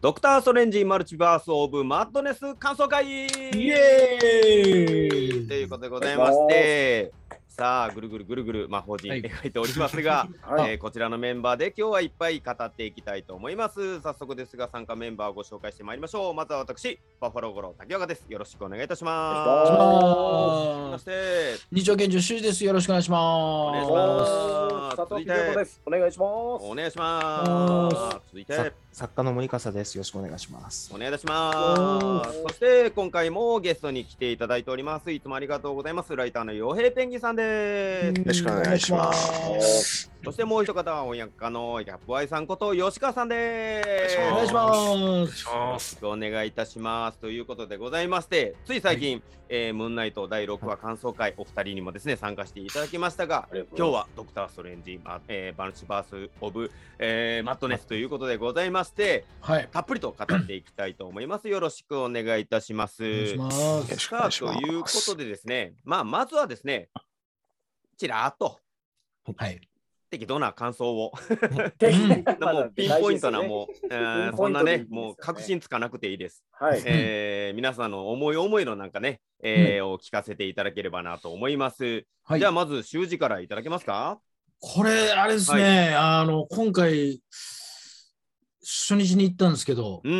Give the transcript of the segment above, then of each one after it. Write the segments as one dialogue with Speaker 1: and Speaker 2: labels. Speaker 1: ドクター・ストレンジ・マルチバース・オブ・マッドネス感想会イ
Speaker 2: イ
Speaker 1: エ
Speaker 2: エ
Speaker 1: ー
Speaker 2: ー
Speaker 1: イ
Speaker 2: イ
Speaker 1: ということでございまして、さあ、ぐるぐるぐるぐる魔法陣
Speaker 2: はい
Speaker 1: 描いておりますが、
Speaker 3: はい
Speaker 1: えーこちらのメンバーで今日はいっぱい語っていきたいと思います。早速ですが、参加メンバーをご紹介してまいりましょう。まずは私、バッファローゴロ竹岡です。よろしくお願いいたし
Speaker 3: お願いし
Speaker 1: ます。そ
Speaker 2: お願いします
Speaker 1: し。て、
Speaker 2: 二丁拳銃修士です。よろしくお願いし
Speaker 1: お願いし
Speaker 2: ます。
Speaker 1: ます
Speaker 3: 佐藤秀子です。お願いします。
Speaker 1: お願いします。続いて
Speaker 4: さ。作家の森笠です。よろしくお願いします
Speaker 1: お。願いいたします。そして今回もゲストに来ていただいております。いつもありがとうございます。ライターの洋平ペンギンさんです。
Speaker 4: ろしくお願いしま
Speaker 2: お
Speaker 1: そしてもう一方は翻訳家のギャップアイさんこと吉川さんです。
Speaker 2: お願いします。
Speaker 1: す。お願いいたします。ということでございまして、つい最近、えームーンナイト第6話感想会、お二人にもですね、参加していただきましたが、
Speaker 3: ありがとうござ
Speaker 1: 今
Speaker 3: い
Speaker 1: 日
Speaker 3: ま
Speaker 1: はドクター・ストレンジ、まえーバルチバース・オブ、えーマットネスということでございまして、
Speaker 2: はい。
Speaker 1: たっぷりと語っていきたいと思います。よろしくお願いいたします。
Speaker 2: お願いしま
Speaker 4: よ
Speaker 2: す。
Speaker 4: ろしく
Speaker 1: さ
Speaker 4: お願
Speaker 1: あ、
Speaker 4: いし
Speaker 1: と
Speaker 4: ます。
Speaker 1: いうことでですね、まあ、まずはですね、ちらっと
Speaker 2: はい。
Speaker 1: 適度な感想 を、
Speaker 2: うん
Speaker 3: まあ
Speaker 1: もうピンポイントな、 もう、えー
Speaker 3: ピン
Speaker 1: そ
Speaker 3: ポイ
Speaker 1: ん
Speaker 3: ン
Speaker 1: な
Speaker 3: トでい
Speaker 1: ね
Speaker 3: いで、すよね
Speaker 1: もう確信つかなくていいです。
Speaker 3: 大事ですよね
Speaker 1: えー皆さんの思い思いのなんかね、えーを聞かせていただければなと思います。
Speaker 2: はい
Speaker 1: じゃあ、。まず、習字からいただけますか
Speaker 2: これ、あれですね、あの、今回、初日に行ったんですけど、
Speaker 1: うん。
Speaker 2: う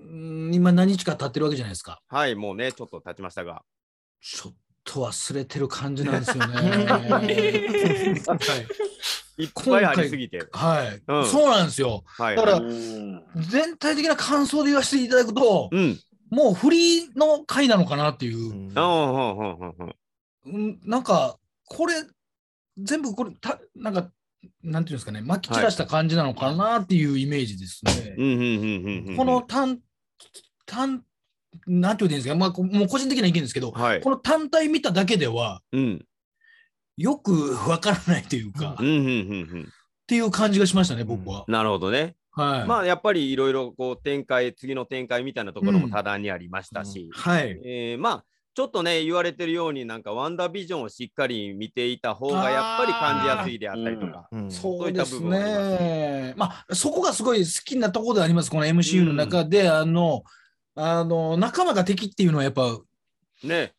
Speaker 2: ん今何日か経ってるわけじゃないですか。
Speaker 1: はい、もうね、ちょっと経ちましたが。
Speaker 2: ちょっと忘れてる感じなんですよね。はい。
Speaker 1: いっぱいありすぎて。
Speaker 2: はい
Speaker 1: うん
Speaker 2: そうなんですよ。
Speaker 1: はい。
Speaker 2: だか
Speaker 3: は
Speaker 2: ら
Speaker 3: い。うん
Speaker 2: 全体的な感想で言わせていただくと、
Speaker 1: うん。
Speaker 2: もうフリーの回なのかなっていうう、
Speaker 4: ん
Speaker 1: うん、うん、うん、うんうん。
Speaker 2: うんなんか、これ、全部これ、たなんか、なんていうんですかね、まき散らした感じなのかなっていうイメージですね。
Speaker 1: うんうんうんうんうんうん
Speaker 2: この単、単、なんて言うんですか、まあ、こもう個人的な意見ですけど、
Speaker 1: はい
Speaker 2: この単体見ただけでは、
Speaker 1: うん
Speaker 2: よくわからないというか、
Speaker 1: うんう
Speaker 2: っ
Speaker 1: んうん
Speaker 2: ていう感じがしましたね、僕は
Speaker 1: う。んなるほどね。
Speaker 2: はい。
Speaker 1: まあやっぱりいろいろこう展開次の展開みたいなところも多段にありましたし、
Speaker 2: はい。
Speaker 1: えーまあちょっとね言われてるようになんかワンダービジョンをしっかり見ていた方がやっぱり感じやすいであったりとか。
Speaker 4: うん
Speaker 2: そうです
Speaker 1: そういった部分はあ
Speaker 2: ね。まあ、そこがすごい好きなところであります、この MCU の中で、あの、あの、仲間が敵っていうのはやっぱ、
Speaker 1: ね。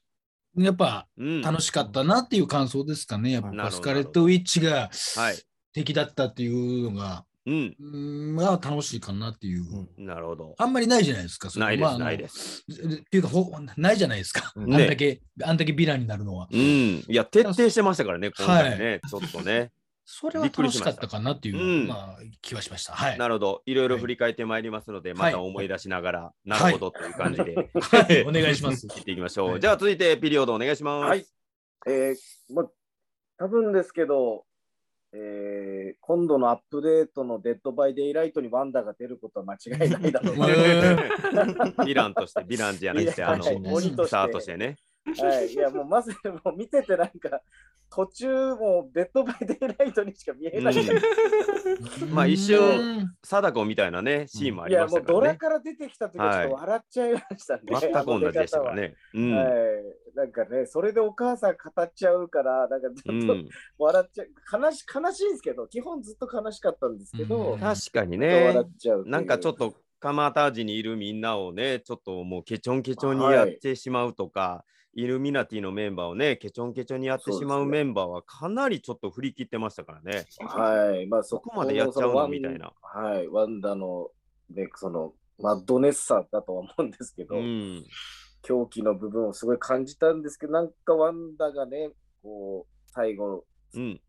Speaker 2: やっぱ
Speaker 1: うん。
Speaker 2: 楽しかったなっていう感想ですかね。やっ
Speaker 4: うん
Speaker 1: なる
Speaker 2: ぱ
Speaker 1: ほど
Speaker 2: スカーレット・ウィッチが
Speaker 1: はい。
Speaker 2: 敵だったっていうのが、
Speaker 1: うん。
Speaker 2: うん、まあ楽しいかなっていう。
Speaker 4: うん
Speaker 1: なるほど。
Speaker 2: あんまりないじゃないですか。それ
Speaker 1: ないで
Speaker 2: まああ
Speaker 1: す
Speaker 2: の
Speaker 1: ないです。
Speaker 2: っていうか、ほないじゃないですか。
Speaker 4: うん
Speaker 2: あんだけ、あんだけヴィランになるのは。
Speaker 1: うん。いや徹底してましたからね今回ね、ちょっとね。
Speaker 2: それは
Speaker 1: びっくり
Speaker 2: 楽
Speaker 1: し
Speaker 2: し
Speaker 1: ました
Speaker 2: かったかなっていう、
Speaker 1: うん
Speaker 2: まあ、気はしました。はい。
Speaker 1: なるほど。いろいろ振り返ってまいりますので、また思い出しながら、なるほどという感じで。
Speaker 2: はいお願いします。
Speaker 1: 切っていきましょう。
Speaker 2: はい
Speaker 1: じゃあ続いてピリオドお願いします。
Speaker 3: はい。えー、ま多分ですけど、えー、今度のアップデートのデッドバイデイライトにワンダが出ることは間違いないだろう
Speaker 2: まあえ
Speaker 1: ヴィランとして、ヴィランじゃなくて、あの、
Speaker 3: はい
Speaker 1: スターとしてね。
Speaker 3: はい、いやもうまずもう見ててなんか途中もうデッドバイデイライトにしか見えない、
Speaker 1: まあ一
Speaker 2: 応
Speaker 1: 応 貞子みたいなね、シーンもあ
Speaker 3: い
Speaker 1: り
Speaker 3: や
Speaker 1: まし
Speaker 3: も
Speaker 1: た
Speaker 3: う
Speaker 1: か
Speaker 3: ド
Speaker 1: ら
Speaker 3: ラ
Speaker 1: ね。
Speaker 3: から出てきた時はちょっと笑っちゃいましたね、
Speaker 1: 全く同じでしたからね。う
Speaker 3: あ
Speaker 1: ん
Speaker 3: の出方は、。はい、なんかねそれでお母さん語っちゃうからなんかず
Speaker 1: う
Speaker 3: っと
Speaker 1: ん、
Speaker 3: 笑っちゃう、悲し悲しいんですけど基本ずっと悲しかったんですけど、
Speaker 2: うん
Speaker 3: ずっ
Speaker 1: 確かに
Speaker 3: と
Speaker 1: ね
Speaker 3: 笑、っちゃうっていう
Speaker 1: なんかちょっとカマータージにいるみんなをね、ちょっともうケチョンケチョンにやってしまうとか、イルミナティのメンバーをね、ケチョンケチョンにやってしまうメンバーはかなりちょっと振り切ってましたからね、
Speaker 3: はい、まあ
Speaker 1: そ
Speaker 3: そ
Speaker 1: こまでやっちゃうのみたい。な。
Speaker 3: そのワンはい、ワンダの、で、その、マッドネスさだとは思うんですけど、
Speaker 1: うん、
Speaker 3: 狂気の部分をすごい感じたんですけど、なんかワンダがね、こう、最後、
Speaker 1: うん、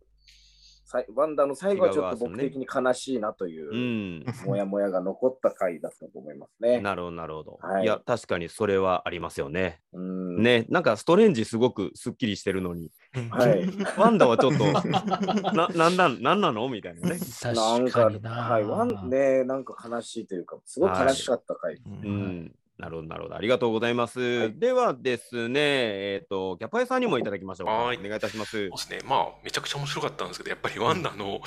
Speaker 3: さいワンダの最後はちょっと
Speaker 1: 違うわ
Speaker 3: 僕的に悲しいなというう、
Speaker 1: ん。
Speaker 3: もやもやが残った回だったと思います ね。
Speaker 1: なるほど、なるほど。、
Speaker 3: はいい
Speaker 1: や、確かにそれはありますよね。
Speaker 3: うん、
Speaker 1: ね、なんかストレンジすごくすっきりしてるのに、
Speaker 3: はい。
Speaker 1: ワンダはちょっと、な、なんなん、なんなのみたいなね。
Speaker 3: なん
Speaker 2: 確
Speaker 3: か
Speaker 2: かに、な。
Speaker 3: はい、ワンね、なんか悲しいというか、すごい悲しかった回。
Speaker 4: う
Speaker 1: うんん。なるほど、なるほど。ありがとうございます。
Speaker 3: はい
Speaker 1: ではですね、えっ、と、キャパエさんにもいただきましょうか。
Speaker 5: はい
Speaker 1: お願いいたします
Speaker 5: そう。ですね、まあ、めちゃくちゃ面白かったんですけど、やっぱりワンダの、
Speaker 1: はい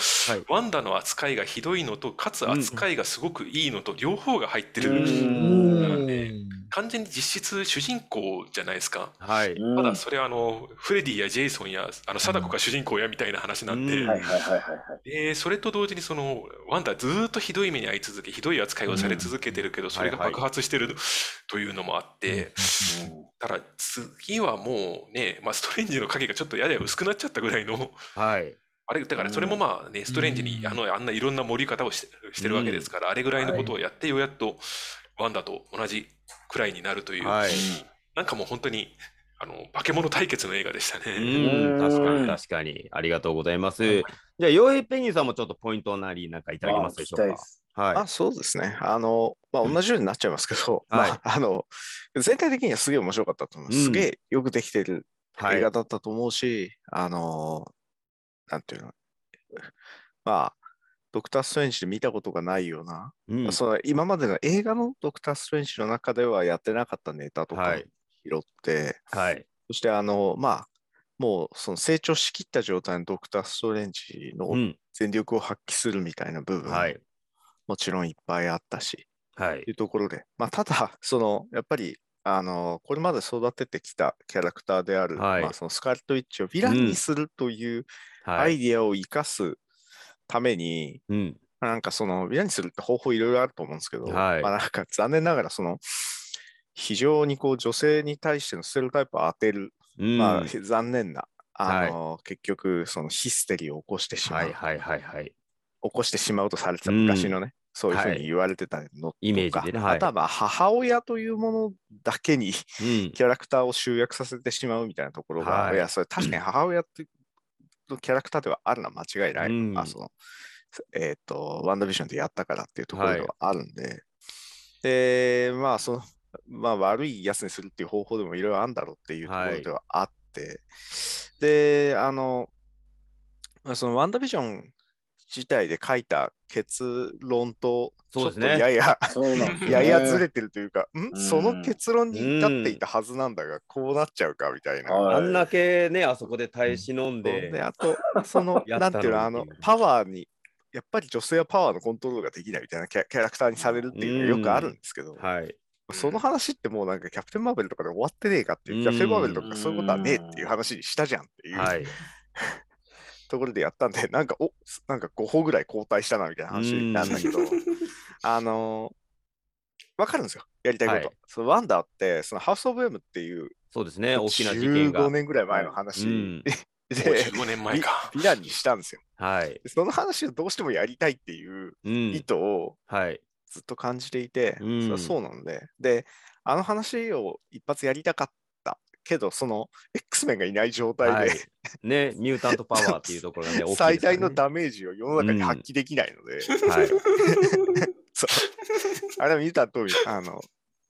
Speaker 5: ワンダの扱いがひどいのと、かつ扱いがすごくいいのと、両方が入って
Speaker 3: う
Speaker 5: る
Speaker 3: ん
Speaker 2: うん
Speaker 5: なんで、完全に実質主人公じゃないですか。
Speaker 1: はい。
Speaker 3: うん
Speaker 5: た
Speaker 3: は
Speaker 5: だそれはあの、フレディやジェイソンや、あの、貞子が主人公やみたいな話なんで、
Speaker 1: う
Speaker 3: い
Speaker 1: ん
Speaker 3: はいはいはいはい。
Speaker 5: で、それと同時にその、ワンダずーっとひどい目に遭い続け、ひどい扱いをされ続けてるけど、それが爆発してるというのもあって、ただ次はもうね、まあ、ストレンジの影がちょっとやや薄くなっちゃったぐらいの、
Speaker 1: はい。
Speaker 5: あれ、だからそれもまあね、ストレンジに
Speaker 2: うん
Speaker 5: あのあんないろんな盛り方をしてしてるわけですから、あれぐらいのことをやって、ようやっとワンダと同じくらいになるという、
Speaker 1: はい。
Speaker 5: なんかもう本当に、あの、化け物対決の映画でした
Speaker 1: う
Speaker 5: ね。
Speaker 1: ん、確か
Speaker 3: うん
Speaker 1: に確かに。ありがとうございます。じゃあ、洋平ペンギンさんもちょっとポイントなりなんかいただけますでしょ
Speaker 3: あ聞きたいうです
Speaker 1: か。はい。
Speaker 4: あそうですね。あの、まあ、同じようになっちゃいますけど、
Speaker 1: はい
Speaker 4: まあ、あの、全体的にはすげえ面白かったと思います。
Speaker 1: うん
Speaker 4: すげえよくできてる
Speaker 1: は
Speaker 4: 映
Speaker 1: い
Speaker 4: 画。だったと思うし、あの、なんていうの、 まあ、ドクター・ストレンジで見たことがないような、
Speaker 1: うん
Speaker 4: その今までの映画のドクター・ストレンジの中ではやってなかったネタとか
Speaker 1: は
Speaker 4: を拾
Speaker 1: い
Speaker 4: って、
Speaker 1: はい。
Speaker 4: そしてあの、まあ、もうその成長しきった状態のドクター・ストレンジ
Speaker 1: う
Speaker 4: の
Speaker 1: ん。
Speaker 4: 全力を発揮するみたいな部分、
Speaker 1: はい。
Speaker 4: もちろんいっぱいあったし、
Speaker 1: は
Speaker 4: とい
Speaker 1: い。
Speaker 4: うところで、まあ、ただ、そのやっぱりあのこれまで育ててきたキャラクターである、
Speaker 1: はい
Speaker 4: まあ、そのスカーレット・ウィッチをヴィランにするというア
Speaker 1: は
Speaker 4: イ
Speaker 1: い。
Speaker 4: ディアを生かすために、
Speaker 1: うん。
Speaker 4: まあなんかそのビラにするって方法いろいろあると思うんですけど、
Speaker 1: はい
Speaker 4: まあなんか残念ながらその非常にこう女性に対してのステレオタイプを当てる、
Speaker 1: うん
Speaker 4: ま
Speaker 1: は
Speaker 4: あ
Speaker 1: い。
Speaker 4: 残念な、あの結局そのヒステリーを起こしてしまう、
Speaker 1: はい。はい。はい。
Speaker 4: 起こしてしまうとされてた
Speaker 1: うん
Speaker 4: 昔のね、そういうふう
Speaker 1: はい
Speaker 4: に言われてたのとか、
Speaker 1: イメージでねはい
Speaker 4: あとはまあ母親というものだけに
Speaker 1: うん。
Speaker 4: キャラクターを集約させてしまうみたいなところが、
Speaker 1: はい
Speaker 4: い、や、それ 確かに母親ってのキャラクターではあるのは間違いない。
Speaker 1: うん
Speaker 4: あそのえっ、と、ワンダービジョンでやったからっていうところではあるんで、で、まあ、その、まあ、悪いやつにするっていう方法でもいろいろあるんだろうっていうところではあって、で、あの、まあそのワンダービジョン自体で書いた結論と、ち
Speaker 1: そうで
Speaker 4: ょっ
Speaker 1: す
Speaker 4: と
Speaker 1: ね
Speaker 4: やや、
Speaker 3: そうなんですね
Speaker 4: ややずれてるというか、ん
Speaker 3: ん
Speaker 4: その結論に至っていたはずなんだが、こうなっちゃうかみたいな。
Speaker 3: はい
Speaker 1: あんだけね、あそこで耐え忍んで。
Speaker 4: で、あと、その、
Speaker 1: や
Speaker 4: な
Speaker 1: ったのに
Speaker 4: んていうの、あの、パワーに、やっぱり女性はパワーのコントロールができないみたいなキャキャラクターにされるっていうのがよくあるんですけど、
Speaker 1: はい。
Speaker 4: その話ってもうなんかキャプテン・マーベルとかで終わってねえかっていう、
Speaker 1: うん
Speaker 4: キャプテン・マーベルとかそういうことはねえっていう話にしたじゃんっていう、
Speaker 1: はい。
Speaker 4: ところでやったんで、 なんか、おなんか5歩ぐらい交代したなみたいな話なんだ けど、あのー、わかるんですよ、やりたいこと。
Speaker 1: はい
Speaker 4: そのワンダーって、そのハウス・オブ・エムっていう、
Speaker 1: そうですね、大きな事件が。
Speaker 4: 15年ぐらい前の
Speaker 1: う
Speaker 4: 話で、
Speaker 1: ん。
Speaker 5: もう15年前か。
Speaker 4: ヴィランにしたんですよ。
Speaker 1: はい。
Speaker 4: でその話をどうしてもやりたいっていう
Speaker 1: う
Speaker 4: 意
Speaker 1: ん。
Speaker 4: 図を
Speaker 1: はい。
Speaker 4: ずっと感じていて、
Speaker 1: うん
Speaker 4: それはそうなんで、で、あの話を一発やりたかったけど、その X メンがいない状態
Speaker 1: はい
Speaker 4: で、。
Speaker 1: ね、ミュータントパワーっていうところが ね、大きいですからね
Speaker 4: 最大のダメージを世の中に発揮できないので、
Speaker 1: はい。
Speaker 4: あれは見た 通り、あの、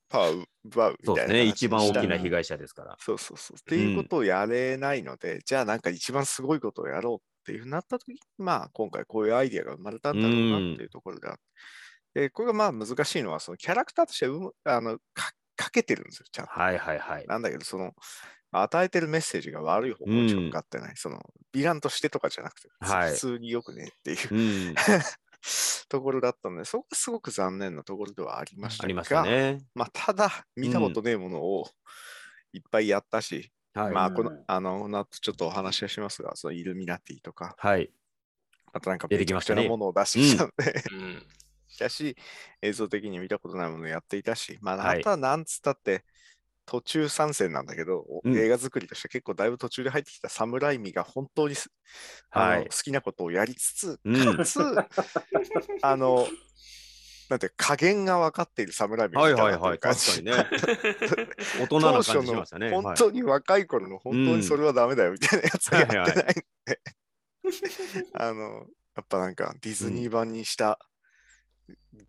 Speaker 4: パワーを奪う
Speaker 1: そ
Speaker 4: み
Speaker 1: うです
Speaker 4: たいな話
Speaker 1: ね、
Speaker 4: に
Speaker 1: 一番大
Speaker 4: した
Speaker 1: き
Speaker 4: の
Speaker 1: な被害者ですから。
Speaker 4: そうそうそう。っていうことをやれないので、じゃあなんか一番すごいことをやろうっていうふうになったときに、まあ今回こういうアイディアが生まれたんだろうなっていうところであって、でこれがまあ難しいのは、そのキャラクターとしてうむあのかかけてるんですよ、ちゃんと。
Speaker 1: はいはいはい。
Speaker 4: なんだけど、その与えてるメッセージが悪い方向にしか向かってない、そのヴィランとしてとかじゃなくて、
Speaker 1: はい
Speaker 4: 普通によくねっていう
Speaker 1: うん。
Speaker 4: ところだったので、そこがすごく残念なところではありました
Speaker 1: あ
Speaker 4: が、
Speaker 1: りましたね。
Speaker 4: まあ、ただ見たことねえものをいっぱいやったし、
Speaker 1: はい。
Speaker 4: まあ、こ
Speaker 3: う
Speaker 4: の
Speaker 3: ん、
Speaker 4: あの、この後ちょっとお話はしますが、そのイルミナティとか、
Speaker 1: はい。
Speaker 4: あとなんか
Speaker 1: 出てきましたね
Speaker 4: めちゃくちゃなものを出してきたので、
Speaker 5: うん
Speaker 4: だし、映像的に見たことないものをやっていたし、まあ、
Speaker 1: は
Speaker 4: あ
Speaker 1: い
Speaker 4: とはなんつったって、途中参戦なんだけど、お
Speaker 1: うん
Speaker 4: 映画作りとして結構だいぶ途中で入ってきた侍味が本当にす、あ
Speaker 1: は
Speaker 4: の
Speaker 1: い
Speaker 4: 好きなことをやりつつ、
Speaker 1: うん
Speaker 4: かつ、あの、なんて加減が分かっている侍味が
Speaker 1: はい
Speaker 4: た
Speaker 1: はい
Speaker 4: なと。
Speaker 1: はいいう
Speaker 4: 感
Speaker 1: 確か
Speaker 4: じ
Speaker 1: にね。 大人な
Speaker 4: 当
Speaker 1: 感じ
Speaker 4: 初
Speaker 1: し
Speaker 4: の
Speaker 1: ましたね。
Speaker 4: 本
Speaker 1: はい
Speaker 4: 当に若い頃の本当にそれはダメだよみたいなやつがやってないんで、 あのやっぱなんかディズニー版にした、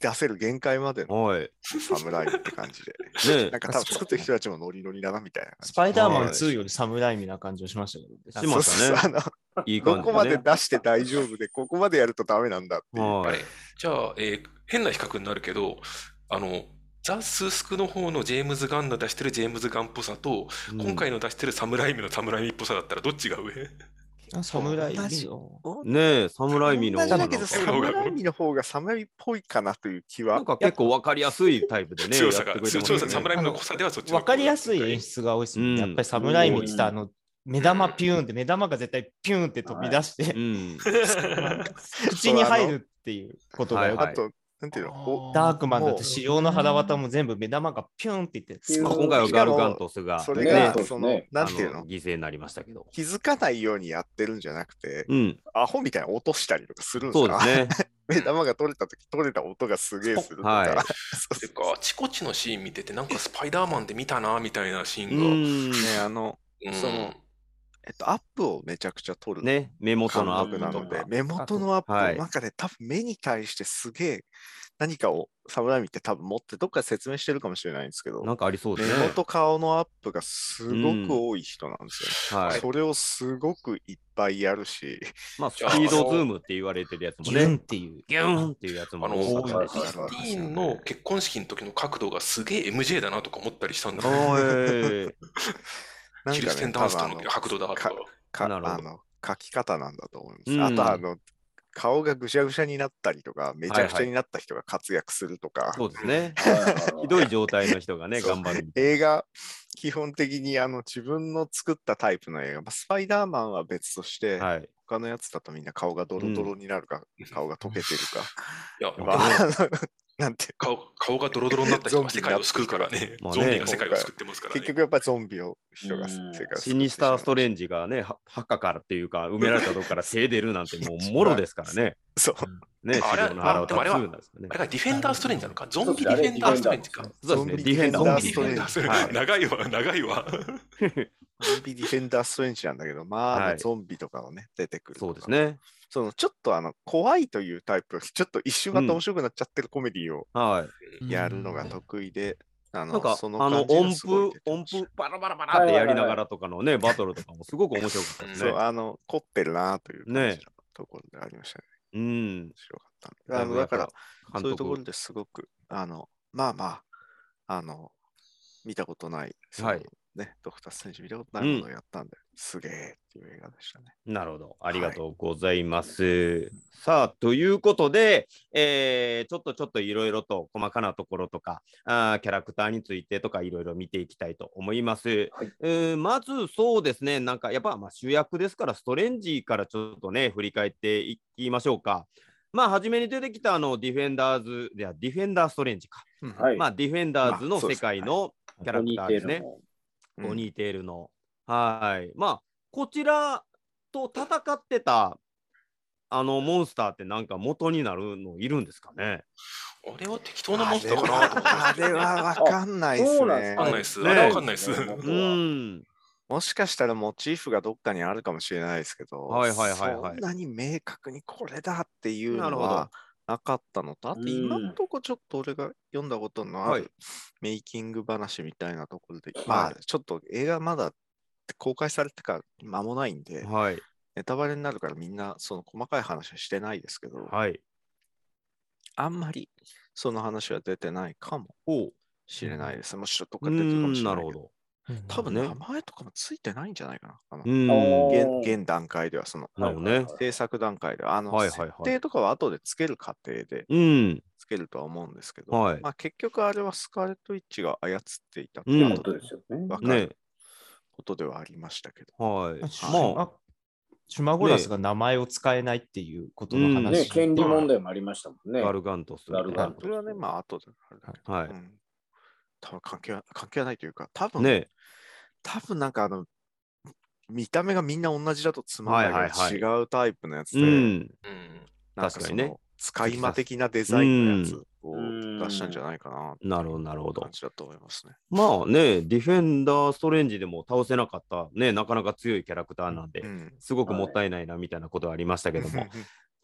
Speaker 4: 出せる限界までの
Speaker 1: はい。
Speaker 4: 侍って感じで、
Speaker 1: ね
Speaker 4: なんか多分作ってる人たちもノリノリだなみたいな感じ。
Speaker 6: スパイダーマン
Speaker 1: はい
Speaker 6: 2より侍味な感じをしましたけどね、
Speaker 1: しましたね
Speaker 4: そうそうそう
Speaker 1: いい
Speaker 4: あの
Speaker 1: 感
Speaker 4: ど
Speaker 1: じ
Speaker 4: こま
Speaker 1: で
Speaker 4: で
Speaker 1: ね。
Speaker 4: 出して大丈夫で、ここまでやるとダメなんだっていう。
Speaker 5: あ
Speaker 1: はい
Speaker 5: れ。じゃあ、えー変な比較になるけど、あの、ザ・スースクの方のジェームズ・ガンの出してるジェームズ・ガンっぽさと、
Speaker 1: うん
Speaker 5: 今回の出してる侍ムライミの侍ムライミっぽさだったらどっちが上
Speaker 6: 侍
Speaker 4: 同じ
Speaker 6: よ。
Speaker 1: ねえ、サムライミの
Speaker 4: 同
Speaker 1: 方
Speaker 4: じ
Speaker 1: がな
Speaker 4: だ
Speaker 1: んか
Speaker 4: けど、サ
Speaker 5: う
Speaker 4: ムライミの方が侍っぽいかなという気は。
Speaker 1: なんか結構わかりやすいタイプ でね。
Speaker 5: 強さが、
Speaker 1: やってくれて
Speaker 5: 強
Speaker 1: ます
Speaker 5: 強さ、
Speaker 1: ね
Speaker 5: 侍の濃さではそっちの方が
Speaker 6: わかりやすい演出が多いですね。
Speaker 1: うん
Speaker 6: やっぱり侍見した
Speaker 3: うん
Speaker 6: あの、目玉ピューンって、目玉が絶対ピューンって飛び出して
Speaker 1: う、ん。
Speaker 6: 口に入るっていうことがよか
Speaker 1: は
Speaker 6: っ
Speaker 1: い
Speaker 6: た
Speaker 1: は
Speaker 4: あと、なんていうの、こ
Speaker 6: ダークマンだって、仕様の肌綿も全部目玉がピューンっていって、
Speaker 3: う
Speaker 6: ス
Speaker 3: ん
Speaker 6: コーン
Speaker 1: 今回はガルガントス
Speaker 4: う
Speaker 1: が、
Speaker 4: それ
Speaker 1: ね、
Speaker 4: が、
Speaker 3: ね
Speaker 4: その、なんていう
Speaker 1: あ
Speaker 4: の、
Speaker 1: 犠牲になりましたけど。
Speaker 4: 気づかないようにやってるんじゃなくて、
Speaker 1: うん、
Speaker 4: アホみたいに落としたりとかするん
Speaker 1: そう
Speaker 4: か
Speaker 1: ですね。
Speaker 4: 目玉が取れた時取れた音がすげえするとか、
Speaker 1: はい
Speaker 4: そう
Speaker 5: てか、あちこちのシーン見てて、なんかスパイダーマンで見たな、みたいなシー
Speaker 1: う
Speaker 5: ンが。
Speaker 1: ん。
Speaker 4: ねあの、
Speaker 5: うん
Speaker 4: そのえっと、アップをめちゃくちゃ取る
Speaker 1: ね、目元
Speaker 4: 監
Speaker 1: のアッ
Speaker 4: 督
Speaker 1: プ
Speaker 4: な
Speaker 1: と
Speaker 4: の
Speaker 1: か
Speaker 4: で、。目元のアップ
Speaker 1: はい
Speaker 4: の中で、多分目に対してすげえ何かを侍見って多分持ってどっかで説明してるかもしれないんですけど、
Speaker 1: なんかありそうで
Speaker 4: 目
Speaker 1: すね。
Speaker 4: 元顔のアップがすごく多い人なんですよ。
Speaker 1: はい。
Speaker 4: それをすごくいっぱいやるし、
Speaker 1: まあ、スピードズームって言われてるやつも
Speaker 6: ギュン
Speaker 1: ね
Speaker 6: っ。ていう。
Speaker 1: ギューンっていうやつも
Speaker 5: あの、
Speaker 1: 多
Speaker 5: デ
Speaker 1: かったです
Speaker 4: ね
Speaker 1: し。
Speaker 5: ィーンの結婚式の時の角度がすげえ MJ だなとか思ったりしたんだ
Speaker 1: お
Speaker 5: けど
Speaker 1: ーえ
Speaker 4: なん
Speaker 5: キル
Speaker 4: か
Speaker 5: ステ
Speaker 4: ね、
Speaker 5: ン・ダ
Speaker 4: 多
Speaker 5: ンス
Speaker 4: 分
Speaker 5: ト
Speaker 4: あ
Speaker 5: の
Speaker 4: の
Speaker 5: 角度だとか
Speaker 4: か。か
Speaker 1: なるほ
Speaker 4: あ
Speaker 1: ど
Speaker 4: の書き方なんだと思います。
Speaker 1: うん
Speaker 4: あとあの顔がぐしゃぐしゃになったりとか、めちゃくちゃになった人が活躍するとか、
Speaker 1: ーそうですね。ひ
Speaker 3: ひ
Speaker 1: どい状態の人がね、頑張るみたいな。
Speaker 4: 映画、基本的にあの自分の作ったタイプの映画、まあ、スパイダーマンは別として、
Speaker 1: はい。
Speaker 4: 他のやつだとみんな顔がドロドロになるか、顔が溶けてる
Speaker 5: い
Speaker 4: か、
Speaker 5: や、
Speaker 4: まあ、あのなんていう
Speaker 5: 顔顔がドロドロになった人が世界を救うからね。
Speaker 1: まあね
Speaker 5: ゾンビが世界を救ってますからね。
Speaker 4: 結局やっぱりゾンビを人が
Speaker 3: うん
Speaker 4: 世界を
Speaker 1: シニスターストレ
Speaker 4: ン
Speaker 1: ンジがね、は墓からっていうか、埋められたとこから手出るなんて、もう、もろですからね。
Speaker 4: そう、
Speaker 1: ね、
Speaker 5: あれ
Speaker 1: 資料の腹を立つんですかね
Speaker 5: あれ。がディフェンダーストレンジなのかゾンビ
Speaker 3: そう
Speaker 5: デ
Speaker 3: そうあれ
Speaker 5: ィフェンダーストレンジか。
Speaker 1: そうですね、
Speaker 4: ゾン
Speaker 1: デ
Speaker 4: ビ
Speaker 1: ィフェンダ
Speaker 5: ゾン
Speaker 1: ー
Speaker 5: ビ
Speaker 1: ス
Speaker 5: ディ
Speaker 1: ト
Speaker 5: フ
Speaker 1: レン
Speaker 5: ェン
Speaker 1: ジ
Speaker 5: ダーストレン
Speaker 1: は
Speaker 5: ジ。
Speaker 1: い
Speaker 5: 長いわ、長いわ。
Speaker 4: ゾンビディフェンダーストレンジなんだけど、まあ、あ
Speaker 1: は
Speaker 4: の
Speaker 1: い
Speaker 4: ゾンビとかをね、出てくると
Speaker 1: そ
Speaker 4: か。
Speaker 1: うですね。
Speaker 4: そのちょっとあの怖いというタイプ、 ちょっと一瞬また面白くなっちゃってるコメディを
Speaker 1: はい。
Speaker 4: やるのが得意で、あの
Speaker 1: なんか、あ
Speaker 4: その
Speaker 1: の、
Speaker 4: 感
Speaker 1: 音
Speaker 4: じがすごい
Speaker 1: 符
Speaker 4: 出、て
Speaker 1: 音
Speaker 4: ました
Speaker 1: 符、バラバラバラってやりながらとかのね、バトルとかもすごく面白かったです
Speaker 4: そう、
Speaker 1: ね。
Speaker 4: あの、凝ってるなという感じ
Speaker 1: ね
Speaker 4: のところでありましたね。
Speaker 1: うん
Speaker 4: 面。白かった。あのだから、、
Speaker 1: 監督
Speaker 4: そういうところですごく、あの、まあまあ、あの、見たことない、その
Speaker 1: はい
Speaker 4: ね、ドクター・ストレンジ見たことないものをやったんで、すげえっていう映画でしたね。
Speaker 1: なるほど。ありがとうございます。さあ、ということで、えーちょっとちょっといろいろと細かなところとか、あーキャラクターについてとかいろいろ見ていきたいと思います。
Speaker 3: はい
Speaker 1: えーまずそうですね、なんかやっぱまあ主役ですから、ストレンジからちょっとね、振り返っていきましょうか。まあ、初めに出てきたあのディフェンダーズ、いや、ディフェンダーストレンジか。
Speaker 3: は
Speaker 1: まあ、ディフェンダーズ
Speaker 4: ま
Speaker 1: の
Speaker 4: あそ
Speaker 1: 世
Speaker 4: うです
Speaker 1: 界のキャラクターですね。
Speaker 4: うん
Speaker 1: ポニーテールの。はい。まあ、こちらと戦ってた、あの、モンスターってなんか元になるのいるんですかね
Speaker 5: あれは適当なモンスターかなと思って
Speaker 4: あれはわかんないです
Speaker 3: そうなんです
Speaker 4: ね
Speaker 5: わ。かんないっす。
Speaker 1: ね
Speaker 5: あれわかんないっす。
Speaker 1: う
Speaker 3: ね
Speaker 1: ーん。
Speaker 4: もしかしたらモチーフがどっかにあるかもしれないですけど、
Speaker 1: はいはいはいはい
Speaker 4: そんなに明確にこれだっていう
Speaker 1: なる
Speaker 4: の
Speaker 1: ほど
Speaker 4: はなかったのと、あ
Speaker 3: う
Speaker 4: と
Speaker 3: ん
Speaker 4: 今のとこちょっと俺が読んだことのあ
Speaker 1: はい
Speaker 4: るメイキング話みたいなところで、
Speaker 1: はい
Speaker 4: まあちょっと映画まだ公開されてから間もないんで、
Speaker 1: はい。
Speaker 4: ネタバレになるからみんなその細かい話はしてないですけど、
Speaker 1: はい。
Speaker 4: あんまりその話は出てないかも
Speaker 1: ほ
Speaker 4: しれないです。もしろどっ
Speaker 1: う。う
Speaker 4: か出てるかもし
Speaker 1: ん、
Speaker 4: れな
Speaker 1: ないる
Speaker 4: けど。
Speaker 1: ほど。
Speaker 4: 多分
Speaker 1: ね
Speaker 4: 名前とかもついてないんじゃないかな。あの
Speaker 1: うーん。
Speaker 3: おー
Speaker 4: 現現段階ではその
Speaker 1: なるほどね。
Speaker 4: 制作段階では、あの、
Speaker 1: はいはいはい
Speaker 4: 設定とかは後でつける過程で
Speaker 1: うん。
Speaker 4: つけるとは思うんですけど、
Speaker 1: はい
Speaker 4: まあ、結局あれはスカーレット・イッチが操っていたって
Speaker 1: うん
Speaker 4: い
Speaker 3: こ
Speaker 4: う
Speaker 3: とですよね。
Speaker 4: わか
Speaker 1: ね
Speaker 4: る。ことではありましたけど、
Speaker 1: はい。
Speaker 6: シュ
Speaker 1: まあ、
Speaker 6: マシュマゴラスが名前を使えないっていうことの
Speaker 1: うん
Speaker 6: 話。
Speaker 3: ね、権利問題もありましたもんね。
Speaker 1: ガルガントスみたいな。
Speaker 3: ガルガン
Speaker 4: それはね、まあ後であれだけど、
Speaker 1: はい
Speaker 4: うん多分関係は関係はないというか、多分、
Speaker 1: ね
Speaker 4: 多分なんかあの、見た目がみんな同じだとつまんないけど、
Speaker 1: はいはい
Speaker 4: 違うタイプのやつ
Speaker 1: う
Speaker 4: で、
Speaker 1: ん。
Speaker 5: うん
Speaker 4: なん
Speaker 1: 確かにね
Speaker 4: その使い魔的なデザインのやつを
Speaker 3: うん
Speaker 4: 出したんじゃないかな
Speaker 1: なるほど、なるほど
Speaker 4: 感。じだと思いますね。
Speaker 1: まあね、ディフェンダーストレンジでも倒せなかった、ね、なかなか強いキャラクターなんで、
Speaker 4: うん
Speaker 1: すごくもったいないなみたいなことはありましたけども、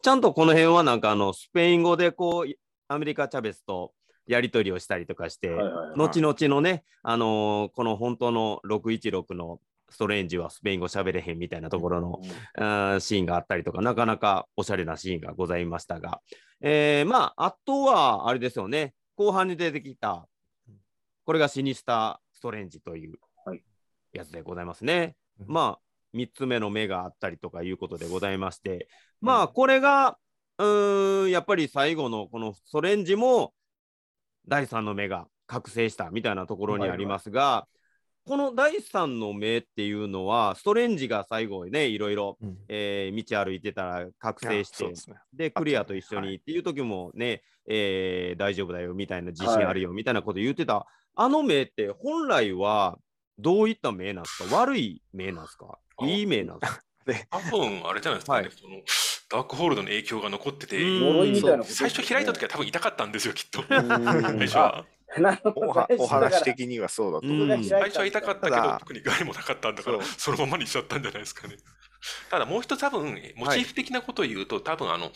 Speaker 1: ちゃんとこの辺はなんかあのスペイン語でこうアメリカ・チャベスとやり取りをしたりとかして、
Speaker 3: はいはいはい
Speaker 1: 後々のね、あのーこの本当の616のストレンジはスペイン語喋れへんみたいなところの、あーシーンがあったりとか、なかなかおしゃれなシーンがございましたが、えーまあ、あとはあれですよね、後半に出てきた、これがシニスター・ストレンジという
Speaker 3: はい
Speaker 1: やつでございますね。
Speaker 6: うん
Speaker 1: まあ、 3つ目の目があったりとかいうことでございまして、まあこれがうーんやっぱり最後のこのソレンジも第3の目が覚醒したみたいなところにありますが、この第3の目っていうのはストレンジが最後にねいろいろ、
Speaker 6: うん
Speaker 1: えー道歩いてたら覚
Speaker 4: い
Speaker 1: 醒
Speaker 4: や
Speaker 1: し
Speaker 4: そう
Speaker 1: て
Speaker 4: ですね。
Speaker 1: で、クリアと一緒にっていう時もね、えー大丈夫だよみたいな自信あるよみたいなこと言ってた、あの目って本来はどういった目なんですか悪い目なんですか
Speaker 5: あ
Speaker 1: いい目なんですか
Speaker 5: 多分あれじゃないですか
Speaker 1: は
Speaker 5: ね、
Speaker 1: い
Speaker 5: そのダークホールドの影響が残ってて、
Speaker 1: うん
Speaker 3: 呪いみたいなことですね
Speaker 5: 最初開いた時は多分痛かったんですよ、きっと。
Speaker 1: う
Speaker 5: 最
Speaker 1: ん
Speaker 5: 初は。
Speaker 3: なるほ
Speaker 4: お
Speaker 3: ど
Speaker 4: はお話。
Speaker 3: だか
Speaker 4: 的にはそうだと
Speaker 1: うん
Speaker 4: 思う。
Speaker 3: ら僕が
Speaker 5: 最
Speaker 3: 開い
Speaker 5: 初は痛かったけ
Speaker 4: た
Speaker 5: ど
Speaker 4: だ、
Speaker 5: 特に害もなかったんだから、
Speaker 4: そ
Speaker 5: そのままにしちゃったんじゃないですかね。ただもう一つ多分、モチーフ的なことを言うと、多分あの、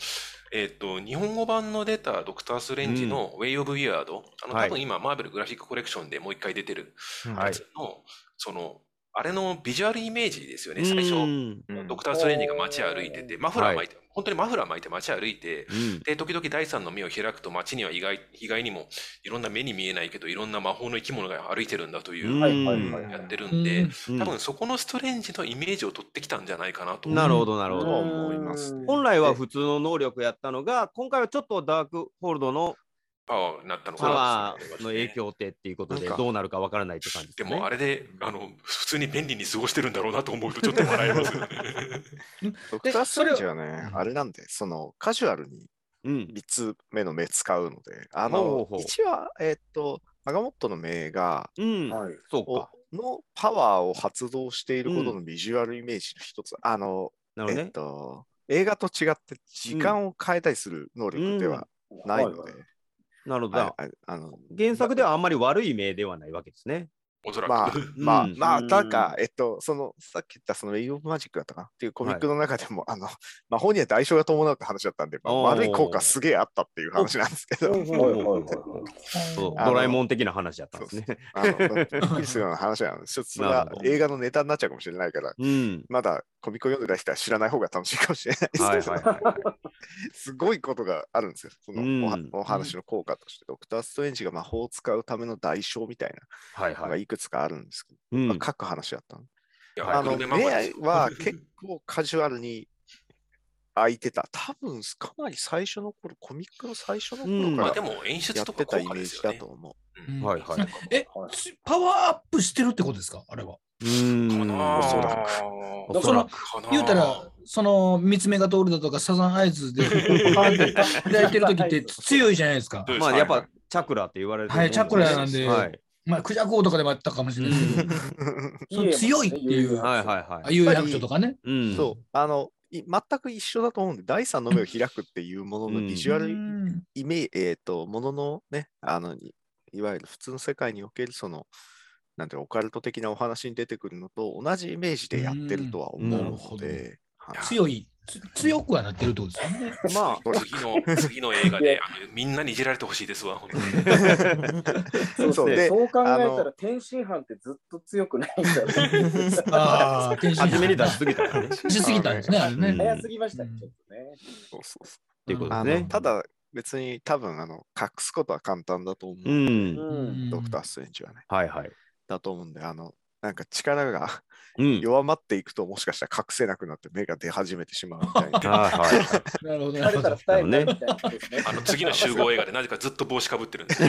Speaker 5: えっ、と、日本語版の出たドクター・ストレンジのウェイ・オブ・ウィアード、あの、
Speaker 1: はい
Speaker 5: 多分今、マーベル・グラフィック・コレクションでもう一回出てる
Speaker 1: は
Speaker 5: や
Speaker 1: い
Speaker 5: つの、その、あれのビジュアルイメージですよね、
Speaker 1: うん
Speaker 5: 最初。
Speaker 1: うん
Speaker 4: うん
Speaker 5: ドクター・ストレンジが街歩いてて、マフラー巻いて、本当にマフラー巻いて街歩いて、で、時々第三の目を開くと街には意外意外にもいろんな目に見えないけど、いろんな魔法の生き物が歩いてるんだという
Speaker 3: ら
Speaker 1: ん
Speaker 5: う、
Speaker 3: はいはいはい
Speaker 5: や
Speaker 3: は
Speaker 5: っ
Speaker 3: い。
Speaker 5: てる
Speaker 2: うん
Speaker 5: んで、
Speaker 1: うん
Speaker 5: 多分そこのストレンジのイメージを取ってきたんじゃないかなと。
Speaker 1: なるほどなるほど。
Speaker 4: 思います
Speaker 3: うん
Speaker 1: 本来は普通の能力やったのが今回はちょっとダークホールドの
Speaker 5: パワーになったのか
Speaker 1: パ
Speaker 5: な
Speaker 1: ワー
Speaker 5: と
Speaker 1: の影。響ってっていうことで
Speaker 4: なんか
Speaker 1: どうなるかわからないって感じです
Speaker 5: で
Speaker 1: ね。
Speaker 5: もあれで、あの、普通に便利に過ごしてるんだろうなと思うとちょっと笑えますよね。
Speaker 4: ドクター・ストレンジは
Speaker 2: れ
Speaker 4: ね、
Speaker 2: を
Speaker 4: あれなんで、そのカジュアルに
Speaker 1: うん
Speaker 4: 3つ目の目使うので、
Speaker 1: ほ
Speaker 4: あ
Speaker 1: う
Speaker 4: の
Speaker 1: ほう、
Speaker 4: 一は、えっと、アガモットの目が、
Speaker 1: うん、
Speaker 3: はい。
Speaker 1: そう
Speaker 4: お
Speaker 1: か。
Speaker 4: のパワーを発動していることのビジュアルイメージの一つ、あの、
Speaker 1: なるほど
Speaker 4: え
Speaker 1: ね
Speaker 4: っ。と、映画と違って時間を変えたりする能力ではないので、
Speaker 1: なるほど。
Speaker 4: はいはいあの
Speaker 1: 原作ではあんまり悪い目ではないわけですね。
Speaker 5: おそらく。
Speaker 4: まあ
Speaker 1: うん
Speaker 4: まあ、まあ、
Speaker 3: うん
Speaker 4: なんか、えっと、その、さっき言った、その、レイオブマジックだったかなっていうコミックの中でも、あの、魔法には代償が伴うって話だったんで、まあ
Speaker 1: おー
Speaker 4: 悪い効果すげえあったっていう話なんです けど、
Speaker 3: はいはいはいはい。
Speaker 1: そう
Speaker 4: あの
Speaker 1: ドラえもん的な話やったんですね。
Speaker 4: あの、びっくりするような話なんです。ちょっとそれ
Speaker 1: な
Speaker 4: は
Speaker 1: るほど
Speaker 4: 映画のネタになっちゃうかもしれないから、
Speaker 1: うん。
Speaker 4: まだコミックを読んでない人は知らない方が楽しいかもしれないです
Speaker 1: はい
Speaker 4: け
Speaker 1: はい
Speaker 4: ど、
Speaker 1: はい。
Speaker 4: すごいことがあるんですよ。そのおは
Speaker 1: うん
Speaker 4: お話の効果として、ドクター・ストレンジが魔法を使うための代償みたい
Speaker 1: はい
Speaker 4: なのが
Speaker 1: はい。
Speaker 4: いくつかあるんですけど、
Speaker 1: うん
Speaker 4: まあ、各話だったの。
Speaker 5: いや
Speaker 4: あの、
Speaker 5: グルメ
Speaker 4: 目
Speaker 5: 漫画ですよ
Speaker 4: は結構カジュアルに空いてた。多分、かなり最初の頃、コミックの最初の
Speaker 1: うん
Speaker 4: 頃
Speaker 5: まあ
Speaker 4: か
Speaker 5: で
Speaker 4: ら
Speaker 5: も演出
Speaker 4: や
Speaker 5: と
Speaker 4: っ
Speaker 5: か
Speaker 4: てた
Speaker 5: 効
Speaker 4: イ
Speaker 5: 果
Speaker 4: メー
Speaker 5: です
Speaker 4: ジ
Speaker 5: よ
Speaker 4: だ
Speaker 5: ね
Speaker 4: と。思
Speaker 5: うん
Speaker 1: はいはい。
Speaker 2: え
Speaker 3: はい、
Speaker 2: つパワーアップしてるってことですかあれは。
Speaker 1: うーん。
Speaker 5: かな
Speaker 4: そうだ
Speaker 5: ぁ
Speaker 1: おそらく
Speaker 5: かなぁ
Speaker 2: 言うたら、その、三つ目が通るだとか、サザンアイズで、パンって開いてる時って強いじゃないですか
Speaker 5: そ。うです
Speaker 1: まあやっ
Speaker 5: はい
Speaker 1: ぱチャクラって言われると思
Speaker 2: は
Speaker 1: う
Speaker 2: い、
Speaker 1: で
Speaker 2: チャクラなんで、
Speaker 1: はい。
Speaker 2: まあ、クジャコとかでもあったかもし
Speaker 1: う
Speaker 2: れないですけ
Speaker 1: ん
Speaker 2: ど、
Speaker 3: い
Speaker 2: その強いっていう
Speaker 1: はいはい
Speaker 2: あ
Speaker 1: は
Speaker 2: あ
Speaker 1: い。
Speaker 2: いう役所とかね。
Speaker 1: うん。
Speaker 4: う。 そう、あの、い全く一緒だと思うんで、第三の目を開くっていうものの
Speaker 1: うん
Speaker 4: ビジ
Speaker 2: う
Speaker 4: ュアル
Speaker 2: ん
Speaker 4: イメージ、えっ、と、もののね、あの、いいわゆる普通の世界におけるその、なんていうかオカルト的なお話に出てくるのと同じイメージでやってるとは思う
Speaker 1: うんな
Speaker 2: るほ
Speaker 4: の
Speaker 2: ど
Speaker 4: で、はい
Speaker 2: 強い、つ強くはなってるってことですよね。
Speaker 4: まあ、
Speaker 5: 次の、次の映画で、あのみんなにいじられてほしいですわ、本当に。
Speaker 3: そうそう
Speaker 1: で
Speaker 3: そう考えた
Speaker 4: あの
Speaker 3: ら天津飯ってずっと強くないんだよね
Speaker 2: ああ、天使
Speaker 1: 初めに出しすぎた からね。
Speaker 2: 出しすぎたんですね、あれ
Speaker 1: うん
Speaker 2: ね。
Speaker 3: 早すぎましたね、ちょっとね。
Speaker 4: そうそうそう
Speaker 1: ていうこと
Speaker 4: あ
Speaker 1: だ
Speaker 4: の
Speaker 1: ね
Speaker 4: ただ、別に多分あの隠すことは簡単だと思う、
Speaker 1: うん。
Speaker 3: うん
Speaker 4: ドクター・ストレンジはね。
Speaker 1: はいはい。
Speaker 4: だと思うんで、あの、なんか力が
Speaker 1: うん。
Speaker 4: 弱まっていくと、もしかしたら隠せなくなって目が出始めてしまうみたい な。
Speaker 1: はいは
Speaker 2: なるほど、
Speaker 3: 疲
Speaker 2: なる
Speaker 3: れ
Speaker 2: ほど
Speaker 3: たら。二重になるみたいなことですね。
Speaker 5: あの次の集合映画で、なぜかずっと帽子かぶってるんです。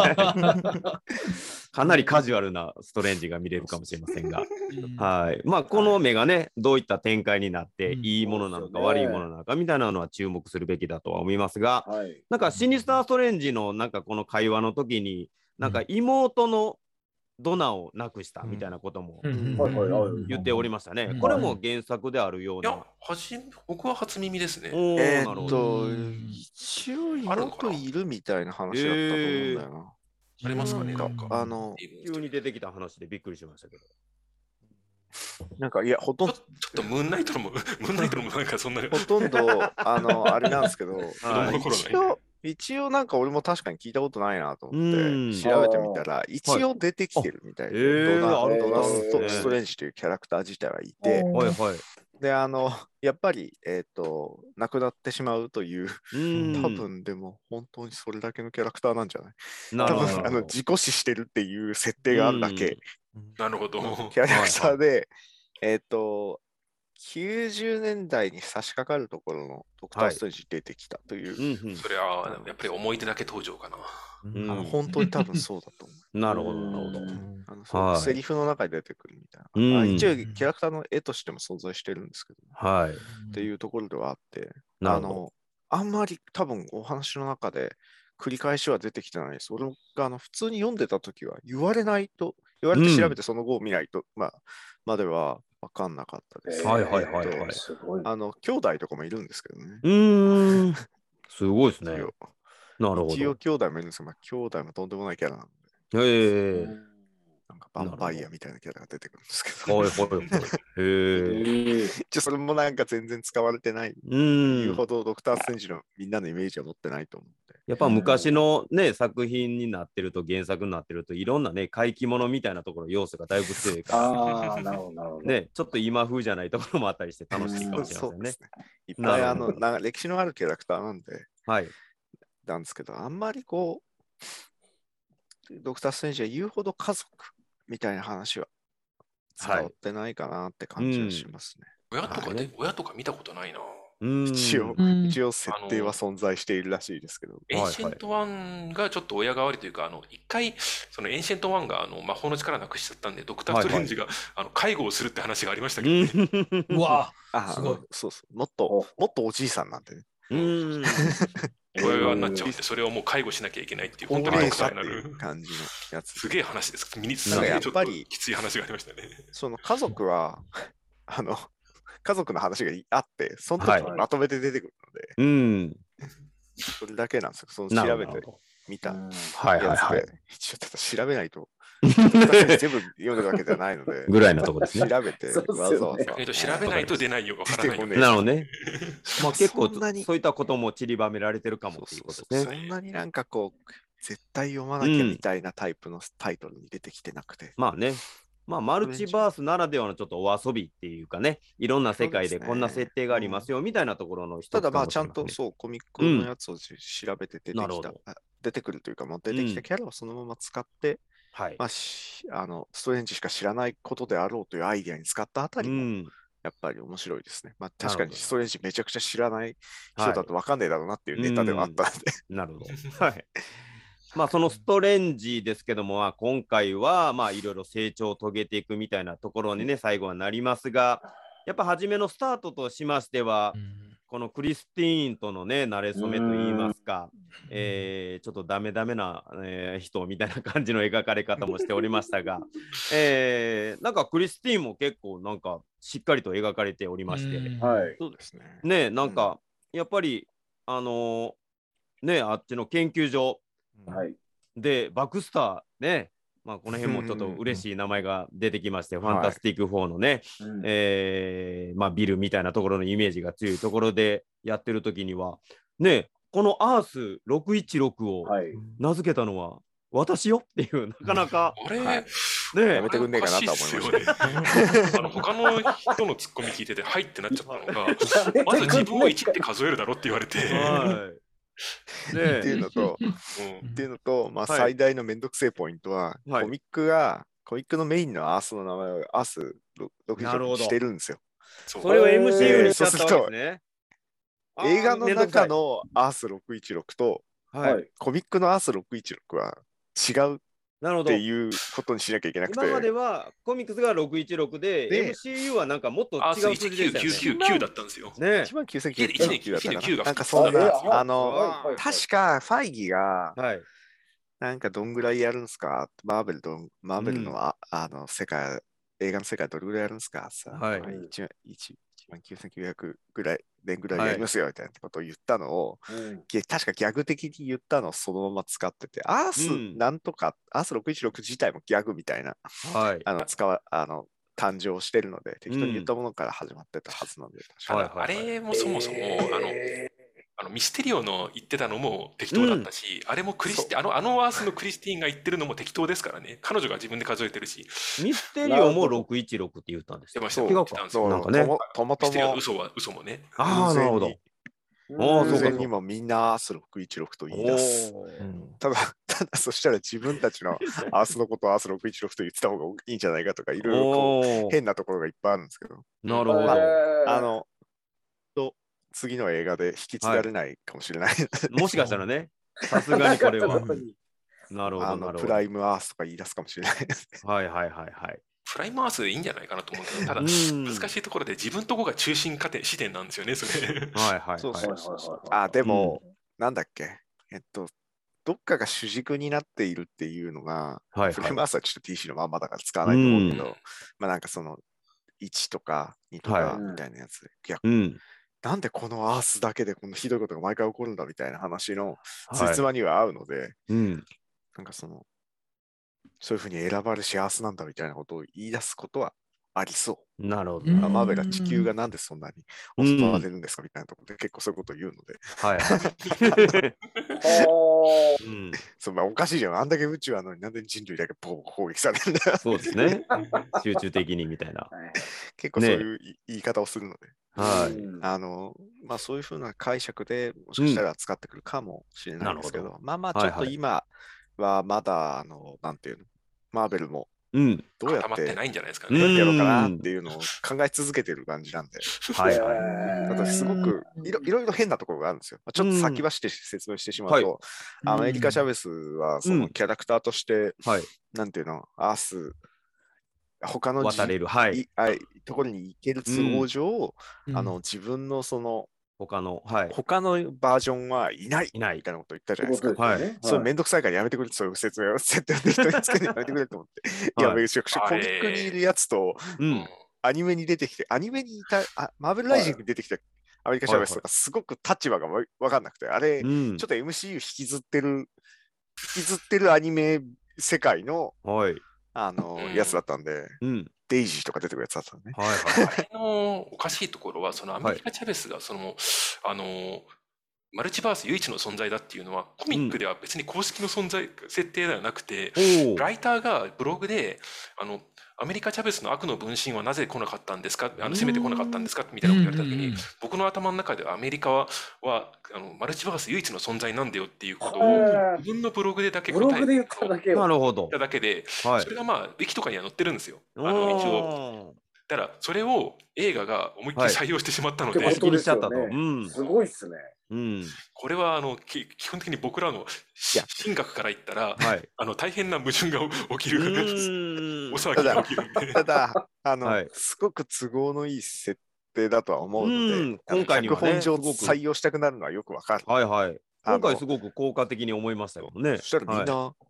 Speaker 1: い。かなりカジュアルなストレンジが見れるかもしれませんが。
Speaker 2: うん
Speaker 1: はい。まあ、この目がね、どういった展開になって、
Speaker 2: うん
Speaker 1: いいものなのか
Speaker 3: そう
Speaker 1: 悪
Speaker 3: です
Speaker 1: い
Speaker 3: よね
Speaker 1: ものなのかみたいなのは注目するべきだとは思いますが、
Speaker 3: はい。
Speaker 1: なんかシニスター・ストレンジのなんかこの会話の時に、なんか妹のドナをなくしたみたいなことも
Speaker 3: はいはいはい
Speaker 1: 言っておりました
Speaker 2: う
Speaker 1: ね
Speaker 2: ん。
Speaker 1: これも原作であるよう
Speaker 5: いや
Speaker 1: な。、
Speaker 5: はじ僕は初耳ですね。
Speaker 1: おお、
Speaker 4: え
Speaker 1: なる
Speaker 4: ー
Speaker 1: ほど。
Speaker 4: っと
Speaker 2: うん、
Speaker 4: 一応
Speaker 5: あるの
Speaker 4: よ
Speaker 5: か
Speaker 4: く
Speaker 5: ない
Speaker 4: るみたいな話だったと思うんだよな。
Speaker 5: ありますかね、
Speaker 2: うん
Speaker 5: なんか。
Speaker 4: あの、
Speaker 1: 急に出てきた話でびっくりしましたけど。
Speaker 4: なんか、いや、ほ
Speaker 5: ち
Speaker 4: と
Speaker 5: ょ
Speaker 4: ん
Speaker 5: ちょ
Speaker 4: ど
Speaker 5: っ、とムーンナイトのも、ム ーンナイトのもなんかそんな、
Speaker 4: ほとんど、あの、あれなんですけど、
Speaker 1: はい
Speaker 5: 子供の頃
Speaker 4: 一応、一応なんか俺も確かに聞いたことないなと思
Speaker 1: うん
Speaker 4: って調べてみたら、一応出てきてるみたい
Speaker 1: あ
Speaker 4: で、
Speaker 1: へー
Speaker 4: ドナ
Speaker 3: あるんだ
Speaker 4: ドナス
Speaker 3: へー
Speaker 4: ト・ストレンジというキャラクター自体はいて、
Speaker 1: はいはい。
Speaker 4: で、あの、やっぱり、えっと、亡くなってしまうという、
Speaker 1: うん
Speaker 4: 多。分でも本当にそれだけのキャラクターなんじゃない
Speaker 1: な
Speaker 4: 多
Speaker 1: るほ
Speaker 4: 分、あ
Speaker 1: ど。
Speaker 4: の、自己死してるっていう設定があるだけ、
Speaker 5: なるほど。
Speaker 4: キャラクターで、えっ、と、90年代に差し掛かるところのドクター・ストレンジ出てきたという、
Speaker 1: うん
Speaker 5: それはやっぱり思い出だけ登場かな。
Speaker 1: うん
Speaker 4: あの本当に多分そうだと思う。
Speaker 1: うんなるほど、なるほど。
Speaker 4: あのそう
Speaker 1: はい
Speaker 4: セリフの中に出てくるみたいな。
Speaker 1: うん
Speaker 4: あ一応キャラクターの絵としても存在してるんですけど、
Speaker 1: はい。
Speaker 4: っていうところではあって、
Speaker 1: な
Speaker 4: あ
Speaker 1: るほど。
Speaker 4: の、あんまり多分お話の中で繰り返しは出てきてないです。俺があの普通に読んでた時は言われないと、言われて調べてその後を見ないと、まあ、までは分かんなかったです。
Speaker 1: はいはいはいはい
Speaker 4: えっと
Speaker 3: すごい。
Speaker 4: あの、兄弟とかもいるんですけどね。
Speaker 1: うー ん。すごいですね。
Speaker 4: 一応
Speaker 1: なるほど。
Speaker 4: 一応兄弟もいるんですけど、まあ、兄弟もとんでもないキャラなんで、
Speaker 1: へえ。
Speaker 4: なんかバンパイアみたいなキャラが出てくるんですけ
Speaker 1: はい
Speaker 4: ど、
Speaker 1: はいはい。へえ。
Speaker 4: 一応それもなんか全然使われてない。
Speaker 1: う。
Speaker 4: 言うんほどドクター・ストレンジのみんなのイメージは持ってないと思って。
Speaker 1: やっぱ昔のね、作品になってると原作になってるといろんなね、怪奇物みたいなところ要素がだいぶ強いか
Speaker 3: ああ、なるほど、なるほ
Speaker 1: ら、
Speaker 3: ど。
Speaker 1: ね、ちょっと今風じゃないところもあったりして楽しいかもしれま
Speaker 4: そ
Speaker 1: せ
Speaker 4: うんで
Speaker 1: ね
Speaker 4: す。ね。いっぱい
Speaker 1: な
Speaker 4: あ
Speaker 1: るほ
Speaker 4: の
Speaker 1: ど
Speaker 4: な歴史のあるキャラクターなんで、
Speaker 1: はい。
Speaker 4: なんですけど、あんまりこう、ドクター・ストレンジは言うほど家族みたいな話は
Speaker 1: はい
Speaker 4: 伝わってないかなって感じはしますね。
Speaker 5: 親とか
Speaker 1: まあ
Speaker 5: で、
Speaker 1: ね
Speaker 5: 親とか見たことないな。
Speaker 1: うん
Speaker 4: 一応
Speaker 2: う、ん
Speaker 4: 一応設定は存在しているらしいですけど。
Speaker 1: はい
Speaker 5: エンシェントワンがちょっと親代わりというか、あの、一回、そのエンシェントワンがあの魔法の力なくしちゃったんで、ドクター・ストレンジが、あの介護をするって話がありました
Speaker 1: う
Speaker 5: けどね、
Speaker 1: ん。
Speaker 2: うわ
Speaker 4: あ
Speaker 2: すごい
Speaker 4: そうそう。もっと、もっとおじいさんなんでね。
Speaker 1: うん。
Speaker 5: 親代わりになっちゃうんで、それをもう介護しなきゃいけないっていう、本当にド
Speaker 4: 高齢
Speaker 5: クタ
Speaker 4: 者
Speaker 5: ー
Speaker 4: って
Speaker 5: にな
Speaker 4: いう
Speaker 5: る。
Speaker 4: 感じのやつ。
Speaker 5: すげえ話です。ミニス
Speaker 4: なん
Speaker 5: さ
Speaker 4: かやっ
Speaker 5: ちょっ
Speaker 4: ぱ
Speaker 5: と
Speaker 4: り
Speaker 5: きつい話がありましたね。
Speaker 4: その家族は、 あの、家族の話がいあって、その時に
Speaker 1: はい
Speaker 4: まとめて出てくるので、
Speaker 1: うん。
Speaker 4: それだけなんですよ。その
Speaker 1: なるほ
Speaker 4: 調
Speaker 1: ど
Speaker 4: べてみたや
Speaker 1: はい
Speaker 4: つで、
Speaker 1: はいはい。
Speaker 4: 一応ただ調べないと、全部読んでるわけじゃない ので、
Speaker 1: ぐらいのとこですね。
Speaker 4: 調べて、
Speaker 3: そうっすよね
Speaker 4: わざわざ。
Speaker 5: えっと、調べないと出ないよ、わから
Speaker 4: 出
Speaker 5: な
Speaker 4: て
Speaker 5: い
Speaker 4: こ
Speaker 5: よ。
Speaker 4: ねえ
Speaker 1: なるほど ね。まあ結構
Speaker 4: そんなに
Speaker 1: そういったことも散りばめられてるか
Speaker 4: そ
Speaker 1: もっ
Speaker 4: う
Speaker 1: ていう
Speaker 4: そ
Speaker 1: こ
Speaker 4: う
Speaker 1: と
Speaker 4: そう
Speaker 1: です
Speaker 4: そ
Speaker 1: ね。
Speaker 4: んなになんかこう、絶対読まなきゃみたいなタイプのタイトルに出てきてなくて、
Speaker 1: まあね。まあ、マルチバースならではのちょっとお遊びっていうかね、いろんな世界でこんな設定がありますよみたいなところの一つ
Speaker 4: ただま
Speaker 1: か
Speaker 4: あ
Speaker 1: も
Speaker 4: ち
Speaker 1: しれ
Speaker 4: ゃ
Speaker 1: せ
Speaker 4: んと
Speaker 1: ね
Speaker 4: そうコミックのやつをじ調べて出て
Speaker 1: なる
Speaker 4: き
Speaker 1: ほ
Speaker 4: た
Speaker 1: ど、
Speaker 4: あ出てくるというか、まあ出てきたキャラをそのまま使って、
Speaker 1: はい。
Speaker 4: まあしあの、ストレンジしか知らないことであろうというアイディアに使ったあた
Speaker 1: う
Speaker 4: りも、
Speaker 1: ん。
Speaker 4: やっぱり面白いですね。まあ
Speaker 1: なるほど
Speaker 4: 確かにストレンジめちゃくちゃ知らない人だ
Speaker 1: は
Speaker 4: とわかんねえだろうなっていうネタではあったので、
Speaker 1: い。なるほど。はい。まあそのストレンジですけども、まあ、今回はまあいろいろ成長を遂げていくみたいなところにね、最後はなりますが、やっぱ初めのスタートとしましては
Speaker 2: ーう、ん
Speaker 1: このクリスティーンとのね、慣れ初めといいますか、えーちょっとダメダメな、えー人みたいな感じの描かれ方もしておりましたが、えーなんかクリスティーンも結構なんかしっかりと描かれておりまして、
Speaker 2: うん
Speaker 3: はい。
Speaker 4: そうですね。
Speaker 1: ねなんかやっぱりあのーねあっちの研究所
Speaker 3: はい。
Speaker 1: でバクスターね、まあ、この辺もちょっと嬉しい名前が出てきまして、
Speaker 4: ん
Speaker 1: ファンタスティック4のね、
Speaker 3: うん
Speaker 1: えーまあ、ビルみたいなところのイメージが強いところでやってる時にはねこのアース616を
Speaker 3: はい。
Speaker 1: 名付けたのは私よっていうなかなか
Speaker 5: あれ、
Speaker 4: はい や
Speaker 1: ね
Speaker 4: めてくんねえかなとは思いました
Speaker 5: あれおかしいっすよねあの他の人のツッコミ聞いてて、はいってなっちゃったのが、 まず自分を1って数えるだろって言われて、
Speaker 1: はいね
Speaker 4: っていうのと、
Speaker 5: うん
Speaker 4: っていう のと、まあ、
Speaker 1: はい
Speaker 4: 最大のめんどくせえポイントは、
Speaker 1: はい
Speaker 4: コミックが、コミックのメインのアースの名前をアース
Speaker 1: なる
Speaker 4: 6
Speaker 1: ほど
Speaker 4: にしてるんですよ。
Speaker 5: そう
Speaker 1: それを
Speaker 3: えー
Speaker 1: MCU にしちゃったわけですね。あー
Speaker 4: 映画の中、のアース616と、
Speaker 1: めんどくさい
Speaker 3: は
Speaker 1: はい、
Speaker 3: い。
Speaker 4: コミックのアース616は違うっ
Speaker 1: なるほど
Speaker 4: て。いうことにしなきゃいけなく
Speaker 1: 今まで
Speaker 4: て、
Speaker 1: はコミックスが616で
Speaker 4: で
Speaker 1: MCU はなんかもっと
Speaker 5: アース
Speaker 1: 違う数字でしたよ
Speaker 5: 19999だったんですよ。
Speaker 1: ね。ね
Speaker 4: 1万
Speaker 5: 199
Speaker 4: 9999だったか
Speaker 5: 199
Speaker 4: な。
Speaker 5: が
Speaker 4: なんかそん
Speaker 5: あえ
Speaker 4: な、
Speaker 3: あ
Speaker 4: あの、
Speaker 1: はいはい
Speaker 4: 確かファイギが、
Speaker 1: はい。
Speaker 4: なんかどんぐらいやるんすかマーベルどん、マーベルのあ,、あの世界、映画の世界どれぐらいやるんすかさ、
Speaker 1: はい
Speaker 4: 1万9900ぐらい、年ぐらいやりますよみたいなことを言ったのを、
Speaker 3: うん
Speaker 4: げ確かギャグ的に言ったのをそのまま使ってて、アー
Speaker 1: うん
Speaker 4: スなんとか、アース616自体もギャグみたいな、
Speaker 1: はい。
Speaker 4: あの、使わ、あの、誕生してるので、適当に言ったものから始まってたはずなんで、確か
Speaker 1: はい
Speaker 5: あれもそもそも、あの、あのミステリオの言ってたのも適当だったし、あれもクリスティあの、あのアースのクリスティーンが言ってるのも適当ですからね。彼女が自分で数えてるし、
Speaker 1: ミステリオも616って言ったんです
Speaker 5: 出
Speaker 1: よ。
Speaker 5: ましたよ
Speaker 1: 違う
Speaker 5: 言
Speaker 1: か
Speaker 5: ってたんです
Speaker 4: そ
Speaker 5: よ。
Speaker 4: う
Speaker 1: な
Speaker 5: ミ
Speaker 1: んかね
Speaker 4: ともともと
Speaker 5: ステリオの
Speaker 4: も、
Speaker 5: 嘘は、嘘もね。
Speaker 1: ああ、なるほど。
Speaker 4: 偶
Speaker 1: ああそうか
Speaker 4: 然にもみんなアース616と言い出す。
Speaker 1: おー
Speaker 6: うん
Speaker 4: ただ、た ただそしたら自分たちのアースのことをアース616と言ってた方がいいんじゃないかとか、いろいろこ
Speaker 1: お
Speaker 4: う
Speaker 1: ー
Speaker 4: 変なところがいっぱいあるんですけど、
Speaker 1: なるほど。
Speaker 4: あ
Speaker 3: あの、
Speaker 4: の、と次の映画で引き継がれないかもしれない。
Speaker 1: もしかしたらね、さすがにこれ
Speaker 3: な
Speaker 1: は
Speaker 3: かった。ことに
Speaker 1: なるほ
Speaker 4: あ
Speaker 1: ど、な
Speaker 4: の
Speaker 1: る
Speaker 4: プ
Speaker 1: ほ
Speaker 4: ラ
Speaker 1: ど。
Speaker 4: イムアースとか言い出すかもし れない。
Speaker 1: はいはいはいはい。
Speaker 5: プライマースでいいんじゃないかなと思うけど、ただ、
Speaker 1: うん
Speaker 5: 難しいところで自分とこが中心加点、視点なんですよね、それ。
Speaker 1: はいはいはい。
Speaker 4: そうそうそうそ
Speaker 3: は
Speaker 4: う
Speaker 3: い。はいはいはい
Speaker 4: あ、でも、なんだっけ、えっと、どっかが主軸になっているっていうのが、
Speaker 1: はい
Speaker 4: フレー
Speaker 1: は
Speaker 4: ムアースはちょっと DC のまんまだから使わないと思うけど、
Speaker 5: うん
Speaker 4: まあなんかその1とか2と
Speaker 1: は
Speaker 4: か
Speaker 3: い
Speaker 4: みたいなやつで、いや
Speaker 1: い。うん。
Speaker 4: なんでこのアースだけでこんなひどいことが毎回起こるんだみたいな話の
Speaker 1: はい
Speaker 4: 実話には合うので、
Speaker 1: うん。
Speaker 4: なんかその、そういうふうに選ばれしアースなんだみたいなことを言い出すことはありそう。
Speaker 1: なるほ
Speaker 2: う
Speaker 1: ど。
Speaker 2: ん
Speaker 4: まあマーベルは地球がなんでそんなに襲われるんですかみたいなところで結構そういうことを言うので、
Speaker 1: はいはい。
Speaker 3: おー
Speaker 1: うん、
Speaker 4: そのまあおかしいじゃん。あんだけ宇宙なのになんで人類だけボコボコ攻撃されるんだよ
Speaker 1: そうですね。集中的にみたいな。
Speaker 3: はい
Speaker 4: 結構そういうい言い方をするので。
Speaker 1: は
Speaker 3: うん
Speaker 4: あのまあ、そういうふうな解釈でもしかしたら使ってくるかもしれないんですけど、
Speaker 1: なる
Speaker 4: まあまあ
Speaker 1: は
Speaker 4: ちょ
Speaker 1: い
Speaker 4: っと
Speaker 1: はい
Speaker 4: 今はまだ、あの、なんていうの、マーベルも
Speaker 1: い。うん。
Speaker 4: どうや
Speaker 5: 固ま
Speaker 4: っ
Speaker 5: っててないんじゃないですか
Speaker 1: う
Speaker 5: ね。
Speaker 1: ん
Speaker 4: やろうかなっていうのを考え続けてる感じなんで、
Speaker 1: はいはい。
Speaker 4: ただすごくいろいろいろ変なところがあるんですよ。まあちょっと先走って説明してしまうと、アメリカ・シャベスはそ
Speaker 1: うん
Speaker 4: のキャラクターとして、
Speaker 1: はい。
Speaker 4: なんていうの、アース、他のじ
Speaker 1: 渡れる。はい。
Speaker 4: いあいところに行ける都合上、
Speaker 2: うん
Speaker 4: あの、自分のその
Speaker 1: 他の。はい。
Speaker 4: 他のバージョンはいない
Speaker 1: いない
Speaker 4: み。たいなこと言ったじ
Speaker 3: そ
Speaker 4: ゃ
Speaker 3: う
Speaker 4: ない
Speaker 3: い
Speaker 4: で
Speaker 3: うことですよ
Speaker 4: すか。
Speaker 3: ね。
Speaker 4: それ
Speaker 3: はい
Speaker 4: めんどくさいからやめてくれって、そう いう説明を設定で人につけてやめてくれと思って。い
Speaker 1: は
Speaker 4: や、
Speaker 1: い
Speaker 4: めちゃくちゃコミックにいるやつと、
Speaker 1: う
Speaker 5: うん
Speaker 1: ん。
Speaker 4: アニメに出てきて、アニメにいた、あマーベルライジングに出てきたアメリカ・シャベスとか、すごく立場がわわかんなくて、あれ、
Speaker 1: う
Speaker 4: ちょ
Speaker 1: ん
Speaker 4: っ。と MCU 引きずってる、引きずってるアニメ世界の、
Speaker 1: はい。
Speaker 4: あの
Speaker 5: う、ん
Speaker 4: やつだったんで、
Speaker 1: うん。
Speaker 4: デイジーとか出てくるやつだったのね。
Speaker 1: はいはい。
Speaker 5: あれのおかしいところは、そのアメリカ・チャベスがその、あのマルチバース唯一の存在だっていうのは、コミックでは別に公式の存在、設定ではなくて、
Speaker 1: おお。
Speaker 5: ライターがブログで、あのアメリカ・チャベスの悪の分身はなぜ来なかったんですか、あの攻めてこなかったんですかみたいなこと言われたときに、
Speaker 2: うんうんうん
Speaker 5: 僕の頭の中ではアメリカははあのマルチバース唯一の存在なんだよっていうことを、
Speaker 3: は
Speaker 5: 自分のブログでだけ
Speaker 3: いブロ
Speaker 5: 答え
Speaker 3: グで言った
Speaker 5: 言
Speaker 3: だ
Speaker 5: っ
Speaker 3: け
Speaker 1: な
Speaker 3: よ。
Speaker 1: るほど
Speaker 5: た。だけで、
Speaker 1: はい
Speaker 5: それ。がまあ、ウィキとかには載ってるんですよ。あ
Speaker 1: お
Speaker 5: の一応
Speaker 1: お。
Speaker 5: だからそれを映画が思いっきり採用してしまったので、
Speaker 3: はい
Speaker 1: 敵にしちゃったと。う
Speaker 3: 本当で
Speaker 1: ん。
Speaker 3: すすごいっすね。
Speaker 1: うん。
Speaker 5: これはあのき基本的に僕らの
Speaker 4: や
Speaker 5: 進学から言ったら、
Speaker 1: はい。
Speaker 5: あの大変な矛盾が起き
Speaker 1: う
Speaker 5: る、
Speaker 1: ーん
Speaker 5: お騒ぎが起きるんで。
Speaker 4: ただ、あの、
Speaker 1: はい
Speaker 4: すごく都合のいい設定だとは思うので、
Speaker 1: うん
Speaker 4: あの
Speaker 1: 今回にはね
Speaker 4: 脚本上
Speaker 1: すごく
Speaker 4: 採用したくなるのはよくわかる。
Speaker 1: はいはい。
Speaker 4: あの
Speaker 1: 今回すごく効果的に思いましたよね。
Speaker 4: そしたらみんな、、
Speaker 1: はい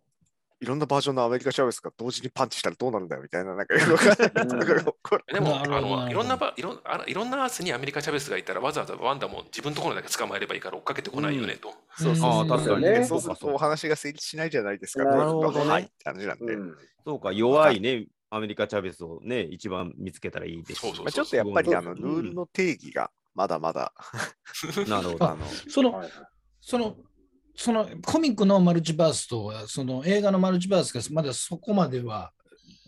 Speaker 4: ろんなバージョンのアメリカ・シャベスが同時にパンチしたらどうなるんだよみたいな、なんかよくわかんないことが起こる。
Speaker 5: でも、
Speaker 2: なるほどな
Speaker 5: あの
Speaker 2: るほど
Speaker 5: いろんなばいろんあのいろんなアースにアメリカ・チャベスがいたら、わざわざワンダも自分のところだけ捕まえればいいから追っかけてこないよねと。
Speaker 2: そうそう
Speaker 1: ああ、確かに
Speaker 3: そうですよ
Speaker 1: ね。
Speaker 3: ね
Speaker 4: そ
Speaker 1: そうう
Speaker 4: す
Speaker 1: か
Speaker 4: ると
Speaker 1: そう
Speaker 4: お
Speaker 1: か。
Speaker 4: 話が成立しないじゃないですか。
Speaker 3: なる
Speaker 1: ほどね
Speaker 4: はいって話なんで。
Speaker 3: うん
Speaker 1: そうか、弱いね、アメリカ・チャベスをね、一番見つけたらいいですし。
Speaker 5: そうそう
Speaker 4: まあ、ちょっとやっぱりあの
Speaker 1: うん
Speaker 4: ルールの定義がまだまだ、
Speaker 1: なるほ
Speaker 4: あ
Speaker 1: ど。
Speaker 4: の
Speaker 2: その、
Speaker 3: はい
Speaker 2: その、そのコミックのマルチバースとはその映画のマルチバースがまだそこまでは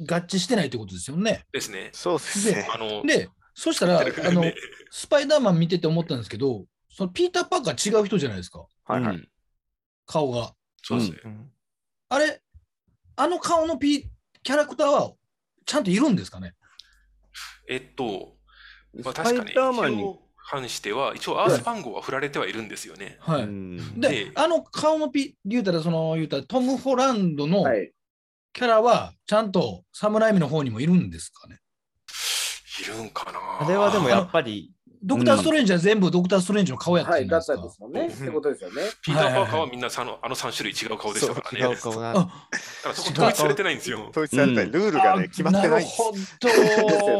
Speaker 2: 合致してないってことですよね。
Speaker 5: ですね。
Speaker 4: そうですね。
Speaker 5: あの、
Speaker 2: で、そしたら、あ
Speaker 5: ね
Speaker 2: の、スパイダーマン見てて思ったんですけど、そのピーター・パーカー違う人じゃないですか、
Speaker 4: はいはい。
Speaker 1: うん
Speaker 2: 顔が。
Speaker 5: そうですね。
Speaker 6: うん
Speaker 2: あれ、あの顔のピーキャラクターはちゃんといるんですかね
Speaker 5: えっと、ま
Speaker 1: スパ
Speaker 5: あ、確かに、
Speaker 1: イダーマン
Speaker 5: 一
Speaker 1: に。
Speaker 5: 応反しては、一応アース番号は振られてはいるんですよね。
Speaker 2: は
Speaker 1: う
Speaker 2: い。
Speaker 1: ん
Speaker 2: で、
Speaker 5: で
Speaker 2: あの顔のピ、言うたら、その、言うたら、トム・ホランドの
Speaker 3: はい。
Speaker 2: キャラは、ちゃんと、サムライミの方にもいるんですかね。
Speaker 5: いるんかな
Speaker 6: あれはでもやっぱり、
Speaker 2: ドクター・ストレンジは全部ドクター・ストレンジの顔やった
Speaker 3: は
Speaker 2: じゃ
Speaker 3: い、
Speaker 2: ない
Speaker 3: だ
Speaker 2: で
Speaker 3: っ
Speaker 2: す
Speaker 3: た
Speaker 2: か。
Speaker 3: ですもんね。ってことですよね。
Speaker 5: ピーター・パーカーはみんなさあのあの3種類違う顔でし
Speaker 6: そ
Speaker 5: た
Speaker 6: う
Speaker 5: からね。
Speaker 6: 違う顔が。
Speaker 2: あ
Speaker 5: だからそこ統一されてないんですよ。
Speaker 4: 統一されたり、ルールがね、決まってないんです。
Speaker 2: なる
Speaker 1: そ
Speaker 2: ほ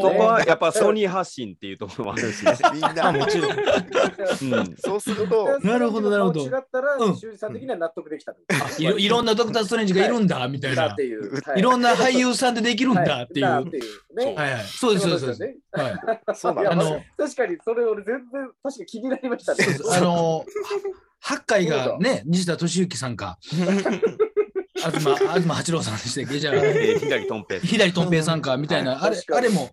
Speaker 1: こ
Speaker 2: ど。
Speaker 1: はやっぱソニー発信っていうところもあるし。
Speaker 4: みん な、もちろん。
Speaker 1: うん
Speaker 4: そうす ると、
Speaker 2: なるほどなるほど
Speaker 3: 違ったら
Speaker 2: う、ん
Speaker 3: 修二さん的には納得できたと。
Speaker 2: いろいろんなドクター・ストレンジがいるんだ、みたい
Speaker 3: だ
Speaker 2: な
Speaker 3: って。いう。はい
Speaker 2: ろんな俳優さんでできるんだっていう。
Speaker 3: はだ
Speaker 2: は
Speaker 3: っていう
Speaker 5: そう
Speaker 3: ね。
Speaker 2: いはい。そうです、そうです。そう
Speaker 3: ね
Speaker 2: で。すはい。
Speaker 4: そうな
Speaker 3: い
Speaker 4: ん
Speaker 3: や
Speaker 2: あ
Speaker 4: だ
Speaker 2: の、
Speaker 3: 確かに、それ俺全然、確かに気になりましたね
Speaker 2: そう。そうあのは八海がね、西田敏行さんか、東東八郎さんでしたっけじゃあ、
Speaker 1: で左とんぺい。
Speaker 2: 左とん平さんかみたいな、
Speaker 3: うん
Speaker 2: あれ
Speaker 3: 確か
Speaker 2: あ
Speaker 3: に
Speaker 2: れも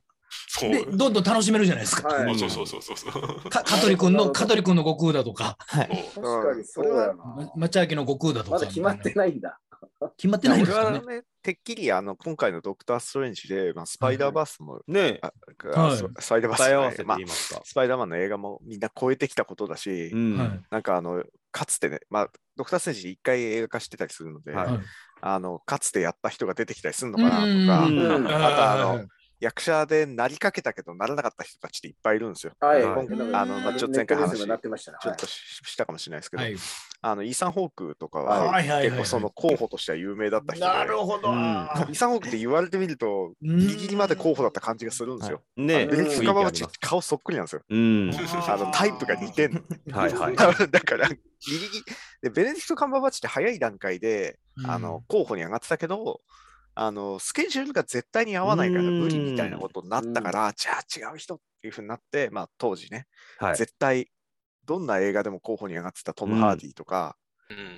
Speaker 5: そう
Speaker 2: でどんどん楽しめるじゃないですか。
Speaker 3: は
Speaker 5: あ
Speaker 3: い。
Speaker 5: そうそうそうそうそう。
Speaker 2: か香取君の香取君の悟空だとか、
Speaker 5: そう
Speaker 3: 確かに、そうやな。
Speaker 2: ま町明の悟空だと
Speaker 3: ま
Speaker 2: か。
Speaker 3: だ決まってないんだ。
Speaker 2: 決まってないんで
Speaker 4: 俺
Speaker 2: すかね
Speaker 4: は。ね、てっきりあの今回のドクター・ストレンジで、まあ、スパイダーバースも、
Speaker 1: ねえ
Speaker 4: あ
Speaker 2: はい
Speaker 4: あススパイダーバース
Speaker 1: 答え合わせ
Speaker 4: じ
Speaker 1: て
Speaker 4: ゃないまあ
Speaker 1: 言いますか。
Speaker 4: スパイダーマンの映画もみんな超えてきたことだし、
Speaker 1: うん
Speaker 2: は
Speaker 4: なんかあの、かつてね、まあ、ドクター・ストレンジ一回映画化してたりするので、
Speaker 1: はい
Speaker 2: はい
Speaker 4: あの、かつてやった人が出てきたりするのかなとか、
Speaker 2: うん
Speaker 1: うん
Speaker 3: うん
Speaker 4: あとあの
Speaker 2: はい
Speaker 4: 役者でなりかけたけどならなかった人たちっていっぱいいるんですよ。
Speaker 3: はい、
Speaker 1: はい
Speaker 4: あのまあちょっと前回話
Speaker 3: になってましたね。
Speaker 4: ちょっと
Speaker 3: はい
Speaker 4: ししたかもしれないですけど、
Speaker 2: はい
Speaker 4: あのイーサン・ホークとか
Speaker 3: はい
Speaker 4: は
Speaker 2: はいはいはい
Speaker 4: 結構その候補としては有名だった人で、
Speaker 2: なるほど。
Speaker 1: うん
Speaker 4: イーサン・ホークって言われてみると、
Speaker 2: うん
Speaker 4: ギリギリまで候補だった感じがするんですよ。
Speaker 1: ねえ
Speaker 3: うん
Speaker 4: ベネディ
Speaker 1: 雰囲
Speaker 4: クト・
Speaker 1: 気
Speaker 4: カバー
Speaker 1: あ
Speaker 4: バッ
Speaker 1: り
Speaker 4: チ
Speaker 1: ます
Speaker 4: 顔そっくりなんですよ。
Speaker 1: うん。
Speaker 4: あのタイプが似てんの。
Speaker 1: はいはい。
Speaker 4: だから、ギリギリ。で、ベネディクト・カンバーバッチって早い段階で、あの、候補に上がってたけど、あのスケジュールが絶対に合わないから
Speaker 1: うん
Speaker 4: 無理みたいなことになったから、じゃあ違う人っていうふうになって、まあ当時ね、
Speaker 1: はい。
Speaker 4: 絶対どんな映画でも候補に上がってたトム・ハーディと
Speaker 5: う
Speaker 4: か、
Speaker 5: ん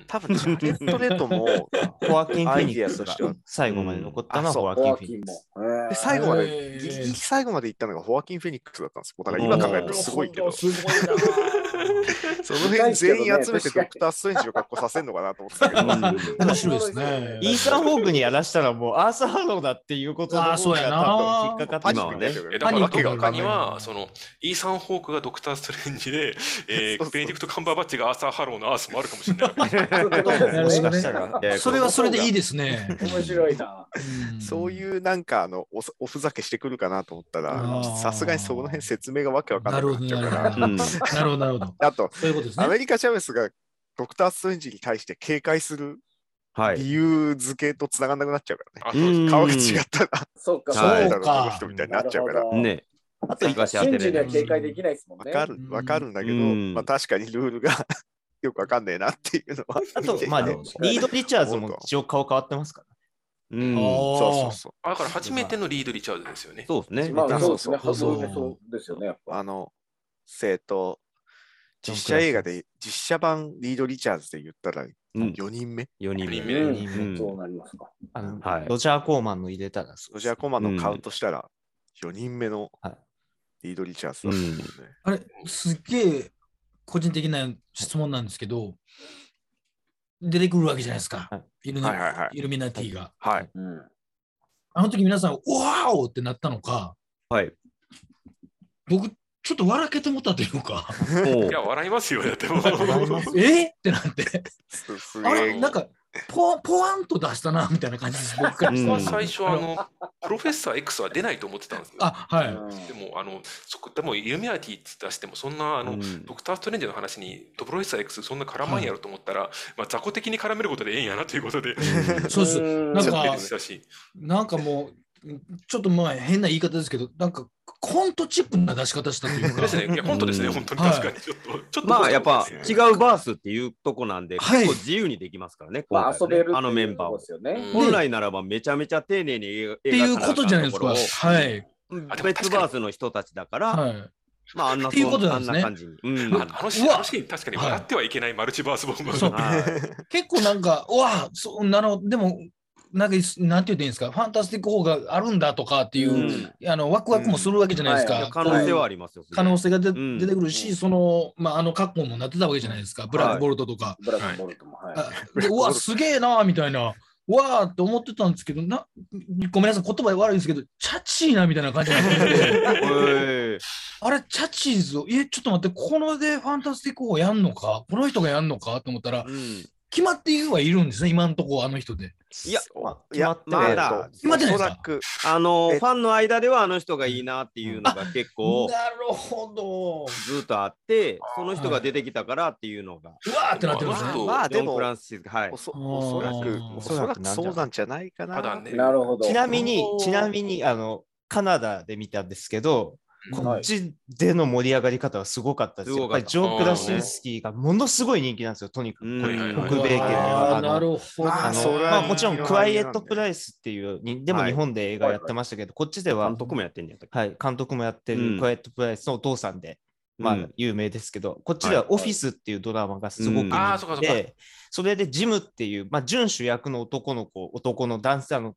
Speaker 4: 多分ジャケット・レッドも
Speaker 6: ホワキン・フ
Speaker 4: ア
Speaker 6: ェ
Speaker 4: イ
Speaker 6: ニ
Speaker 4: ディ
Speaker 6: ッ
Speaker 4: ア
Speaker 6: クス
Speaker 4: とし
Speaker 6: が
Speaker 4: ては
Speaker 6: 最後まで残ったの
Speaker 4: あ
Speaker 6: は
Speaker 4: そう
Speaker 6: ホワキ
Speaker 3: ホ
Speaker 6: ン・
Speaker 3: ワ
Speaker 6: フェ
Speaker 3: キ
Speaker 6: ニ
Speaker 3: ン
Speaker 6: ックス。
Speaker 3: も。え
Speaker 4: で
Speaker 3: え
Speaker 4: 最後ま
Speaker 2: へ
Speaker 4: で
Speaker 2: ー
Speaker 4: ギリギリ最後まで行ったのがホワキン・フェニックスだったんですよだから今考えるとすごいけど
Speaker 2: おーすごいな
Speaker 4: その辺全員集めて
Speaker 3: 確か
Speaker 4: ド
Speaker 3: に
Speaker 4: クター・ストレンジを格好させるのかなと思ってたけど
Speaker 1: う
Speaker 2: 面白いですね
Speaker 6: イーサン・ホークにやらしたらもうアーサー・ハローだっていうことの
Speaker 2: あーそうやな
Speaker 6: 多分引っかかっ
Speaker 4: パ
Speaker 6: て
Speaker 4: ニ
Speaker 1: 今
Speaker 4: ッ
Speaker 1: は
Speaker 4: ク
Speaker 1: ね
Speaker 4: になっ
Speaker 2: パニッ
Speaker 5: えだから
Speaker 4: ちゃうけど
Speaker 2: ク
Speaker 5: ど
Speaker 2: が
Speaker 5: っ
Speaker 2: わ
Speaker 5: か
Speaker 2: かんない
Speaker 5: にはそのイーサン・ホークがドクター・ストレンジで、えー
Speaker 4: そうそう
Speaker 5: ベネディクト・カンバーバッチがアーサー・ハローのアースもあるかもしれない。
Speaker 2: なる
Speaker 6: も
Speaker 2: ほ
Speaker 6: し
Speaker 2: ど
Speaker 6: か
Speaker 2: ね
Speaker 6: したら。
Speaker 1: ややこしい
Speaker 2: それはそれでいいですね。
Speaker 3: 面白いな。
Speaker 2: ん
Speaker 4: そういうなんかあのおそおふざけしてくるかなと思った
Speaker 2: あ
Speaker 4: ら
Speaker 2: ー
Speaker 4: さすがにそこの辺説明がわけわかんなくなっちゃうか
Speaker 2: なる
Speaker 4: ら
Speaker 2: ほ
Speaker 1: う
Speaker 2: ど
Speaker 1: ん。
Speaker 2: なるほど、なるほど。
Speaker 4: あと
Speaker 2: そういうことです
Speaker 4: ア
Speaker 2: ね。
Speaker 4: メリカ・チャベスがドクター・ストレンジに対して警戒する
Speaker 1: はい。
Speaker 4: 理由付けとつながんなくなっちゃうからね
Speaker 5: あそう
Speaker 4: 顔が違ったら
Speaker 3: そうか、
Speaker 1: はい
Speaker 2: そ
Speaker 4: 誰だ
Speaker 2: う
Speaker 4: ろうこの
Speaker 2: か
Speaker 4: 人みたいになっちゃうか
Speaker 3: な
Speaker 4: ら
Speaker 3: るほど
Speaker 1: ね
Speaker 4: あと
Speaker 1: 探し当
Speaker 3: 瞬
Speaker 1: てれ
Speaker 3: 時に
Speaker 1: な。
Speaker 3: はい警戒できないですもん
Speaker 4: わ
Speaker 3: ね。
Speaker 4: かるわかるんだけど、
Speaker 1: うん
Speaker 4: まあ、確かにルールが よくわかんねえなっていうのは
Speaker 6: あと、まあ、
Speaker 4: 見て
Speaker 6: リ
Speaker 4: いて
Speaker 6: ード・リチャーズも一応顔変わってますから。
Speaker 1: うん。
Speaker 2: あー
Speaker 4: そうそうそう
Speaker 5: あだから初めてのリード・リチャーズですよね。
Speaker 1: そうですね
Speaker 3: ま。あ、そうですね。
Speaker 4: そ
Speaker 3: そうう
Speaker 4: そう
Speaker 3: そうですよね。やっぱ
Speaker 4: あの生徒
Speaker 6: ジョン
Speaker 4: 実
Speaker 6: ク
Speaker 4: 写
Speaker 6: ライス
Speaker 4: 映画で実写版リード・リチャーズで言ったら
Speaker 1: うん。
Speaker 4: 4人目、
Speaker 1: 4人
Speaker 5: 四人
Speaker 1: 目
Speaker 5: 目。
Speaker 3: うん
Speaker 1: うん
Speaker 3: そうなりますか。
Speaker 6: あの
Speaker 1: はい
Speaker 6: ロジャー・コーマンの入れたらそう
Speaker 4: ロ
Speaker 6: で
Speaker 4: ジ
Speaker 6: す
Speaker 4: ャー・コーマンのカウントしたら4人目の
Speaker 6: はい
Speaker 4: リード・リチャーズだったもんね、
Speaker 2: あれ、すっげえ個人的な質問なんですけど、出てくるわけじゃないですか
Speaker 6: は。
Speaker 2: イルミ
Speaker 4: はいはいはい
Speaker 2: イルミナティが。
Speaker 4: はい
Speaker 3: うん。
Speaker 2: あの時皆さん、おわおってなったのか、
Speaker 1: はい。
Speaker 2: 僕、ちょっと笑けてもったというか、
Speaker 1: もう
Speaker 5: いや、笑いますよ、だってもう。
Speaker 2: えってなって、
Speaker 4: すすげ
Speaker 2: あ
Speaker 4: え
Speaker 2: れ、なんか、ポポワンと出したな、みたいな感じです、僕からし
Speaker 1: う
Speaker 2: た
Speaker 1: ん
Speaker 2: ら。
Speaker 5: 最初、あの、プロフェッサー X は出ないと思ってたんですよ。
Speaker 2: あ、は
Speaker 5: でも、あの、そこでも、イルミナティって出しても、そんな、あ
Speaker 1: う
Speaker 5: の、
Speaker 1: ん
Speaker 5: ドクター・ストレンジの話に、ドプロフェッサー X そんな絡まんやろと思ったら、まあ、雑魚的に絡めることでええんやなということで、
Speaker 2: い。そうです。
Speaker 3: ん
Speaker 2: なん
Speaker 5: ちょ
Speaker 2: か
Speaker 5: っと出てきたし、
Speaker 2: なんかもう、ちょっとまあ変な言い方ですけど、なんかコントチップな出し方したという
Speaker 5: これ
Speaker 2: か。
Speaker 5: ですね、いや、本当ですね、
Speaker 1: うん
Speaker 5: 本当に
Speaker 2: はい
Speaker 5: 確かに、ちょっと、ちょっと、
Speaker 1: まあやっぱ
Speaker 5: そうです
Speaker 1: 違
Speaker 5: ね
Speaker 1: うバースっていうとこなんで、
Speaker 2: はい
Speaker 1: 結構自由にできますからね、
Speaker 3: まあ遊
Speaker 1: 今回はね
Speaker 3: べるっていう
Speaker 1: あのメンバー
Speaker 3: とこ
Speaker 1: を
Speaker 3: で。すよね。
Speaker 5: うん
Speaker 1: 本来ならばめちゃめちゃ丁寧に描
Speaker 2: っていうことじゃないですか。
Speaker 1: 描
Speaker 2: はい。
Speaker 1: なあかんところを
Speaker 5: あでも
Speaker 1: 別バースの人たちだから、
Speaker 2: はい。
Speaker 1: まああんな
Speaker 2: っていうことなん
Speaker 1: あ
Speaker 2: で
Speaker 1: ん
Speaker 2: す
Speaker 1: な
Speaker 2: ね
Speaker 1: 感じに。 うん
Speaker 5: ああのシーン
Speaker 2: うわ
Speaker 5: あのシーン確かに笑ってはいけないマルチバースボンバー
Speaker 2: そう
Speaker 5: の
Speaker 1: はい
Speaker 2: 結構なんか、うわあ、そうなの、でも、なんか、なんて言っていいんですか、ファンタスティック方があるんだとかっていう、
Speaker 3: うん
Speaker 2: あのワクワクもするわけじゃないです
Speaker 3: うん
Speaker 2: か。
Speaker 3: はい
Speaker 1: 可能性はありますよ。
Speaker 2: 可能性が出
Speaker 1: ん
Speaker 2: 出てくるし、その、まあ、あの格好もなってたわけじゃないですか、ブラックボルトとか。
Speaker 3: ブラックボルトも。はい。
Speaker 2: あ でうわ、すげえなみたいな。うわーって思ってたんですけどな、ごめんなさい、言葉悪いんですけど、チャチーなみたいな感じにな ってて
Speaker 1: ええ
Speaker 2: あれ、チャチーズを、え、ちょっと待って、このでファンタスティックをやんのか、この人がやんのかと思ったら、
Speaker 1: うん
Speaker 2: 決まっているはいるんですね、今のところ、あの人で。
Speaker 1: いや
Speaker 4: そう
Speaker 6: まあ
Speaker 4: いや
Speaker 6: 決まっ
Speaker 1: ない
Speaker 4: え
Speaker 6: て
Speaker 4: ーと
Speaker 2: 決まってないです
Speaker 4: おそ
Speaker 2: から
Speaker 4: く
Speaker 1: あの
Speaker 4: え
Speaker 1: ファンの間ではあの人がいいなっていうのが結構
Speaker 2: なるほど。
Speaker 1: ずっとあって、その人が出てきたからっていうのが。
Speaker 2: うわーってなってます
Speaker 5: まあ
Speaker 2: ね。
Speaker 4: まあ
Speaker 1: ジ
Speaker 4: で
Speaker 1: ョン・
Speaker 4: も
Speaker 1: フランシスはい
Speaker 4: お。そ
Speaker 2: あー
Speaker 4: おそらくおそらくそうなんじゃないかな
Speaker 5: ただね、
Speaker 3: なるほど。
Speaker 6: ちなみに
Speaker 2: お、ー
Speaker 6: ちなみに、あの、カナダで見たんですけど、こ
Speaker 3: はい
Speaker 6: っちでの盛り上がり方はすごかったですよ。
Speaker 1: すご
Speaker 6: やっ
Speaker 1: か
Speaker 6: ぱ
Speaker 1: った
Speaker 6: りジョー・クラシンスキーがものすごい人気なんですよ、とにかく。
Speaker 1: うん
Speaker 5: はいはいはい
Speaker 6: 北米圏で
Speaker 2: あ
Speaker 6: は
Speaker 2: ー
Speaker 6: あ
Speaker 2: な
Speaker 6: の
Speaker 2: るほど。
Speaker 4: あ
Speaker 6: あ
Speaker 4: そ
Speaker 6: の
Speaker 4: れは
Speaker 6: まあ、もちろん、
Speaker 4: 広
Speaker 6: ク
Speaker 4: が
Speaker 6: ワ
Speaker 4: り
Speaker 6: イエ
Speaker 4: なん
Speaker 6: ッ
Speaker 4: で
Speaker 6: ト・プライスっていうに、でも
Speaker 1: はい
Speaker 6: 日本で映画やってましたけど、こっちでは
Speaker 1: 監、督もやってんじゃったっけ
Speaker 6: はい、監督もやって
Speaker 1: うん
Speaker 6: るクワイエット・プライスのお父さんで、ま
Speaker 1: う
Speaker 6: あ
Speaker 1: ん、
Speaker 6: 有名ですけど、こっちではオフィスっていうドラマがすごく
Speaker 1: うん
Speaker 5: あーそうかそ
Speaker 6: 人気
Speaker 5: うか
Speaker 6: で、それでジムっていう、まあ、準主役の男の子、男の男性の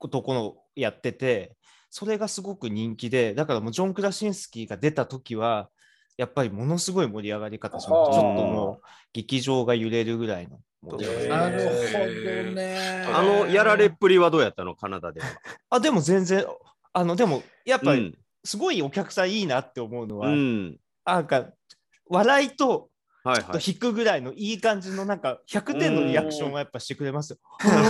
Speaker 6: 男の子やってて、それがすごく人気で、だからもうジョン・クラシンスキーが出た時は、やっぱりものすごい盛り上がり方しました。
Speaker 3: あ
Speaker 6: ち
Speaker 3: ー
Speaker 6: ょっともう劇場が揺れるぐらいの。
Speaker 1: もう
Speaker 4: そうですね
Speaker 2: なるほど
Speaker 5: え
Speaker 2: ね。
Speaker 5: ー
Speaker 1: あのやられっぷりはどうやったのカナダでは。
Speaker 6: あ、でも全然、あの、でも、やっ
Speaker 1: う
Speaker 6: ぱり
Speaker 1: ん。
Speaker 6: すごいお客さんいいなって思うのは、
Speaker 1: うん。
Speaker 6: なんか、笑いと
Speaker 1: はい
Speaker 6: ちょっと
Speaker 1: はい。
Speaker 6: 引くぐらいのいい感じのなんか100点のリアクションはやっぱしてくれますよ。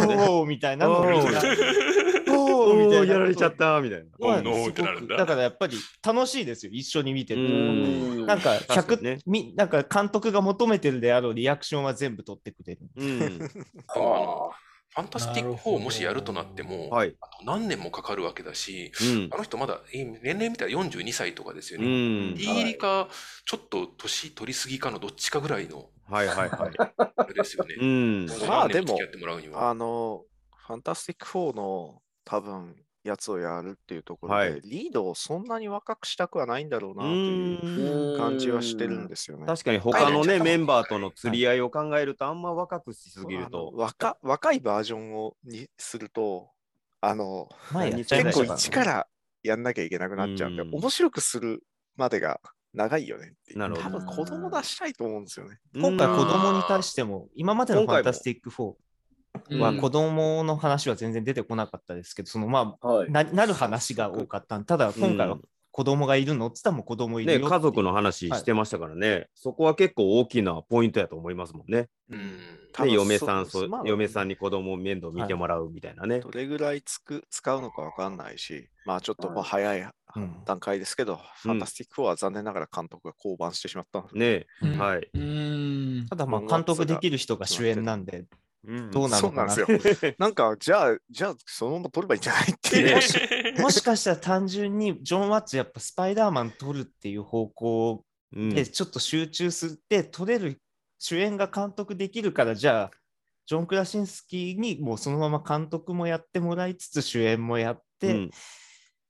Speaker 6: おーみたいなのをみんなお
Speaker 1: お
Speaker 6: ーみた
Speaker 1: ー
Speaker 6: いな
Speaker 1: やられちゃったみたいな。
Speaker 6: まあ
Speaker 5: おーおー
Speaker 6: すご
Speaker 5: ってなるん
Speaker 6: く
Speaker 5: だ
Speaker 6: だからやっぱり楽しいですよ一緒に見て
Speaker 1: う
Speaker 6: て。
Speaker 1: ん。
Speaker 3: うん
Speaker 6: なんか
Speaker 1: 確かに
Speaker 6: 100、
Speaker 1: ね
Speaker 6: みなんか監督が求めてるであろうリアクションは全部取ってくれる。
Speaker 1: うん。
Speaker 5: あのファンタスティッ
Speaker 2: な
Speaker 5: ク
Speaker 2: るほど
Speaker 5: 4もしやるとなっても、
Speaker 1: はい。
Speaker 5: あと何年もかかるわけだし、
Speaker 1: うん
Speaker 5: あ。の人まだえ年齢見たら42歳とかですよ
Speaker 1: う
Speaker 5: ね。
Speaker 1: ん。
Speaker 5: リーリか、ちょっと年取りすぎかのどっちかぐらいの、
Speaker 1: はいはいはい。
Speaker 5: あれですよね。
Speaker 1: うん。
Speaker 4: まあでも
Speaker 5: 付き合ってもらうに
Speaker 4: あ
Speaker 5: は。
Speaker 4: の、ファンタスティック4の多分やつをやるっていうところで、
Speaker 1: はい
Speaker 4: リードをそんなに若くしたくはないんだろうなという
Speaker 1: うん
Speaker 4: 感じはしてるんですよね。
Speaker 1: 確かに他の
Speaker 5: は
Speaker 1: ね、
Speaker 5: い
Speaker 1: メンバーとの釣り合いを考えると、あんま若くしすぎる
Speaker 4: あ
Speaker 1: と
Speaker 4: の。若若いバージョンをにすると、あの、
Speaker 6: 前やっちゃいま
Speaker 4: 結構
Speaker 6: したから
Speaker 4: 一からやんなきゃいけなくなっちゃうんで、
Speaker 1: うん
Speaker 4: 面白くするまでが長いよねっていう。
Speaker 1: なるほ
Speaker 4: 多
Speaker 1: ど
Speaker 4: 分子供出したいと思うんですよね。
Speaker 6: 今回
Speaker 1: うん
Speaker 6: 子供に対しても、今までのフ
Speaker 1: 今回
Speaker 6: ァ
Speaker 1: も
Speaker 6: ンタスティック4
Speaker 2: うん
Speaker 6: は子供の話は全然出てこなかったですけど、そのま
Speaker 3: は
Speaker 6: あ、
Speaker 3: い。
Speaker 6: ななる話が多かったんで。ただ今回は子供がいるのって言ったらもう子供いる
Speaker 1: ね、
Speaker 6: よっていう
Speaker 1: 家族の話してましたからね、そこは結構大きなポイントやと思いますもんね。
Speaker 5: うん
Speaker 4: 多分
Speaker 1: で、嫁さん、
Speaker 4: そ
Speaker 1: そう
Speaker 4: まあ
Speaker 1: 嫁さんに子供面倒見てもらうみたいなね。
Speaker 4: どれぐらいつく使うのかわかんないし、まあちょっともう
Speaker 3: はい
Speaker 4: 早い
Speaker 6: うん
Speaker 4: 段階ですけど、ファンタスティック4は残念ながら監督が降板してしまったので、
Speaker 1: ね、
Speaker 2: うん
Speaker 1: はい。
Speaker 2: うん
Speaker 6: ただまあ
Speaker 4: 今後
Speaker 6: 監督できる人が主演なんで、どうな
Speaker 4: そ
Speaker 6: の
Speaker 4: うな
Speaker 6: か
Speaker 4: んで
Speaker 6: な
Speaker 4: すよ。なんか、じゃあ、じゃあ、そのまま取ればいいんじゃないっていう。
Speaker 5: ね
Speaker 6: もしかしたら単純にジョン・ワッツやっぱスパイダーマン撮るっていう方向
Speaker 1: うん
Speaker 6: でちょっと集中して撮れる主演が監督できるからじゃあジョン・クラシンスキーにもうそのまま監督もやってもらいつつ主演もやって、
Speaker 1: うん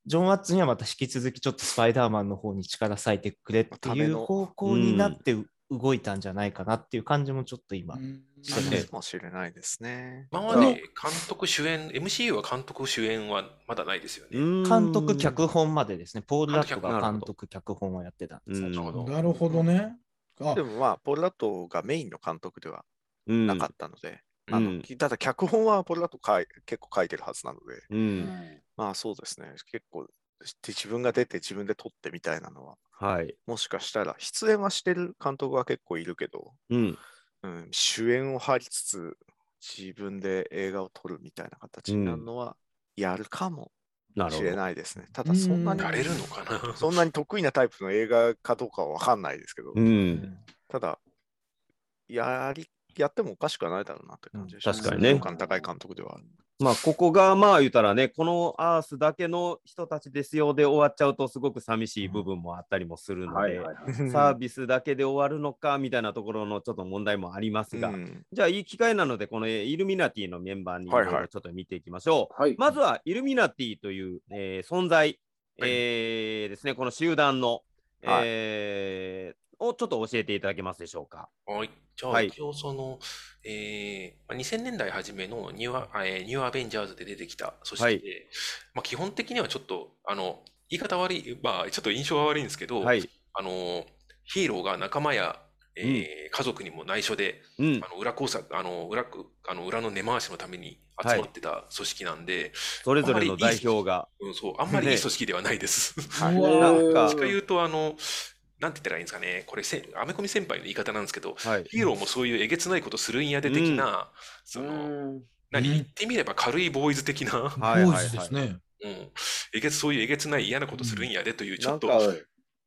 Speaker 6: ジョン・ワッツにはまた引き続きちょっとスパイダーマンの方に力割いてくれって
Speaker 4: た
Speaker 6: い
Speaker 4: め
Speaker 6: う
Speaker 4: の
Speaker 6: 方向になって動いたんじゃないかなっていう感じもちょっと今、
Speaker 2: うん
Speaker 4: そう
Speaker 1: ね
Speaker 4: かもしれないですね。
Speaker 5: 今まで監督主演、MCU は監督主演はまだないですよね。
Speaker 6: 監督、脚本までですね、ポール・ラットが
Speaker 1: なるほ
Speaker 6: 監
Speaker 1: ど
Speaker 6: 督、脚本をやってたんです、
Speaker 1: うん
Speaker 6: 最初
Speaker 5: ど
Speaker 2: なるほどね。あ
Speaker 4: でもまあ、ポールラットがメインの監督では
Speaker 1: うん
Speaker 4: なかったので、
Speaker 1: うん
Speaker 4: あ
Speaker 1: うん
Speaker 4: のただ脚本はポールラットかい結構書いてるはずなので、
Speaker 1: う。
Speaker 3: うんん
Speaker 4: まあそうですね、結構で自分が出て自分で撮ってみたいなのは、
Speaker 1: はい。
Speaker 4: もしかしたら出演はしてる監督は結構いるけど、
Speaker 1: うん。
Speaker 4: うん、主演を張りつつ自分で映画を撮るみたいな形になるのはやるかも
Speaker 1: なる
Speaker 4: し
Speaker 1: ほ
Speaker 4: れ
Speaker 1: ど。
Speaker 4: ないですね。ただそんなに
Speaker 5: やれるのかな
Speaker 4: そんなに得意なタイプの映画かどうかは分かんないですけど、
Speaker 1: うん。
Speaker 4: ただ、やり、やってもおかしくはないだろうなという感じでし
Speaker 1: うん
Speaker 4: ます
Speaker 1: 確かにね
Speaker 4: 評価の高い監督ではある。
Speaker 1: まあ、ここがまあ言うたらね、このアースだけの人たちですよで終わっちゃうと、すごく寂しい部分もあったりもするの
Speaker 3: はい
Speaker 1: で、
Speaker 3: はいはい。
Speaker 1: サービスだけで終わるのかみたいなところのちょっと問題もありますが、
Speaker 4: うん
Speaker 1: じゃあいい機会なので、このえーイルミナティのメンバーにいろい
Speaker 4: はいは
Speaker 1: ろ
Speaker 4: い
Speaker 1: ちょっと見ていきましょう。
Speaker 3: はい。
Speaker 1: まずはイルミナティという、えー存在、えーですね、この集団の、
Speaker 4: はい
Speaker 1: えーをちょっと教えていただけますでしょうか。
Speaker 5: はい。じゃ
Speaker 1: は
Speaker 5: あ、
Speaker 1: い
Speaker 5: 一応その、えーまあ2000年代初めのニューア、あえーニューアベンジャーズで出てきた組織で、
Speaker 1: はい
Speaker 5: まあ、基本的にはちょっと、あの、言い方悪い、まあ、ちょっと印象が悪いんですけど、
Speaker 1: はい。
Speaker 5: あの、ヒーローが仲間や、えー家族にも内緒で、
Speaker 1: うん
Speaker 5: あ、の裏工作、あの裏くあの裏の根回しのために集まってた組織なんで、
Speaker 1: それぞれの代表が。
Speaker 5: うん、そう、あんまりいい組織ではないです。
Speaker 2: う
Speaker 3: う
Speaker 1: な
Speaker 2: わ
Speaker 1: んか
Speaker 5: どっちか言うと、あの、なんて言ったらいいんですかね、これせ、アメコミ先輩の言い方なんですけど、
Speaker 1: はい。
Speaker 5: ヒーローもそういうえげつないことするんやで的な、その、
Speaker 3: うん
Speaker 5: 何、
Speaker 2: うん
Speaker 5: 言ってみれば軽いボーイズ的な、
Speaker 1: はい
Speaker 2: ボ
Speaker 1: はい
Speaker 2: ー
Speaker 1: はい
Speaker 2: イズですね。
Speaker 5: うん、えげつ、そういうえげつない嫌なことするんやでという、ちょっと、
Speaker 1: なんか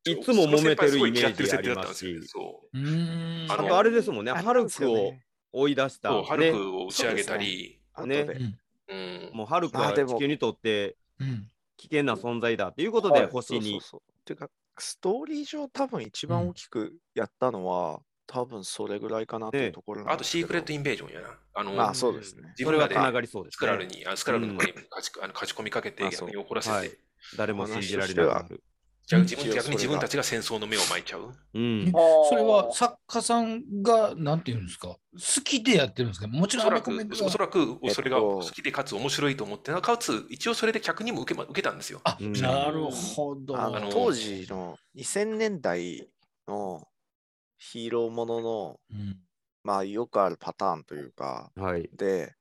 Speaker 5: ち
Speaker 1: い
Speaker 5: ょ
Speaker 1: つも揉めてるイメ
Speaker 5: その先輩すごい嫌って
Speaker 1: ー
Speaker 5: る
Speaker 1: ジあ
Speaker 5: 設
Speaker 1: り
Speaker 5: 定だっ
Speaker 1: ま
Speaker 5: たんですすよ
Speaker 1: し
Speaker 5: ね。。そう。
Speaker 2: うーん。
Speaker 5: あ
Speaker 1: あ
Speaker 5: の
Speaker 1: とあれですもんね、
Speaker 4: あれ
Speaker 1: ハ
Speaker 4: なん
Speaker 1: ル
Speaker 4: ですよ
Speaker 1: クを
Speaker 4: ね
Speaker 1: 追い出した。
Speaker 5: そうハル
Speaker 1: ね
Speaker 5: クを打ち上げたり、
Speaker 4: 後
Speaker 1: ね
Speaker 4: で、
Speaker 2: うん
Speaker 5: うん、
Speaker 1: もうハルクは
Speaker 4: あでも
Speaker 1: 地球にとって
Speaker 2: うん
Speaker 1: 危険な存在だということで、
Speaker 3: はい
Speaker 1: 星
Speaker 4: そう
Speaker 1: に
Speaker 4: そうそうっていうか、ストーリー上多分一番大きくやったのは、多分それぐらいかなってい
Speaker 1: ね
Speaker 4: うところなん
Speaker 5: あと、シークレット・
Speaker 4: イ
Speaker 5: インベージョンやな。あの、
Speaker 4: まあそうですね。
Speaker 5: 自
Speaker 1: そ
Speaker 5: 分
Speaker 1: れ
Speaker 5: ら
Speaker 1: が
Speaker 5: で
Speaker 1: つながりそうです、
Speaker 5: ス
Speaker 1: ね。
Speaker 5: クラルに、あスクラルの方に勝ちあの勝ち込みかけて
Speaker 4: あ
Speaker 5: 逆に
Speaker 4: そう
Speaker 5: 怒らせて、
Speaker 1: はい。誰も信じられなくなる。
Speaker 5: じゃあ自分
Speaker 4: 一応
Speaker 5: 逆に自
Speaker 4: それ
Speaker 5: 分
Speaker 4: が
Speaker 5: たちが戦争の目を巻いちゃう。
Speaker 1: うん。
Speaker 2: それは作家さんが、なんていうんですか、好きでやってるんですかもち
Speaker 5: お
Speaker 2: ろん
Speaker 5: そ
Speaker 2: ア
Speaker 5: ら
Speaker 2: メ
Speaker 5: く
Speaker 2: コミで、
Speaker 5: おそらく
Speaker 4: えっと
Speaker 5: それが好きでかつ面白いと思って、かつ一応それで客にも受けま受けたんですよ。
Speaker 2: あ、
Speaker 1: うん
Speaker 2: なるほど。
Speaker 4: あ
Speaker 5: あの
Speaker 4: の当時の2000年代のヒーローものの
Speaker 2: うん
Speaker 4: まあ、よくあるパターンというか、
Speaker 1: はい。
Speaker 4: で、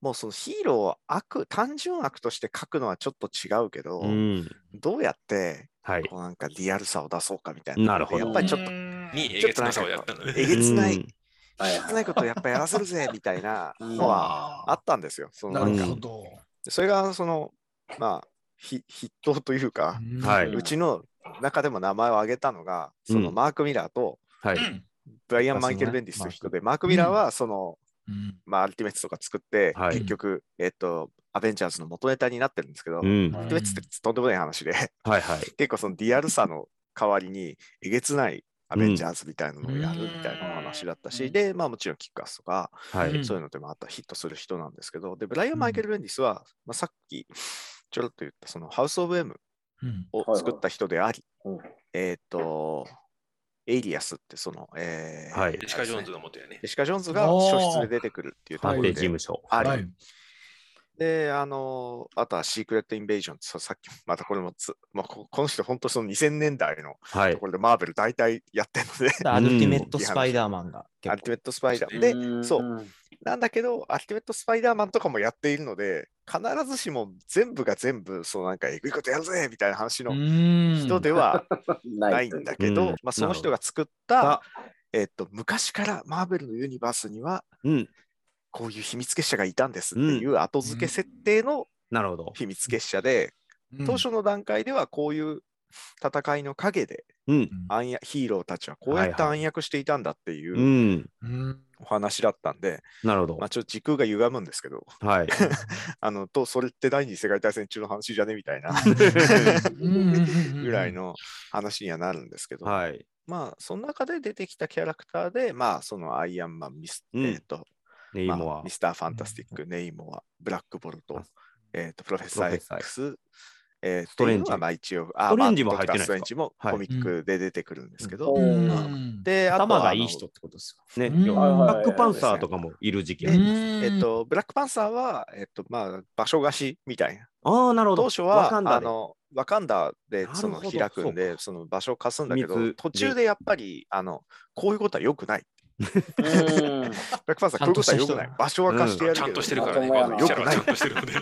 Speaker 4: もうそのヒーローを悪、単純悪として書くのはちょっと違うけど、
Speaker 1: うん。
Speaker 4: どうやって、
Speaker 1: はい。
Speaker 4: こうなんかリアルさを出そうかみたいな。
Speaker 1: なるほど
Speaker 4: やっぱりちょっと、
Speaker 5: にえげつなさをやったのね。
Speaker 4: えげつない、
Speaker 1: うん
Speaker 3: はい
Speaker 4: えげつないことをやっぱやらせるぜ、みたいなのはあ
Speaker 2: あ
Speaker 4: ったんですよ。そ
Speaker 2: ー
Speaker 4: の
Speaker 2: な
Speaker 4: なん
Speaker 2: る
Speaker 4: か
Speaker 2: ほど。
Speaker 4: それがその、まあ、ひ筆頭というか、
Speaker 1: はいう
Speaker 4: ちの中でも名前を挙げたのが、その
Speaker 1: うん
Speaker 4: マーク・ミラーと、
Speaker 1: は
Speaker 2: う
Speaker 1: い。
Speaker 2: ん
Speaker 4: ブライア
Speaker 6: あ
Speaker 4: ン・マイケ
Speaker 6: そ
Speaker 4: ル・
Speaker 6: うね
Speaker 4: ベンディスという人で、マーク・ミラーはその、
Speaker 2: うん
Speaker 4: まあ、アルティメッツとか作って、
Speaker 1: はい
Speaker 4: 結局、えっと、アベンジャーズの元ネタになってるんですけど、
Speaker 1: う
Speaker 4: ア
Speaker 1: ん。
Speaker 2: は
Speaker 4: ル
Speaker 2: い
Speaker 4: ティメッツってとんでもない話で、
Speaker 1: はいはい。
Speaker 4: 結構そのリアルさの代わりに、えげつないアベンジャーズみたいなのをやるみたいな話だったし、
Speaker 2: うん
Speaker 4: で、まあもちろんキックアスとか、
Speaker 1: はい。
Speaker 2: うん
Speaker 4: そういうのでもあったヒットする人なんですけど、で、ブライアン・マイケル・ベンディスは、まあ、さっきちょろっと言った、そのハウス・オブ・エム
Speaker 2: うん
Speaker 4: を作った人であり、
Speaker 3: はいはい
Speaker 4: えっ、と、エイリアスってその、えー
Speaker 1: はい
Speaker 4: あれで
Speaker 5: ジ
Speaker 4: す
Speaker 5: ェシ
Speaker 4: ね
Speaker 5: カ・ジョーンズの元やね
Speaker 4: ジェ。シカ・ジョーンズが
Speaker 2: おー
Speaker 4: 初出で出てくるっていうとこ
Speaker 1: 探
Speaker 4: ろ
Speaker 1: 偵
Speaker 4: で
Speaker 1: 事、務所。
Speaker 4: あり、
Speaker 2: はい
Speaker 4: で、あの、あとはシークレット・インベージョンってそうさっき、またこれもつ、まあ、ここの人、本当その2000年代の
Speaker 1: は
Speaker 4: と
Speaker 1: い
Speaker 4: こ。ろでマーベル大体やってるので、
Speaker 6: アルティメット・スパイダーマンが
Speaker 4: ア
Speaker 6: 結
Speaker 4: ルティ
Speaker 6: 構
Speaker 4: メット・スパイダー。
Speaker 3: い。
Speaker 4: で、そう
Speaker 3: うん。
Speaker 4: なんだけど、アルティメット・スパイダーマンとかもやっているので、必ずしも全部が全部、そうなんかえぐいことやるぜみたいな話
Speaker 2: う
Speaker 4: の
Speaker 2: ん
Speaker 4: 人では
Speaker 3: な
Speaker 4: ない
Speaker 3: い
Speaker 4: んだけど、
Speaker 1: うん
Speaker 4: まあ、その人が作っ
Speaker 1: な
Speaker 4: た、えっと、昔からマーベルのユニバースには、
Speaker 1: うん。
Speaker 4: こういう秘密結社がいたんですっていう後付け設定の
Speaker 1: なるほど。
Speaker 4: 秘密結社で、当初の段階ではこういう戦いの陰で
Speaker 1: うん。。
Speaker 4: 暗躍ヒーローたちはこうやって暗躍していたんだっていうううん
Speaker 2: うん
Speaker 4: お話だったんで、
Speaker 1: なるほど
Speaker 4: まあ、。ちょっと時空が歪むんですけど、
Speaker 1: はい。
Speaker 4: あのとそれって第二次世界大戦中の話じゃねみたいなぐ
Speaker 2: ぐ
Speaker 4: らい。の話にはなるんですけど、
Speaker 1: はい。
Speaker 4: まあその中で出てきたキャラクターで、まあそのアイアンマン、ミス,、
Speaker 1: うん
Speaker 4: えーと
Speaker 1: ネイ
Speaker 4: ま
Speaker 1: モ
Speaker 4: あ
Speaker 1: ア
Speaker 4: ミ。スター・ファンタスティック、ネイモア、ブラックボルト
Speaker 1: あ、
Speaker 4: えーとプロフェッサ
Speaker 1: プロフ
Speaker 4: ー
Speaker 1: ェッサー
Speaker 4: X、えー、
Speaker 1: ストレンジ
Speaker 4: っていうのがまあ一応、
Speaker 1: ストレンジも入ってない
Speaker 4: で
Speaker 1: ですすか
Speaker 4: ストレンジも
Speaker 1: はい
Speaker 4: コミックで出てくるんですけど、
Speaker 3: うん
Speaker 2: うん
Speaker 4: で、あと
Speaker 6: 頭
Speaker 4: は
Speaker 6: が
Speaker 4: あの
Speaker 6: いい人ってことですよ。
Speaker 1: ね。
Speaker 2: うん
Speaker 1: 要
Speaker 3: はい
Speaker 1: は
Speaker 3: は
Speaker 1: ブ
Speaker 3: いはい
Speaker 1: ラックパンサーとかもいる時期あります。
Speaker 4: えっ、と、ブラックパンサーは、えっ、と、まあ、場所貸しみたいな。
Speaker 1: ああ、なるほど。
Speaker 4: 当初
Speaker 1: ワ
Speaker 4: は、
Speaker 1: カ
Speaker 4: あ
Speaker 1: ンダで
Speaker 4: の、ワカンダでその
Speaker 1: なるほど
Speaker 4: 開くん
Speaker 1: そう
Speaker 4: で、その場所を貸すんだけど
Speaker 1: 密、
Speaker 4: 途中でやっぱり、あの、こういうことは良くない。
Speaker 3: うん
Speaker 4: ブラックパンサー、こういうことは良くな
Speaker 6: ちゃんとした人
Speaker 4: い
Speaker 6: だ。
Speaker 4: 場所は貸してやる
Speaker 5: ち
Speaker 4: け
Speaker 5: ゃ
Speaker 4: ど、
Speaker 5: んとしてるからね。
Speaker 3: まともやな
Speaker 5: よくない。ちゃんとしてるので。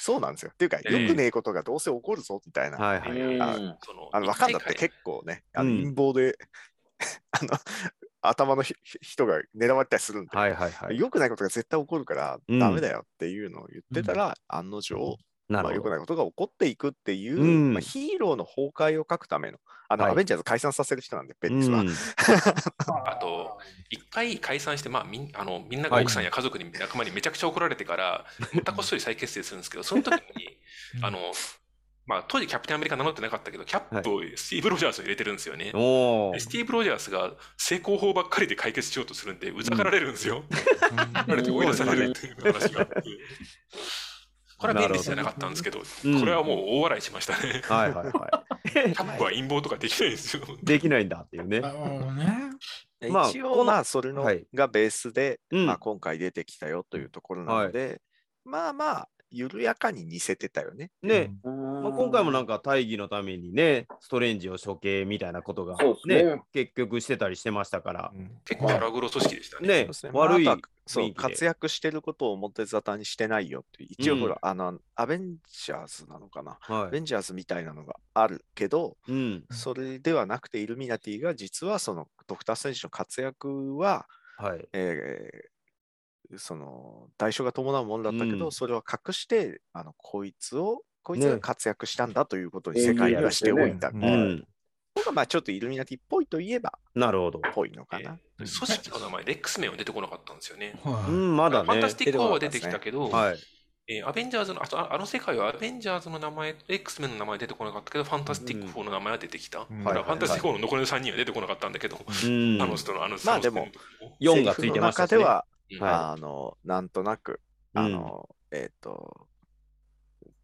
Speaker 4: そうなんですよ。っていうか、
Speaker 5: ええ
Speaker 4: 良くねえことがどうせ起こるぞ、みたいな。
Speaker 1: はいはい。
Speaker 3: うん
Speaker 5: そ
Speaker 4: あの、ワカンダって結構ね、あの
Speaker 1: うん
Speaker 4: 陰謀で、 あの、頭のひひ人が狙われたりするんで。
Speaker 1: はいはいはい。
Speaker 4: 良くないことが絶対起こるから、
Speaker 1: うん
Speaker 4: ダメだよっていうのを言ってたら、案の定、
Speaker 1: な
Speaker 4: まあ、
Speaker 1: る
Speaker 4: 良
Speaker 1: ほど。
Speaker 4: くないことが起こっていくっていう、
Speaker 1: うん
Speaker 4: まあ、ヒーローの崩壊を書くための、あの、
Speaker 1: はい
Speaker 4: アベンジャーズ解散させる人なんで、ベ
Speaker 1: う
Speaker 4: ンディスは。
Speaker 1: ん。
Speaker 5: あと、一回解散して、まあ、みんあのみんなが
Speaker 1: はい
Speaker 5: 奥さんや家族に、仲間にめちゃくちゃ怒られてから、またこっそり再結成するんですけど、その時に
Speaker 2: う、ん
Speaker 5: あの、まあ、当時キャプテンアメリカ名乗ってなかったけど、キャップをスティーブ・ロジャースを入れてるんですよね。
Speaker 1: おお
Speaker 5: で。スティーブ・ロジャースが成功法ばっかりで解決しようとするんで、うざがられるんです
Speaker 2: う
Speaker 5: よ。
Speaker 2: ん
Speaker 5: うざがられて追い出されるっていう話があって。これは便利じゃなかったんですけど、
Speaker 1: うん
Speaker 5: これはもう大笑いしましたね。
Speaker 1: はいはいは
Speaker 5: キャップは陰謀とかできないんですよ。
Speaker 1: い。できないんだっていうね
Speaker 2: な。るほどね。
Speaker 4: で
Speaker 1: まあ
Speaker 4: 一
Speaker 1: こ
Speaker 4: 応、
Speaker 1: の
Speaker 4: まあ、それの、
Speaker 1: はい
Speaker 4: がベースで、
Speaker 1: うん
Speaker 4: まあ、今回出てきたよというところなので、まあまあ、緩やかに似せてたよね。
Speaker 1: ね。
Speaker 3: うん
Speaker 1: まあ、今回もなんか大義のためにね、ストレンジを処刑みたいなことが
Speaker 3: そうです
Speaker 1: ね、
Speaker 3: ね。
Speaker 1: 結局してたりしてましたから。
Speaker 5: 結構腹黒組織でしたね。
Speaker 4: そう
Speaker 1: ね
Speaker 4: です、ねまあ
Speaker 1: 悪い
Speaker 4: あとはそ
Speaker 1: 雰囲
Speaker 4: う
Speaker 1: 気で
Speaker 4: 活躍してることを表沙汰にしてないよっていう一応
Speaker 1: うん
Speaker 4: ほら、あのアベンジャーズなのかなア
Speaker 1: は
Speaker 4: ベンジャーズみたいなのがあるけど、
Speaker 1: い。うん。
Speaker 4: それではなくて、イルミナティが実はそのドクター・ストレンジの活躍は、
Speaker 1: はい。
Speaker 4: えーその代償が伴うものだったけど、
Speaker 1: うん
Speaker 4: それは隠して、あのこいつを、こいつが
Speaker 1: ね
Speaker 4: 活躍したんだということに
Speaker 3: えー
Speaker 4: 世界がしておいた
Speaker 6: うん
Speaker 4: み
Speaker 1: う
Speaker 4: たいな。
Speaker 1: ん。
Speaker 4: 僕はまあちょっとイルミナティっぽいといえば
Speaker 1: なるほど。
Speaker 4: っぽいのかな。
Speaker 5: 組織の名前、レックスメンは出てこなかったんですよね。
Speaker 1: う
Speaker 2: は
Speaker 1: ん、まだ
Speaker 5: ファン
Speaker 1: ね
Speaker 5: タス。ティック4は出てきたけど、
Speaker 1: はい。
Speaker 5: えーアベンジャーズの、あとああの世界はアベンジャーズの名前、X メンの名前出てこなかったけど、ファンタスティック4の名前は出てきた。
Speaker 6: ん
Speaker 5: だか
Speaker 1: はい
Speaker 5: らファンタスティック4の残りの3人は出てこなかったんだけど、
Speaker 1: うん
Speaker 5: あ。の人のあの、
Speaker 4: まあでも
Speaker 1: 4がついてましたし
Speaker 4: セリ
Speaker 1: ね。
Speaker 4: フの中では、
Speaker 5: うん
Speaker 1: はい
Speaker 4: あの、なんとなく、
Speaker 1: うん
Speaker 4: あの、えっ、と、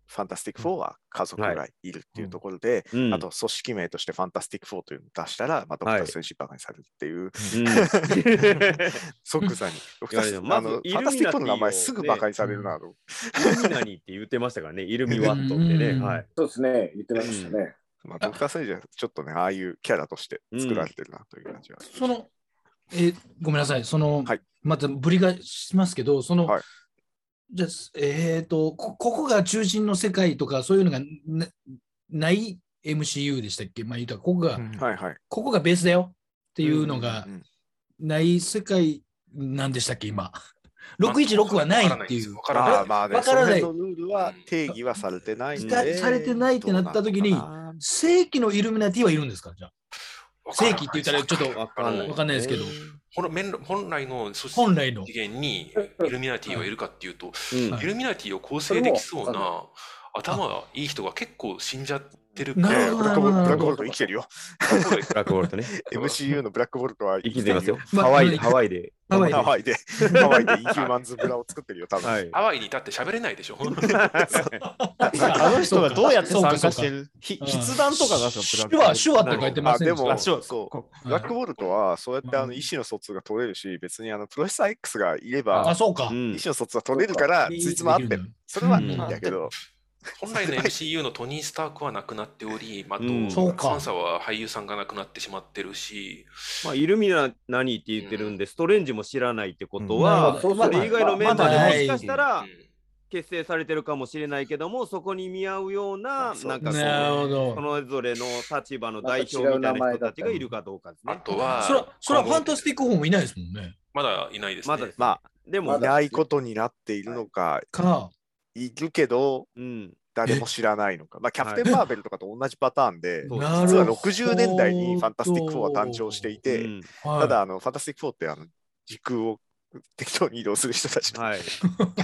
Speaker 4: ファンタスティック4は家族
Speaker 1: はい
Speaker 4: がいるっていうところで、
Speaker 1: うん
Speaker 4: あと、組織名としてファンタスティック4というのを出したら、まあ、ドクター・ストレンジバカにされるっていう、
Speaker 1: うん
Speaker 4: 即座に。ドクタース
Speaker 1: で
Speaker 4: あ
Speaker 1: もまず
Speaker 4: のフ
Speaker 1: イルミナティを
Speaker 4: ァンタスティック4の名前すぐバカにされるなと。
Speaker 1: イルミナニって言ってましたからね、イルミワットって
Speaker 2: う
Speaker 1: ね。
Speaker 2: ん
Speaker 1: はい。
Speaker 3: そうですね。言ってましたね。
Speaker 4: まあ、ドクター・ストレンジはちょっとね、ああいうキャラとして作られてるなという感じは。
Speaker 2: そのえ、ごめんなさい、その、
Speaker 4: はい
Speaker 2: またぶりがしますけど、その、
Speaker 4: はい
Speaker 2: じゃあえっ、とこ、ここが中心の世界とか、そういうのがなない MCU でしたっけまあ言うたら、ここが、
Speaker 6: うん
Speaker 4: はいはい。っ
Speaker 2: ここがベースだよっていうのが、
Speaker 4: う
Speaker 2: ない世界なんでしたっけ、今。616はないっていう
Speaker 5: わ。から
Speaker 4: ああ
Speaker 5: な
Speaker 4: まあね、
Speaker 2: わからない
Speaker 4: その辺のルールは定義はされてないん
Speaker 1: さ
Speaker 4: で。
Speaker 2: されてないってなった時に
Speaker 4: どうなのかな
Speaker 2: 正規のイルミナティはいるんですかじゃあ。
Speaker 5: い。
Speaker 2: 正規って言ったらちょっと
Speaker 5: わ
Speaker 1: わ
Speaker 5: か
Speaker 1: か
Speaker 5: ん
Speaker 1: ん
Speaker 5: な
Speaker 1: ないい。
Speaker 2: わかんないですけど、
Speaker 5: ほら面本来の組織
Speaker 2: 本来の。
Speaker 5: 次元にイルミナティはいるかっていうと、
Speaker 1: うん
Speaker 2: はい
Speaker 5: イルミナティを構成できそうな頭がいい人が結構死んじゃってるか
Speaker 2: な
Speaker 4: ええ
Speaker 5: ら、
Speaker 2: るほ
Speaker 4: ブ
Speaker 2: ど
Speaker 4: ラックボル
Speaker 2: な
Speaker 4: ト、ブラ
Speaker 2: る
Speaker 4: ッ
Speaker 2: ほ
Speaker 4: クボ
Speaker 2: ど
Speaker 4: ルト生きて るよ。
Speaker 1: ブラックボルトね。
Speaker 4: MCU のブラックボルトは
Speaker 1: 生きてますよ。。
Speaker 2: まあ
Speaker 1: ハワイ
Speaker 2: ま
Speaker 1: で、
Speaker 2: あ
Speaker 1: ハワイで。
Speaker 2: ハワイで
Speaker 4: ハワイで、 ハワイでインヒューマンズ村を作ってるよ、多分。
Speaker 1: はい。
Speaker 5: ハワイにいたって喋れないでしょ。
Speaker 6: あの人がどうやって
Speaker 2: そう
Speaker 6: 参
Speaker 2: か
Speaker 6: 加してるひ
Speaker 2: うん
Speaker 6: 筆談とかがさ
Speaker 2: 手話、手話って書いてま
Speaker 4: あ
Speaker 2: せん
Speaker 4: で
Speaker 2: でした。
Speaker 4: も
Speaker 6: あ手話
Speaker 4: そう
Speaker 6: こ
Speaker 4: ブラックボルトは、そうやってあの意思の疎通が取れるし、別にあのプロフェッサー X がいれ
Speaker 2: あ、
Speaker 4: ば、
Speaker 2: そうか
Speaker 1: う。
Speaker 4: 意
Speaker 1: ん
Speaker 4: 思。の疎通は取れるから、ついつま合ってる。それはいいんだけど、
Speaker 5: 本来の MCU のトニー・スタークは亡くなっており、まああと、
Speaker 1: うん
Speaker 2: そうか
Speaker 5: サンサは俳優さんが亡くなってしまってるし、
Speaker 1: まあ、イルミナ何って言ってるんで、ストレンジも知らないってことは、
Speaker 3: そう
Speaker 1: そ
Speaker 3: そう
Speaker 1: れ以外のメンバ
Speaker 2: ま
Speaker 1: ー
Speaker 2: だな
Speaker 1: でも
Speaker 2: い
Speaker 1: しかした
Speaker 5: う
Speaker 1: ら
Speaker 5: ん
Speaker 1: 結成されてるかもしれないけども、そこに見合うような、
Speaker 4: そう
Speaker 1: なんかこ
Speaker 2: なる
Speaker 1: う
Speaker 2: ほ
Speaker 1: その
Speaker 2: ど。
Speaker 1: それぞれの立場の代表みたいな人たちがいるかどうかです
Speaker 5: あ
Speaker 1: ね。
Speaker 5: とは、
Speaker 2: そら、そら、ファンタスティッ
Speaker 5: ック。
Speaker 2: ク4もいないですもんね。
Speaker 5: まだいないですね。
Speaker 1: まだです
Speaker 4: まあ、
Speaker 1: でも、
Speaker 3: ま
Speaker 4: い
Speaker 3: だ
Speaker 4: ないことになっているのか、
Speaker 2: か、
Speaker 4: いるけど、
Speaker 1: うん。
Speaker 4: 誰も知らないのか。まあ、キャプテン・マーベルとかと同じパターンで、
Speaker 1: そう
Speaker 2: なる
Speaker 4: 実は
Speaker 2: ほど。
Speaker 4: 60年代にファンタスティック4は誕生していて、
Speaker 1: うん
Speaker 2: はい、
Speaker 4: ただ、あの、ファンタスティック4って、あの、時空を適当に移動する人たちの、
Speaker 1: はい。
Speaker 5: 帰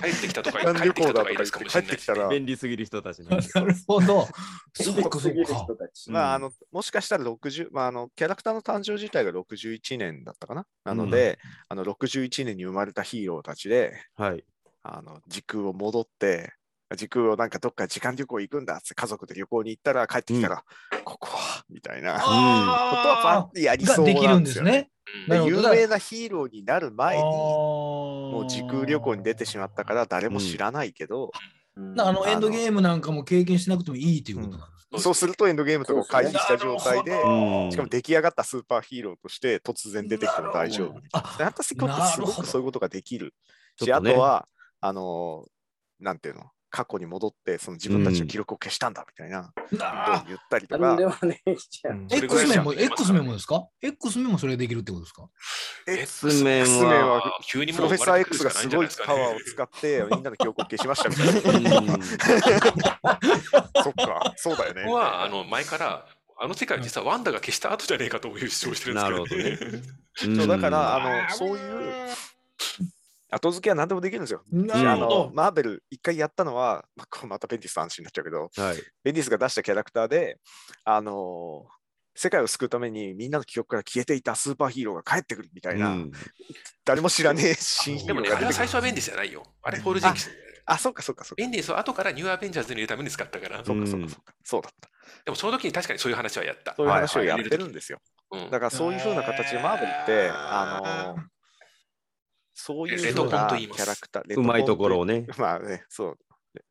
Speaker 5: ってきたとか、
Speaker 4: なん
Speaker 5: 帰
Speaker 4: で
Speaker 5: ってき
Speaker 4: こ
Speaker 5: たと
Speaker 4: う
Speaker 5: か言い
Speaker 4: だとか言
Speaker 5: 出
Speaker 4: っ
Speaker 5: すかも
Speaker 4: て
Speaker 5: しれな
Speaker 4: 帰っ
Speaker 5: い
Speaker 4: てき。たら、
Speaker 1: 便利すぎる人たち なんで。
Speaker 2: なるほど。そうか、
Speaker 3: す
Speaker 2: そ
Speaker 3: ぎる
Speaker 2: うか
Speaker 3: 人。たち。
Speaker 4: まあ、あの、もしかしたら60、まあ、あの、キャラクターの誕生自体が61年だったかな。なので、あの、61年に生まれたヒーローたちで、
Speaker 1: はい。あ
Speaker 4: あの、時空を戻って、時空をなんかどっか時間旅行行くんだっつって家族で旅行に行ったら帰ってきたら、ここは、みたいなことはパ
Speaker 2: あ
Speaker 4: ッてやり
Speaker 2: ーが
Speaker 4: そう
Speaker 2: でき
Speaker 4: な
Speaker 2: るん
Speaker 4: ん
Speaker 2: で
Speaker 4: です
Speaker 2: す
Speaker 4: よね。
Speaker 2: ね。なるほど
Speaker 4: 有名なヒーローになる前に、も
Speaker 2: も
Speaker 4: う時空旅行に出てしまったから誰も知らないけど、
Speaker 3: うん
Speaker 2: あのエンドゲームなんかも経験しなくてもいいということなんです。
Speaker 4: そうするとエンドゲームとかを回避した状態で、
Speaker 1: うん
Speaker 4: しかも出来上がったスーパーヒーローとして突然出てきても大丈夫。
Speaker 2: あ
Speaker 4: なんかすごく
Speaker 2: な
Speaker 4: す
Speaker 2: る
Speaker 4: ご
Speaker 2: ほ
Speaker 4: く
Speaker 2: ど
Speaker 4: そういうことができる。し、
Speaker 1: ちょ
Speaker 4: あ
Speaker 1: っとね
Speaker 4: とは、あのーなんていうの、過去に戻って、その自分たちの記録を消したんだみたいな、ことを
Speaker 2: な
Speaker 4: 言ったりと
Speaker 3: なん
Speaker 4: か
Speaker 3: で、もねえじゃん。
Speaker 5: それぐら
Speaker 2: X
Speaker 5: いじ
Speaker 2: メ
Speaker 5: ゃ
Speaker 2: ン
Speaker 5: ん
Speaker 2: も、X メンもですか ?X メンもそれができるってことですか
Speaker 1: X メン
Speaker 4: X メン
Speaker 1: は。
Speaker 4: は、
Speaker 5: 急に
Speaker 4: プ
Speaker 5: も
Speaker 4: ロ
Speaker 5: う
Speaker 4: フェッサー X がすごいパワーを使
Speaker 5: っ
Speaker 4: って、みんなの記憶を消しましたみたい な。そっか、そうだよね。
Speaker 5: は、あの、前から、あの世界実はワンダが消した後じゃねえかという主張して るんですけど、
Speaker 1: な
Speaker 5: ね。
Speaker 1: るうん
Speaker 4: そうだから、あの、そういう。後付けは何でもできるんですよ。
Speaker 2: な
Speaker 4: であ
Speaker 2: るほ
Speaker 4: の
Speaker 2: ど。
Speaker 4: マーベル一回やったのは、まあこれまたベンディスの話になっちゃうけど、
Speaker 1: はい。
Speaker 4: ベンディスが出したキャラクターで、あのー世界を救うためにみんなの記憶から消えていたスーパーヒーローが帰ってくるみたいな、
Speaker 1: うん
Speaker 4: 誰も知らねえ新ヒー
Speaker 5: でも
Speaker 4: ロー
Speaker 5: ね、
Speaker 4: が
Speaker 5: あ
Speaker 4: 出
Speaker 5: れ
Speaker 4: て
Speaker 5: は最
Speaker 4: くる。
Speaker 5: 初はベンディスじゃないよ。あれ、ポール・ジェンキス。
Speaker 4: あ、そうかそうかそうか。
Speaker 5: ベンディスは後からニューアベンジャーズに入れるために使ったから。
Speaker 4: そうかそう
Speaker 1: う
Speaker 4: か
Speaker 1: ん
Speaker 4: そうか。そうだった。
Speaker 5: でもその時に確かにそういう話はやった。
Speaker 4: そういう話をやっ
Speaker 5: はい
Speaker 4: てるんですよ。
Speaker 5: うん
Speaker 4: だからそういうふうな形でマーベルって、あのーそういうふうなキャラクター、レ
Speaker 1: うまいところ
Speaker 4: を。
Speaker 1: をね。
Speaker 4: まあね、そう。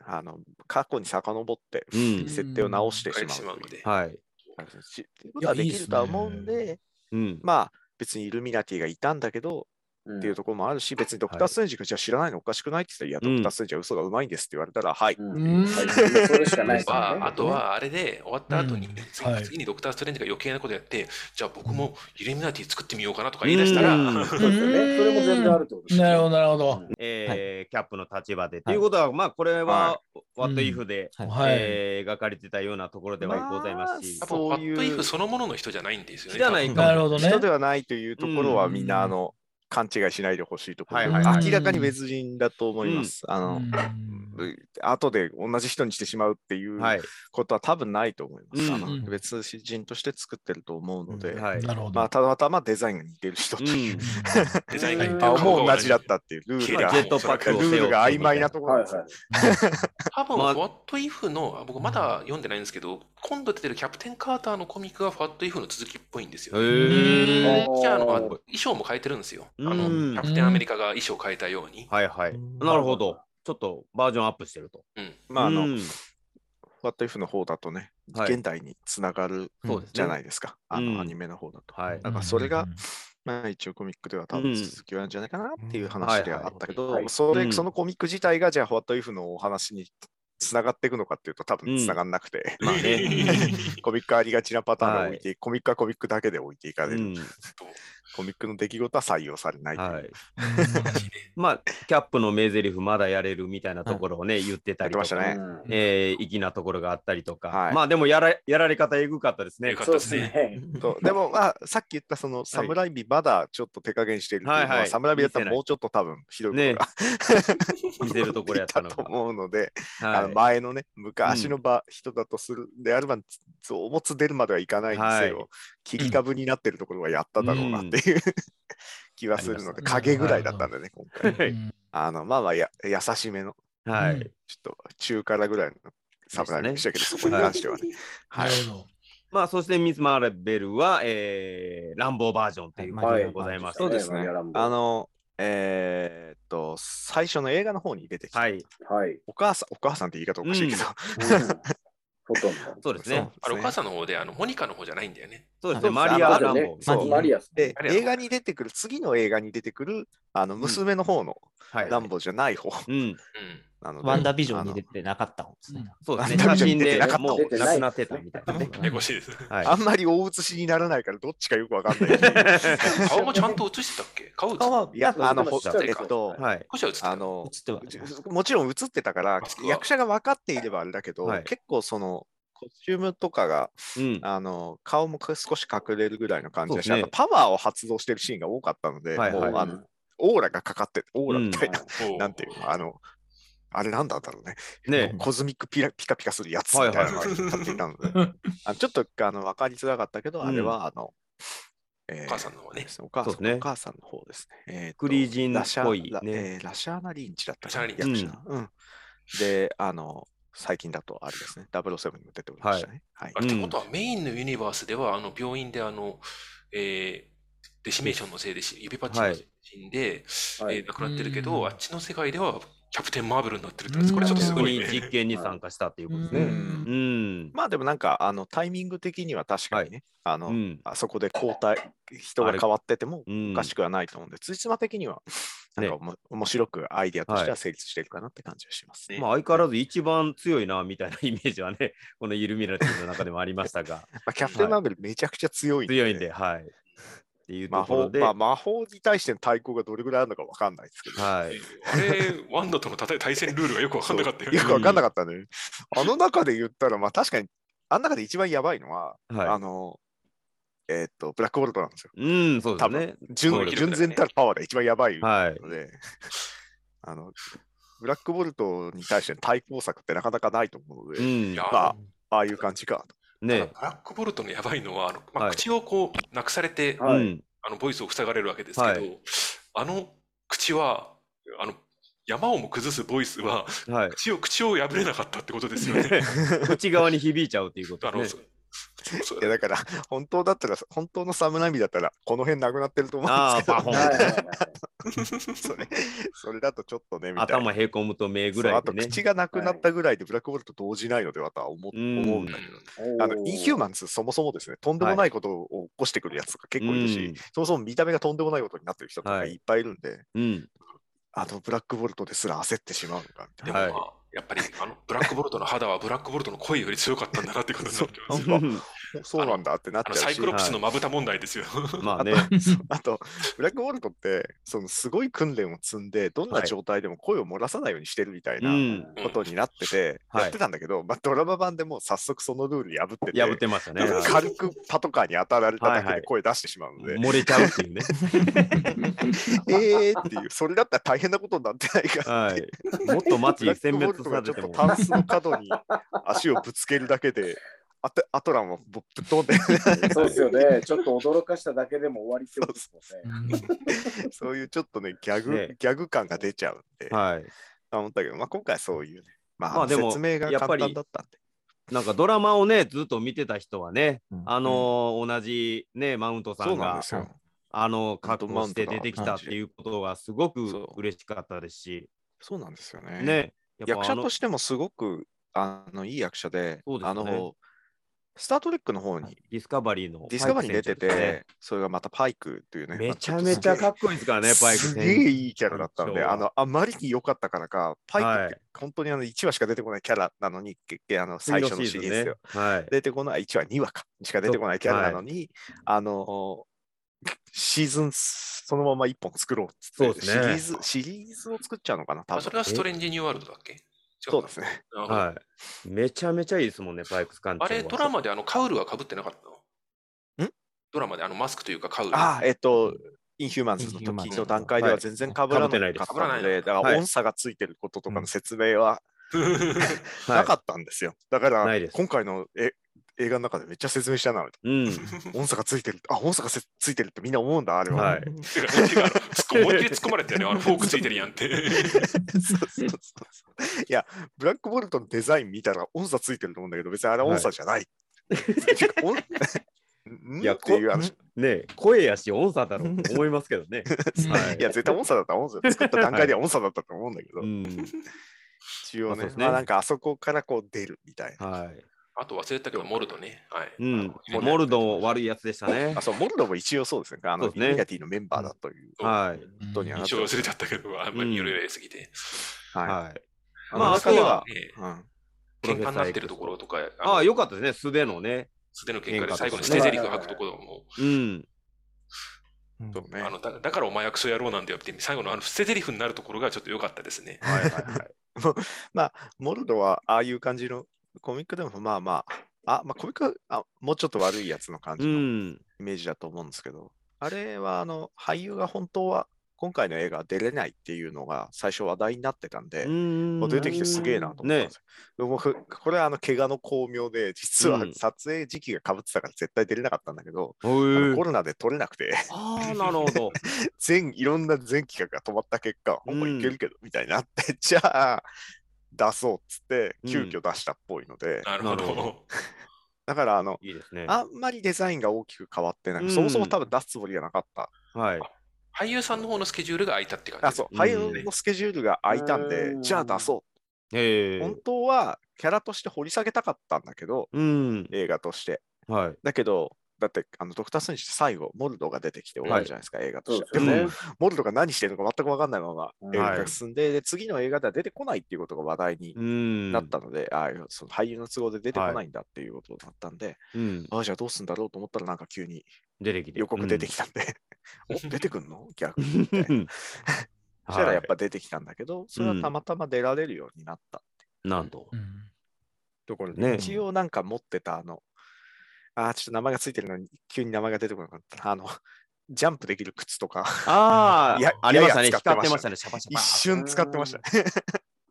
Speaker 4: あの過去に遡って
Speaker 1: うん。
Speaker 4: 設定を直して
Speaker 5: 返し
Speaker 4: し
Speaker 5: ま
Speaker 4: ま
Speaker 5: う
Speaker 4: う
Speaker 5: の
Speaker 4: という
Speaker 5: で。
Speaker 1: はい。
Speaker 4: 感じですしっていうことはできるとは思うん
Speaker 2: いやいいっ
Speaker 4: で、
Speaker 2: すね
Speaker 1: うん。
Speaker 4: まあ別にイルミナティがいたんだけどっていうところもあるし、別にドクター・ストレンジがじゃあ知らないのおかしくないって言った
Speaker 1: う
Speaker 4: ら、
Speaker 1: ん
Speaker 4: いや、ドクター・ストレンジは嘘がうまいんですって言われたら、はい。
Speaker 3: うん
Speaker 2: うん
Speaker 3: はいそれしかないですよ
Speaker 5: ま
Speaker 3: ね
Speaker 5: あ、あとはあれで終わった後に、
Speaker 2: うん
Speaker 5: 次
Speaker 2: はい
Speaker 5: 次にドクター・ストレンジが余計なことやって、じゃあ僕もイルミナティ作ってみようかなとか言い出したら、
Speaker 1: うん
Speaker 3: そうですよねそれも全然あるってことですね
Speaker 2: なるほど、なるほど。
Speaker 1: えーキャップの立場で。ということは、まあ、これは、What if で、
Speaker 6: はい
Speaker 2: はい
Speaker 1: えー描かれてたようなところではございますし
Speaker 5: やっ。ぱ
Speaker 4: そう
Speaker 5: ファ
Speaker 4: いう
Speaker 5: ットイフそのものの人じゃないんですよね。
Speaker 1: じゃないか
Speaker 2: なるほどね
Speaker 4: 人。ではないというところは、
Speaker 2: うん
Speaker 4: みんなあの勘違いしないでほしいところで、
Speaker 1: はい
Speaker 2: はい
Speaker 4: 明らかに別人だと思います。あの、
Speaker 2: うん
Speaker 4: 後で同じ人にしてしまうっていう
Speaker 1: はい。
Speaker 4: ことは多分ないと思います。
Speaker 1: うん
Speaker 4: あ
Speaker 2: うん
Speaker 4: の別人として作ってると思うので、
Speaker 6: うん
Speaker 1: はい。
Speaker 2: なるほど。
Speaker 4: まあ、ただたまデザインが似てる人という、
Speaker 1: うん
Speaker 5: デザインが言ってる
Speaker 4: あ
Speaker 5: 顔
Speaker 4: もう
Speaker 5: が
Speaker 4: 同じだったっていう、ルール
Speaker 5: ま
Speaker 4: が
Speaker 5: あ
Speaker 1: ジェットパック
Speaker 4: ル
Speaker 1: を背負ってみたいな
Speaker 4: ールが曖昧なところ
Speaker 3: は
Speaker 4: ないんですよ
Speaker 3: は
Speaker 5: 多分、フ
Speaker 1: まあ
Speaker 5: ァットイフの、あ僕まだ読んでないんですけど、今度出てるキャプテン・カーターのコミックがファットイフの続きっぽいんですよ、ね。
Speaker 1: へー
Speaker 3: ー
Speaker 5: じゃああの、衣装も変えてるんですよ。あの
Speaker 1: うん
Speaker 5: キャプテンアメリカが衣装変えたように。
Speaker 1: はいはい。なるほど。ちょっとバージョンアップしてると。
Speaker 4: まあ、あの、
Speaker 1: うん
Speaker 4: ワットイフの方だとね、
Speaker 1: はい
Speaker 4: 現代につながる
Speaker 1: そうですね
Speaker 4: じゃないですか、あ
Speaker 1: うん
Speaker 4: のアニメの方だと。
Speaker 1: はい
Speaker 4: だからそれが
Speaker 2: うん
Speaker 4: まあ、一応コミックでは多
Speaker 1: う
Speaker 4: 分
Speaker 1: ん
Speaker 4: 続きはあるんじゃないかなってい
Speaker 1: は
Speaker 4: う
Speaker 1: いは
Speaker 4: 話
Speaker 1: い
Speaker 4: ではあったけ
Speaker 3: は
Speaker 4: ど、
Speaker 3: い
Speaker 4: それ
Speaker 1: うん
Speaker 4: そのコミック自体がじゃあ、ホワットイフのお話につながっていくのかっていうと、多
Speaker 1: う
Speaker 4: 分
Speaker 1: ん
Speaker 4: つながんなくて、
Speaker 1: まあね。
Speaker 4: コミックありがちなパターンを置い
Speaker 1: は
Speaker 4: て、コミックはコミックだけで置いていか
Speaker 1: う
Speaker 4: れる、
Speaker 1: ん、
Speaker 4: コミックの出来事は採用されないという
Speaker 1: はい。まあ、キャップの名台詞まだやれるみたいなところをね、言ってたりと
Speaker 4: やって
Speaker 1: か、
Speaker 4: ましたね
Speaker 3: うん
Speaker 1: えー粋なところがあったりとか、
Speaker 4: はい
Speaker 1: まあでもやらやられ方えぐかったですね
Speaker 5: えぐ。か
Speaker 3: そうです
Speaker 5: よ
Speaker 3: ね。
Speaker 4: そうでも、まあ、さっき言ったその侍日まだちょっと手加減してるっていうのは、
Speaker 1: はいはい
Speaker 4: 侍日だったらもうちょっと多分ひどい ことが、
Speaker 1: 見せるところやったの
Speaker 4: と
Speaker 1: か。
Speaker 4: 思うので、あの
Speaker 1: は
Speaker 4: 前のね昔の場、人だとするであればおもつ出るまではいかないにせよ、
Speaker 1: はい
Speaker 4: 切り株になってるところはやっただろうなっていう、 気はするの
Speaker 1: あ
Speaker 4: で
Speaker 1: り
Speaker 2: ましたね
Speaker 4: 影ぐらいだったんだね今回
Speaker 1: はい
Speaker 2: うん
Speaker 4: あのまあまあや優しめの
Speaker 1: い。は
Speaker 2: うん
Speaker 1: い。
Speaker 4: ちょっと中辛ぐらいの侍日でしたけどそこに
Speaker 1: はい
Speaker 4: 関してはね、
Speaker 2: な
Speaker 4: はい
Speaker 2: るほど。
Speaker 1: まあそしてミス・マーレベルは、えー、乱暴バージョンということでございます。
Speaker 4: そ
Speaker 1: は
Speaker 4: う
Speaker 1: い。
Speaker 4: ですね
Speaker 3: やらんぼ
Speaker 4: あのえーっと最初の映画の方に出てきた、
Speaker 1: はい
Speaker 3: はい。
Speaker 4: お母さんお母さんって言い方おかしいけど、
Speaker 3: うんほとんど。
Speaker 1: そうですね。
Speaker 5: あれ、お母さんの方で、あの、モニカの方じゃないんだよね。
Speaker 1: そうです
Speaker 4: そ
Speaker 1: ね。
Speaker 4: う
Speaker 1: マリア・
Speaker 4: あ
Speaker 1: ラ
Speaker 4: の
Speaker 1: ンボー。
Speaker 3: そう、マリアさん。
Speaker 4: で
Speaker 5: ありがとう
Speaker 4: 映画に出てくる次の映画に出てくるあの娘の方の
Speaker 1: はい。
Speaker 4: ランボーじゃない方
Speaker 1: うん。
Speaker 5: うん。
Speaker 4: なので、
Speaker 6: ワンダービジョンに出
Speaker 4: て
Speaker 6: てなかった方ですね。
Speaker 1: そうですね。
Speaker 4: ラ
Speaker 1: 写
Speaker 4: ンボー
Speaker 1: 真
Speaker 4: に出て
Speaker 1: で
Speaker 4: なかった
Speaker 1: もうなくなってたみたいなね。
Speaker 5: ややこしいです。
Speaker 1: はい
Speaker 4: あ。んまり大写しにならないからどっちかよくわか んない。
Speaker 5: 顔もちゃんと映してたっけ顔映って
Speaker 6: 他は、
Speaker 4: いや
Speaker 6: なんか
Speaker 4: あのほ
Speaker 3: 映ってた
Speaker 4: えっと
Speaker 1: はい。
Speaker 5: 少しは映ってた。
Speaker 4: あの
Speaker 6: 映っては
Speaker 4: うちもちろん映ってたから
Speaker 5: マスクは
Speaker 4: 役者が分かっていればあれだけど、
Speaker 1: はい
Speaker 4: 結構そのコスチュームとかが
Speaker 1: うん。
Speaker 4: あの顔も少し隠れるぐらいの感じだし、
Speaker 1: そうですね
Speaker 4: あとパワーを発動してるシーンが多かったので、
Speaker 1: はいはい
Speaker 4: もうあのオーラがかかってオーラみたいな、
Speaker 5: こう
Speaker 4: なんていうのあのあれなんだったろうね
Speaker 1: ね
Speaker 4: コズミックピラピカピカするやつみ
Speaker 1: は
Speaker 4: た
Speaker 1: い
Speaker 4: いな
Speaker 1: はい
Speaker 4: のが立っていたので、 あのちょっとあの分かりづらかったけど、あれはあの、え
Speaker 5: お
Speaker 4: ー
Speaker 5: 母さんの方ね。
Speaker 4: ですねお母さん
Speaker 1: そうですね
Speaker 4: お母さんの方ですね。えーと
Speaker 1: クリージンっぽいね
Speaker 4: ラシャラえーラシャーナ・リンチだったかな
Speaker 5: ラシャーナ
Speaker 1: リンチ
Speaker 4: 役者うんで、あの、最近だとあれですね、007にも出ておりましたね。はい
Speaker 5: あれってことは、メインのユニバースでは、あの、病院で、あの、えーデシメーションのせいでし、指パッチンのせいで、
Speaker 3: はい
Speaker 5: えー亡くなってるけ
Speaker 2: う
Speaker 5: ど、
Speaker 2: ん
Speaker 5: あっちの世界では、キャプテン・マーベルになってるってやつ、
Speaker 2: うん
Speaker 5: これちょっとす
Speaker 1: 特
Speaker 5: ごい
Speaker 1: に
Speaker 5: ね。
Speaker 1: 実験に参加したっていうことです
Speaker 4: う
Speaker 1: ね。
Speaker 4: ん
Speaker 1: うん。
Speaker 4: まあでもなんか、あのタイミング的には確かにね、あの、
Speaker 1: うん。
Speaker 4: あそこで交代、人が変わってても
Speaker 1: うん
Speaker 4: おかしくはないと思うんで、ついつま的には、 なんかおも、面白くアイデアとしては成立してるかなって感じがしますね。
Speaker 1: まあ相変わらず一番強いなみたいなイメージはね、 このイルミナティの中でもありましたが、
Speaker 4: まあキャプテン・マーベルめちゃくちゃ 強い
Speaker 1: 強いんで、はい。っていう
Speaker 4: 魔
Speaker 1: ところ
Speaker 4: 法、
Speaker 1: で、
Speaker 4: まあ、魔法に対しての対抗がどれぐらいあるのかわかんないですけど。
Speaker 1: はい。
Speaker 5: あれ、ワンダとの対対戦ルールがよくわかんなかっ たよね
Speaker 4: よ。くわかんなかったね。あの中で言ったら、まあ確かに、あの中で一番やばいのは、あ
Speaker 1: は
Speaker 4: の、えーっと、ブラックボルトなんですよ。
Speaker 1: い。うん、そうですね。
Speaker 4: 純
Speaker 5: そうですよね
Speaker 4: 純然たるパワーが一番やばい
Speaker 1: はい。
Speaker 4: ので、 あの、ブラックボルトに対しての対抗策ってなかなかないと思うので、
Speaker 1: うん
Speaker 5: い。や
Speaker 4: まあ、ああいう感じか
Speaker 5: た
Speaker 4: と。
Speaker 5: だ
Speaker 1: ね
Speaker 5: ブ。ラックボルトのやばいのは、あのまあ、
Speaker 1: はい
Speaker 5: 口をこう、なくされて、
Speaker 1: う
Speaker 3: はい
Speaker 1: ん。
Speaker 5: あのボイスを塞がれるわけですけ
Speaker 1: は
Speaker 5: ど、
Speaker 1: い
Speaker 5: あの口は、あの、山をも崩すボイスは、
Speaker 1: はい。
Speaker 5: 口を、口を破れなかったってことですよね。
Speaker 1: 内側に響いちゃうっていうこと
Speaker 5: あの、
Speaker 1: です
Speaker 5: そ
Speaker 1: ね。
Speaker 5: そうそう
Speaker 4: いや、だから、本当だったら、本当の侍だったら、この辺なくなってると思うん
Speaker 1: ああ、
Speaker 4: ですけど
Speaker 1: パ、ホン。
Speaker 3: はいはいはい
Speaker 4: それ、それだとちょっとね、みたいな。
Speaker 1: 頭へこむと目ぐらい
Speaker 4: そう
Speaker 1: で
Speaker 4: あと
Speaker 1: ね。
Speaker 4: 口がなくなったぐらいでブラックボルトと動じないのではとは思,、
Speaker 1: うん
Speaker 4: 思うんだけど、あのインヒューマンズそもそもですねとんでもないことを起こしてくるやつが結構いるし、そもそも見た目がとんでもないことになってる人とか
Speaker 1: はい
Speaker 4: いっぱいいるんで、
Speaker 1: うん。うん。
Speaker 4: あのブラックボルトですら焦ってしまうのかみた
Speaker 5: で
Speaker 4: い
Speaker 5: も、
Speaker 4: な。
Speaker 5: まあ
Speaker 1: は
Speaker 5: やっぱりあのブラックボルトの肌はブラックボルトの声より強かったんだなってことになって ますよ。
Speaker 4: そうなんだってなっ
Speaker 5: あの
Speaker 4: ちゃ
Speaker 5: サ
Speaker 4: う
Speaker 5: イ
Speaker 4: し
Speaker 5: ク、ロプスのまぶた問題ですよ。
Speaker 1: まあね。
Speaker 4: あと、ブラックボルトって、そのすごい訓練を積んで、どんな
Speaker 1: はい。
Speaker 4: 状態でも声を漏らさないようにしてるみたいうなんことになってて、
Speaker 1: はい
Speaker 4: やってたんだけど、まあ、ドラマ版でもう早速そのルール破ってて、
Speaker 1: 破ってましたね。
Speaker 4: なんか
Speaker 1: は
Speaker 4: 軽くパトカーに当たられただ
Speaker 1: はい
Speaker 4: け
Speaker 1: は
Speaker 4: で
Speaker 1: い
Speaker 4: 声出してしまう
Speaker 1: い
Speaker 4: ので、
Speaker 1: 漏れちゃうっていうね。
Speaker 4: えーっていう、それだったら大変なことになってないかっ
Speaker 1: は
Speaker 4: ていう。
Speaker 1: い。もっと街
Speaker 4: ブラッ
Speaker 1: 殲
Speaker 4: クボ
Speaker 1: 滅
Speaker 4: ルト
Speaker 1: さ
Speaker 4: が
Speaker 1: れ
Speaker 4: ちょってと
Speaker 1: も。
Speaker 4: タンスの角に足をぶつけるだけで、あとアトランはぶっ 飛んで、
Speaker 3: そうですよね。ちょっと驚かしただけでも終わりってことですもんね。
Speaker 4: そういうちょっとね、ギャグ、
Speaker 1: ね
Speaker 4: ギャグ感が出ちゃうんで、
Speaker 1: はい。
Speaker 4: 思ったけど、まあ今回そういうね、まあ、
Speaker 1: まあでも
Speaker 4: 説明が
Speaker 1: やっぱ
Speaker 4: 簡
Speaker 1: り
Speaker 4: 単だったんで。
Speaker 1: なんかドラマをね、ずっと見てた人はね、
Speaker 6: うん
Speaker 1: あのー同じね、マウントさ
Speaker 4: そうんなん
Speaker 1: が
Speaker 4: で、すよ。
Speaker 1: あの、
Speaker 4: マウン
Speaker 1: 覚
Speaker 4: ト
Speaker 1: 悟して
Speaker 4: マウン
Speaker 1: 出
Speaker 4: ト
Speaker 1: てきたっていうことがすごく嬉しかったですし、
Speaker 4: そうなんですよね。
Speaker 1: ね、やっ
Speaker 4: 役
Speaker 1: ぱあ
Speaker 4: 者
Speaker 1: の
Speaker 4: としてもすごくあのいい役者で、
Speaker 1: そうです
Speaker 4: あ
Speaker 1: よね
Speaker 4: のスター・トレックの方に
Speaker 1: ディスカバリーの
Speaker 4: ディスカバリーに出てて、
Speaker 1: パイク選手ですね
Speaker 4: それがまたパイクというね。
Speaker 1: めちゃめちゃかっこいいですからね、パイク
Speaker 4: す
Speaker 1: 選
Speaker 4: げ
Speaker 1: 手。
Speaker 4: えいいキャラだったんで、あの、あまりに良かったからか、パイクって本当にあの1話しか出てこないキャラなのに、結局あの最初のシリーズよ。
Speaker 1: ね。はい。
Speaker 4: 出てこない、1話、2話か、しか出てこないキャラなのに、あの、シーズンそのまま1本作ろうっつって
Speaker 1: そうですね
Speaker 4: シリーズ、シリーズを作っちゃうのかな、多
Speaker 5: あ
Speaker 4: 分
Speaker 5: それがストレンジニューワールドだっけ違か
Speaker 4: そうですね。
Speaker 5: なるほど
Speaker 1: はい。めちゃめちゃいいですもんね、パイクス館長
Speaker 5: あ
Speaker 1: は。
Speaker 5: れ、ドラマであのカウルはかぶってなかったの
Speaker 4: ん
Speaker 5: ドラマであのマスクというかカウル。
Speaker 4: ああ、えっと、インヒューマンズの
Speaker 6: インヒューマン
Speaker 4: 時
Speaker 5: ズ
Speaker 4: の段階では全然被らなかった
Speaker 5: はい
Speaker 4: の
Speaker 5: 被らない
Speaker 4: で、
Speaker 5: です
Speaker 4: だか
Speaker 1: は
Speaker 4: ら
Speaker 1: い
Speaker 4: 音差がついてることとかの説明
Speaker 1: はい
Speaker 4: はなかったんですよ。だか
Speaker 1: な
Speaker 4: ら
Speaker 1: いで、す
Speaker 4: 今回のえ映画の中でめっちゃ説明した
Speaker 1: う
Speaker 4: な、
Speaker 1: ん。
Speaker 4: 音差がついてる、あ、音差がせついてるってみんな思うんだ、あれは。
Speaker 1: はい
Speaker 5: てかてか あの突っ込思いっきり突っ込まれてね、あのフォークついてるやんって。
Speaker 4: そうそうそうそういや、ブラックボルトのデザイン見たら音差ついてると思うんだけど、別にあれは音差じゃない。 い
Speaker 1: いや
Speaker 4: や、っていう話。
Speaker 1: ね声やし、音差だろう と思いますけどね。はい
Speaker 4: いや、絶対音差だったら音差。作った段階では音差だったと思うんだけど
Speaker 1: う。ん。
Speaker 4: 一応
Speaker 1: まあそう
Speaker 4: ね
Speaker 1: で、すね
Speaker 4: まあなんかあそこからこう出るみたいな。
Speaker 1: はい。
Speaker 5: あと忘れたけど、モルドね。はい。
Speaker 1: うん。
Speaker 5: あの
Speaker 1: モルドン悪いやつでしたね
Speaker 4: あ、。そう、モルドも一応そうですね。あの、
Speaker 1: そうです
Speaker 4: ユ
Speaker 1: ね
Speaker 4: ニガティのメンバーだという。
Speaker 1: はい。
Speaker 4: ことにはなっ
Speaker 5: 印象
Speaker 4: てます
Speaker 5: 忘れちゃったけど、あんまりゆるゆるすぎて。
Speaker 4: は
Speaker 1: はい。
Speaker 4: い。
Speaker 1: まあ
Speaker 4: の中では
Speaker 5: ね、
Speaker 4: うん
Speaker 5: 喧嘩になってるところとか、
Speaker 1: ああ、
Speaker 5: よ
Speaker 1: よかったですね、素手のね。
Speaker 5: 素手の喧
Speaker 1: 喧
Speaker 5: 嘩で
Speaker 1: 嘩
Speaker 5: 最後に
Speaker 1: と
Speaker 5: 捨
Speaker 1: かね
Speaker 5: て台詞を吐くところも、
Speaker 1: うん。
Speaker 6: うん
Speaker 4: そうね
Speaker 5: あ。のだだからお前はクソ野郎なんだよって、最後のあの捨て台詞になるところがちょっと良かったです ね。
Speaker 1: はいはいはい。
Speaker 4: モルドはああいう感じのコミックでもまあまあ、あ、まあコミックはあもうちょっと悪いやつの感
Speaker 1: う
Speaker 4: じのイ
Speaker 1: ん。
Speaker 4: メージだと思うんですけど、あれはあの、俳優が本当は今回の映画出れないっていうのが最初話題になってたんで、
Speaker 1: うん
Speaker 4: もう出てきてすげえなと思ったん
Speaker 1: ね
Speaker 4: です。よ。でもここれはあの怪我の巧妙で、実は
Speaker 1: うん
Speaker 4: 撮影時期がかぶってたから絶対出れなかったんだけど、
Speaker 1: お
Speaker 4: あの
Speaker 1: ー
Speaker 4: コロナで撮れなくて、
Speaker 1: ああ、なるほ ど。
Speaker 4: 全いろんな全企画が止まった結果、
Speaker 1: うん
Speaker 4: もういけるけどみたいになって、 じゃあ出そうっつって、
Speaker 1: うん
Speaker 4: 急遽出したっぽいので、
Speaker 5: なるほ
Speaker 1: なるほ
Speaker 5: ど。
Speaker 4: だからあの、
Speaker 1: いいですね。
Speaker 4: あんまりデザインが大きく変わってない、
Speaker 1: うん
Speaker 4: そもそも多分出すつもりがなかった。
Speaker 1: はい。
Speaker 5: 俳優さんの方のスケジュールが空いたって感じ
Speaker 4: あそう
Speaker 1: うん
Speaker 4: 俳優のスケジュールが空いたんで、
Speaker 3: うん
Speaker 4: じゃあ出そ
Speaker 1: ええ
Speaker 4: う。本。当はキャラとして掘り下げたかったんだけど、
Speaker 1: うん。
Speaker 4: 映画として。
Speaker 1: はい。
Speaker 4: だけど、だってあのドクター・ストレンジって最後、モルドが出てきて終わるじゃないですか、映画と
Speaker 3: そ
Speaker 4: し
Speaker 3: う
Speaker 4: て
Speaker 3: で
Speaker 4: は。
Speaker 3: すよ
Speaker 4: でも、
Speaker 3: ね。
Speaker 4: モルドが何してるのか全く分かんないまま
Speaker 3: うん
Speaker 4: 映画が進んで、で次の映画では出てこないっていうことが話題に
Speaker 1: うん。
Speaker 4: なったので、ああその俳優の都合で出てこないんだっていうことだったんで、
Speaker 1: うん。
Speaker 4: ああじゃあどうするんだろうと思ったら、なんか急に
Speaker 1: 出てきて。
Speaker 4: 予告出て
Speaker 1: き
Speaker 4: きたんで、 お出てくんの逆
Speaker 1: た。う
Speaker 4: に みたいな。
Speaker 1: ん
Speaker 4: そしたらやっ
Speaker 1: は
Speaker 4: ぱ出てきたんだけど、それはたまたま出られるようになった
Speaker 1: いなん と。
Speaker 4: ところで、
Speaker 1: ね
Speaker 4: 一応なんか持ってたあの、あーちょっと名前がついてるのに、急に名前が出てこなかった。あの、ジャンプできる靴とか、
Speaker 1: あ
Speaker 4: いや
Speaker 1: あ、ありましたね。
Speaker 4: いやいや使っ
Speaker 1: 光
Speaker 4: て
Speaker 1: っ
Speaker 4: ま
Speaker 1: て
Speaker 4: した
Speaker 1: ましたね。シャバシャ
Speaker 4: 一
Speaker 1: バ。
Speaker 4: 瞬使ってましたね。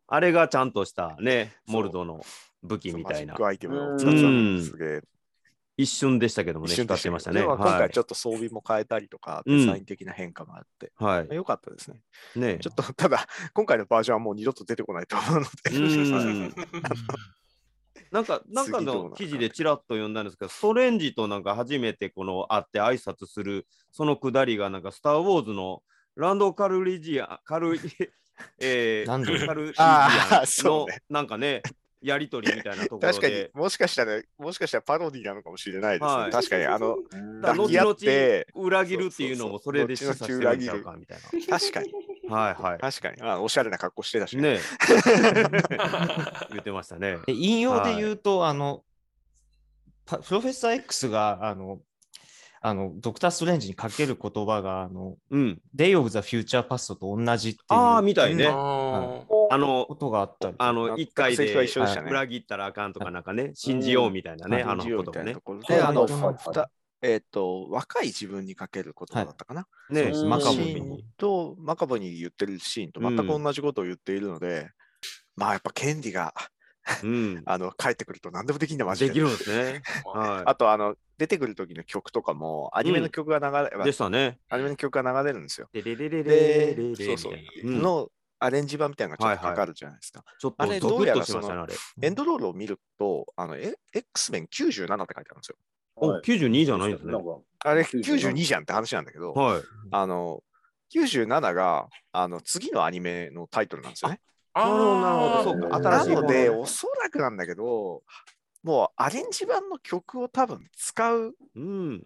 Speaker 1: あれがちゃんとしたね、
Speaker 4: そう
Speaker 1: モルドの武器みたいな
Speaker 4: マジッ。クアイテムを
Speaker 3: うん
Speaker 4: 使ってたのがすげえ。
Speaker 1: 一瞬でしたけども
Speaker 4: 一
Speaker 1: ね、
Speaker 4: 瞬
Speaker 1: 光
Speaker 4: で
Speaker 1: っ
Speaker 4: してた
Speaker 1: ま
Speaker 4: ま
Speaker 1: し
Speaker 4: したた
Speaker 1: ね。
Speaker 4: ね。今
Speaker 1: はい
Speaker 4: 回ちょっと装備も変えたりとか、
Speaker 1: うん
Speaker 4: デザイン的な変化もあって、
Speaker 1: はい
Speaker 4: まあ。良かったですね。
Speaker 1: ね
Speaker 4: ちょっと、ただ、今回のバージョンはもう二度と出てこないと 思うの
Speaker 1: う
Speaker 4: で、
Speaker 1: んなんか、なんか
Speaker 4: 次どうな
Speaker 1: の
Speaker 4: るか
Speaker 1: 記事でちらっと読んだんですけど、ストレンジとなんか初めてこの会って挨拶する、そのくだりがなんか、スター・ウォーズのランド・カルリジア、カ ル、えー、
Speaker 6: ランド
Speaker 1: カルリジ
Speaker 4: あ
Speaker 1: ア
Speaker 4: ー
Speaker 1: ン
Speaker 4: そ
Speaker 1: の
Speaker 4: うね
Speaker 1: なんかね、やりとりみたいなところ
Speaker 4: 確かに
Speaker 1: で、、
Speaker 4: もしかしたら、もしかしたらパロディなのかもしれないです
Speaker 1: は
Speaker 4: ね。
Speaker 1: い
Speaker 4: 確かに、あの、
Speaker 1: だから
Speaker 4: 抱き合って
Speaker 1: 後々裏切るっていうのもそれで示唆してるんちゃうかみたい
Speaker 4: 確かに、
Speaker 1: な。 はいは
Speaker 4: 確かに、あおしゃれな格好してたし
Speaker 1: い。
Speaker 4: ね。
Speaker 1: ね 言ってましたね。
Speaker 6: で引用で言うと、あのパプロフェッサー X があのあのドクター・ストレンジにかける言葉があの
Speaker 1: うん。
Speaker 6: デイ・オブ・ザ・フューチャー・パストと同じっていう
Speaker 1: ああ、
Speaker 6: こ
Speaker 1: みたいね。
Speaker 5: あ
Speaker 1: あの、
Speaker 6: とがあったり
Speaker 1: あ
Speaker 4: 全
Speaker 1: の、
Speaker 4: く
Speaker 1: 一回
Speaker 4: セリフは
Speaker 1: で
Speaker 4: 一緒でしたね
Speaker 1: 裏切ったらあかんとか、なんかね、信じようみたいなね、あの
Speaker 4: 日曜
Speaker 1: こと
Speaker 4: みた
Speaker 1: を
Speaker 4: いな
Speaker 1: ね
Speaker 4: と。ころ
Speaker 6: は
Speaker 4: で、
Speaker 6: い
Speaker 4: あの、
Speaker 6: はいはい
Speaker 4: ふたえっと、若い自分にかける言葉だったかな。
Speaker 6: そう
Speaker 1: ね
Speaker 6: です
Speaker 3: うん
Speaker 6: マカボ
Speaker 4: シ
Speaker 6: ー
Speaker 4: ーン
Speaker 6: に。
Speaker 4: とマカボに言ってるシーンと全く同じことを言っているので、まあやっぱケンディが
Speaker 1: うん。
Speaker 4: あの帰ってくると何でもできんだマジ
Speaker 1: で
Speaker 4: で。
Speaker 1: きるんですね。
Speaker 5: あ。
Speaker 1: は
Speaker 4: あとあの出てくる時の曲とかもアニメの曲が流れ、
Speaker 1: い。でしたね。
Speaker 4: アニメの曲が流れるんですよ。
Speaker 1: でれれれれれ
Speaker 4: で
Speaker 1: れ、
Speaker 4: そうそう、
Speaker 1: うん
Speaker 4: のアレンジ版みたいなのがちょっと
Speaker 1: はいは
Speaker 4: か
Speaker 1: い
Speaker 4: かるじゃないですか。
Speaker 1: ちょっ
Speaker 4: あ
Speaker 1: と
Speaker 4: れ
Speaker 1: ゾ
Speaker 4: ど
Speaker 1: ク
Speaker 4: う
Speaker 1: ッ
Speaker 4: や
Speaker 1: と
Speaker 4: ら
Speaker 1: しましたね、あれ。
Speaker 4: エンドロールを見ると、あの、え X-Men 97って書いてあるんですよ。
Speaker 1: お、92じゃないんですね
Speaker 3: ん。か
Speaker 4: あれ
Speaker 3: 92
Speaker 4: 92じゃんって話なんだけど、
Speaker 1: はい。
Speaker 4: あの、97があの次のアニメのタイトルなんですよね。
Speaker 5: あー
Speaker 1: なるほどなるほど
Speaker 3: そうか
Speaker 4: な
Speaker 3: 新しいも
Speaker 4: の
Speaker 3: の
Speaker 4: で、おそらくなんだけど、もうアレンジ版の曲を多分使う
Speaker 1: うん。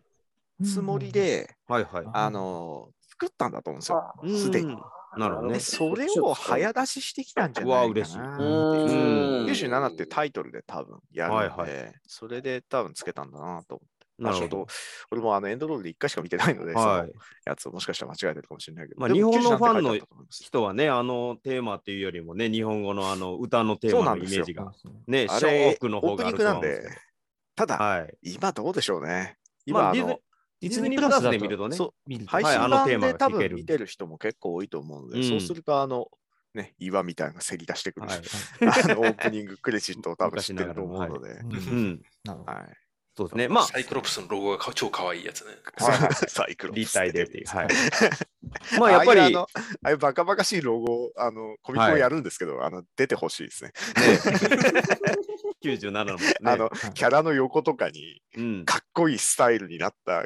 Speaker 4: つもりで、
Speaker 1: はいはい。
Speaker 4: あの作ったんだと思うんですよ。
Speaker 3: あ
Speaker 1: うん
Speaker 4: すでに。
Speaker 1: なるほどね
Speaker 4: で、それを早出ししてきたんじゃ
Speaker 1: う
Speaker 4: な
Speaker 1: わ
Speaker 4: い
Speaker 1: 嬉しい
Speaker 4: かな。
Speaker 3: う
Speaker 1: うん
Speaker 3: ん
Speaker 4: 97ってタイトルで多分やるので、
Speaker 1: はい
Speaker 4: それで多分つけたんだなと思って。ま
Speaker 1: な
Speaker 4: あ
Speaker 1: る
Speaker 4: ちょ
Speaker 1: ほど。
Speaker 4: っと俺もあのエンドロールで1回しか見てないので、
Speaker 1: は
Speaker 4: その
Speaker 1: い。
Speaker 4: やつをもしかしたら間違えてるかもしれないけど。
Speaker 1: まあ
Speaker 4: でも
Speaker 1: 日本のファンの
Speaker 4: 97って書いてあったと思います
Speaker 1: 人はね、あのテーマっていうよりもね、日本語のあの歌のテー
Speaker 4: そう
Speaker 1: マ
Speaker 4: な
Speaker 1: のイ
Speaker 4: んで
Speaker 1: メ
Speaker 4: すよ
Speaker 1: ージが。ね、
Speaker 4: あ
Speaker 1: ショー
Speaker 4: れ
Speaker 1: クの
Speaker 4: オ
Speaker 1: 方
Speaker 4: ープ
Speaker 1: があ
Speaker 4: ニ
Speaker 1: るとは思うん
Speaker 4: ングなん
Speaker 1: で
Speaker 4: です
Speaker 1: け、
Speaker 4: た
Speaker 1: ど。
Speaker 4: だ、
Speaker 1: はい。
Speaker 4: 今どうでしょうね。今、
Speaker 1: まあ
Speaker 4: あ
Speaker 1: ディズ
Speaker 4: の
Speaker 1: デ
Speaker 6: デ
Speaker 1: ィ
Speaker 6: ィ
Speaker 1: ズニープ
Speaker 6: ズニープ
Speaker 1: ラ
Speaker 6: ラ
Speaker 1: ス
Speaker 6: ス
Speaker 1: で
Speaker 6: で
Speaker 1: 見
Speaker 6: 見
Speaker 1: ると
Speaker 6: ると
Speaker 1: ね
Speaker 6: ね、
Speaker 4: 配
Speaker 1: はいあ
Speaker 4: 信
Speaker 1: のテー
Speaker 4: 版
Speaker 1: マが聞
Speaker 4: で多
Speaker 1: ける
Speaker 4: 分見てる人も結構多いと思うので、
Speaker 1: うん
Speaker 4: そうすると、あの、ね、岩みたいなのがせり出してくるし、
Speaker 1: はい。
Speaker 4: あのオープニングクレジットを多分知ってると思うので。
Speaker 1: うん。
Speaker 6: は
Speaker 4: はい
Speaker 1: そうですね。まあ、
Speaker 5: サイクロプスのロゴがか超可愛いやつね。
Speaker 1: はいはい
Speaker 4: サイクロプス
Speaker 1: 立体でっていう。 はい。
Speaker 4: ま
Speaker 1: ま
Speaker 4: あ
Speaker 1: あ
Speaker 4: や
Speaker 1: や
Speaker 4: っ
Speaker 1: っ
Speaker 4: ぱ
Speaker 1: ぱ
Speaker 4: り
Speaker 1: り
Speaker 4: あのあれバカバカしいロゴあのコミックをやるんですけど、あの出てほしいですね
Speaker 1: 97のもね。
Speaker 4: あのキャラの横とかに
Speaker 1: うん。
Speaker 4: かっこいいスタイルになった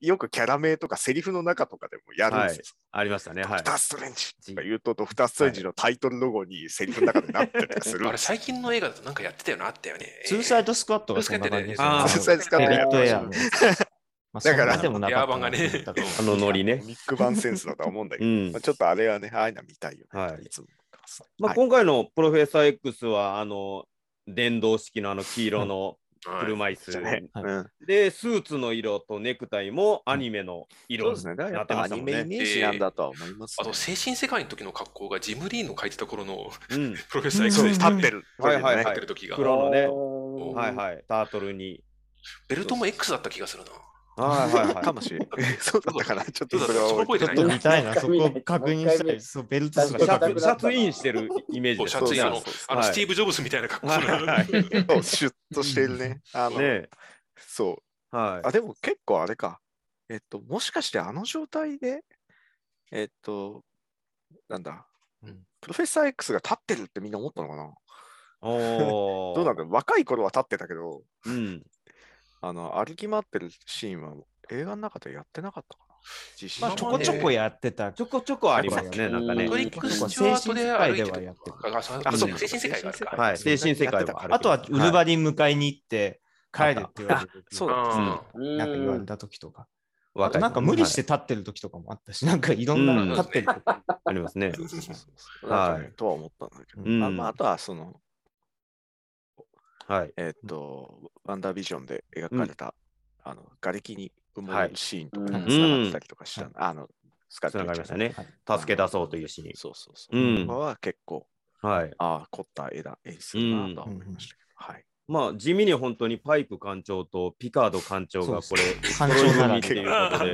Speaker 4: よくキャラ名とかセリフの中とかでもやるんです
Speaker 1: ありましたね。
Speaker 4: よ、
Speaker 1: は
Speaker 4: ドク
Speaker 1: い
Speaker 4: タ。ーストレンジとか言うとドクターストレンジのタイトルロゴにセリフの中でなってたりとか するん
Speaker 5: あ
Speaker 4: で
Speaker 5: れ、
Speaker 4: す
Speaker 5: 最近の映画だとなんかやってたよな、あったよね。
Speaker 6: ツーサイドスクワットがそんな感じですね。
Speaker 5: あー
Speaker 4: ツーサイドスクワット
Speaker 6: エ
Speaker 4: や
Speaker 6: リ
Speaker 4: っ
Speaker 6: ッ
Speaker 4: て
Speaker 6: ト
Speaker 4: まし
Speaker 6: エ
Speaker 4: たね だか
Speaker 6: アの。まあ
Speaker 4: ら
Speaker 6: そんなでもなかったな
Speaker 5: エア版がね
Speaker 6: だから
Speaker 1: あのノリね
Speaker 4: コ。ミック版センスだとは思うんだけ
Speaker 1: う
Speaker 4: ど、
Speaker 1: ん
Speaker 4: まあ。ちょっとあれはねああいうのは見たいよね、
Speaker 1: はい
Speaker 4: い、つも思ってます、
Speaker 1: まあ、
Speaker 4: はい
Speaker 1: 今回のプロフェッサー X は、あの、電動式のあの黄色の
Speaker 5: はい
Speaker 1: 車椅子、
Speaker 4: じゃあね
Speaker 6: はい
Speaker 4: うん
Speaker 1: で、スーツの色とネクタイもアニメの
Speaker 4: そう
Speaker 1: 色
Speaker 4: ですね。だから
Speaker 1: な
Speaker 4: や
Speaker 1: っ
Speaker 4: ってぱ
Speaker 1: ま
Speaker 4: ア
Speaker 1: した
Speaker 4: ニ
Speaker 1: もん
Speaker 4: メ
Speaker 1: ね。
Speaker 4: イメージなんだとは思います、
Speaker 5: あと、精神世界の時の格好がジム・リーの書いてた頃の
Speaker 1: うん、
Speaker 5: プロフェッサー X
Speaker 4: そう
Speaker 5: で
Speaker 4: です
Speaker 5: 立
Speaker 4: 立
Speaker 5: っ
Speaker 4: ってて
Speaker 5: る、
Speaker 4: る。
Speaker 1: はいはいはい
Speaker 5: 立ってる時が、
Speaker 1: 黒のね
Speaker 3: ー
Speaker 1: はいはい、タートルに。
Speaker 5: ベルトも X だった気がするな。
Speaker 1: はいはいはい。
Speaker 4: かもしれない。そうだったかな。ちょっとそれは
Speaker 5: その
Speaker 4: 覚
Speaker 5: 覚え
Speaker 4: え
Speaker 6: ち
Speaker 5: て
Speaker 6: ょっ
Speaker 5: ない
Speaker 6: と
Speaker 5: な。
Speaker 6: 見た いな、そこ確認したい。そうベルトす
Speaker 1: シ
Speaker 6: ら
Speaker 3: 確
Speaker 1: ャ
Speaker 3: かに
Speaker 6: 確
Speaker 1: ツ
Speaker 6: 認
Speaker 1: シャツインしてるイメージ
Speaker 5: そう
Speaker 1: です
Speaker 5: シャツイン
Speaker 1: ね
Speaker 5: あの
Speaker 4: そうそ
Speaker 5: あ
Speaker 4: うそう
Speaker 5: の
Speaker 1: はい
Speaker 5: スティーブ・ジョブズみたいな格好
Speaker 1: はい
Speaker 5: の、
Speaker 1: はい
Speaker 4: てない。シュッとしてるね。あの、
Speaker 1: ね
Speaker 4: そう。
Speaker 1: はい
Speaker 4: あ、でも結構あれか。えっと、もしかしてあの状態で、えっと、なんだ
Speaker 6: うん。
Speaker 4: プロフェッサー X が立ってるってみんな思ったのかな
Speaker 1: おー
Speaker 4: どうなんだろう若い頃は立ってたけど、
Speaker 1: うん
Speaker 4: あの、歩き回ってるシーンは映画の中でやってなかったかな実写
Speaker 6: まあ
Speaker 4: の
Speaker 6: ちょこちょこやってた。
Speaker 1: ちょこちょこありますね、なんかね
Speaker 5: マ。トリックス・スチュワートで歩いてるとか。あ、
Speaker 4: あ
Speaker 5: そ
Speaker 4: そうう
Speaker 5: か
Speaker 4: か
Speaker 5: 精神世界があるか。
Speaker 1: はい、精神世界は
Speaker 4: あ
Speaker 1: ある
Speaker 6: あとはウルヴァリン迎えに行って帰るって言われる。
Speaker 4: そう
Speaker 5: う
Speaker 4: だ
Speaker 5: ん
Speaker 3: うん
Speaker 6: なんか言われた時とか。あ
Speaker 1: 若
Speaker 6: と
Speaker 1: い
Speaker 6: なんか無理して立ってる時とかもあったし、なんかいろんな
Speaker 1: うん
Speaker 6: 立ってる時。
Speaker 1: ありますね。
Speaker 4: そうそうそうなんかね
Speaker 1: はい
Speaker 4: とは思ったんだけど、
Speaker 1: うん
Speaker 4: あまあ、あとはその、
Speaker 1: はい。
Speaker 4: えーっと、ワンダービジョンで描
Speaker 1: うん
Speaker 4: かれた、あの、瓦礫に埋も
Speaker 1: は
Speaker 4: れ
Speaker 1: い
Speaker 4: るシーンとか
Speaker 3: うん
Speaker 4: に繋がってたりとかしたの、あの、つ
Speaker 1: つながりました。ね。
Speaker 4: はい
Speaker 1: 助け出そうというシー
Speaker 4: そうそうそう。
Speaker 1: うん
Speaker 4: とかは結構、
Speaker 1: ン。はい。
Speaker 4: ああ、凝った絵だ、演出だなとは思いましたけど、はい。
Speaker 1: まあ、地味に本当にパイプ艦長とピカード艦長がこれ、
Speaker 6: 感
Speaker 1: 揃い
Speaker 6: 情なら
Speaker 1: 踏みってい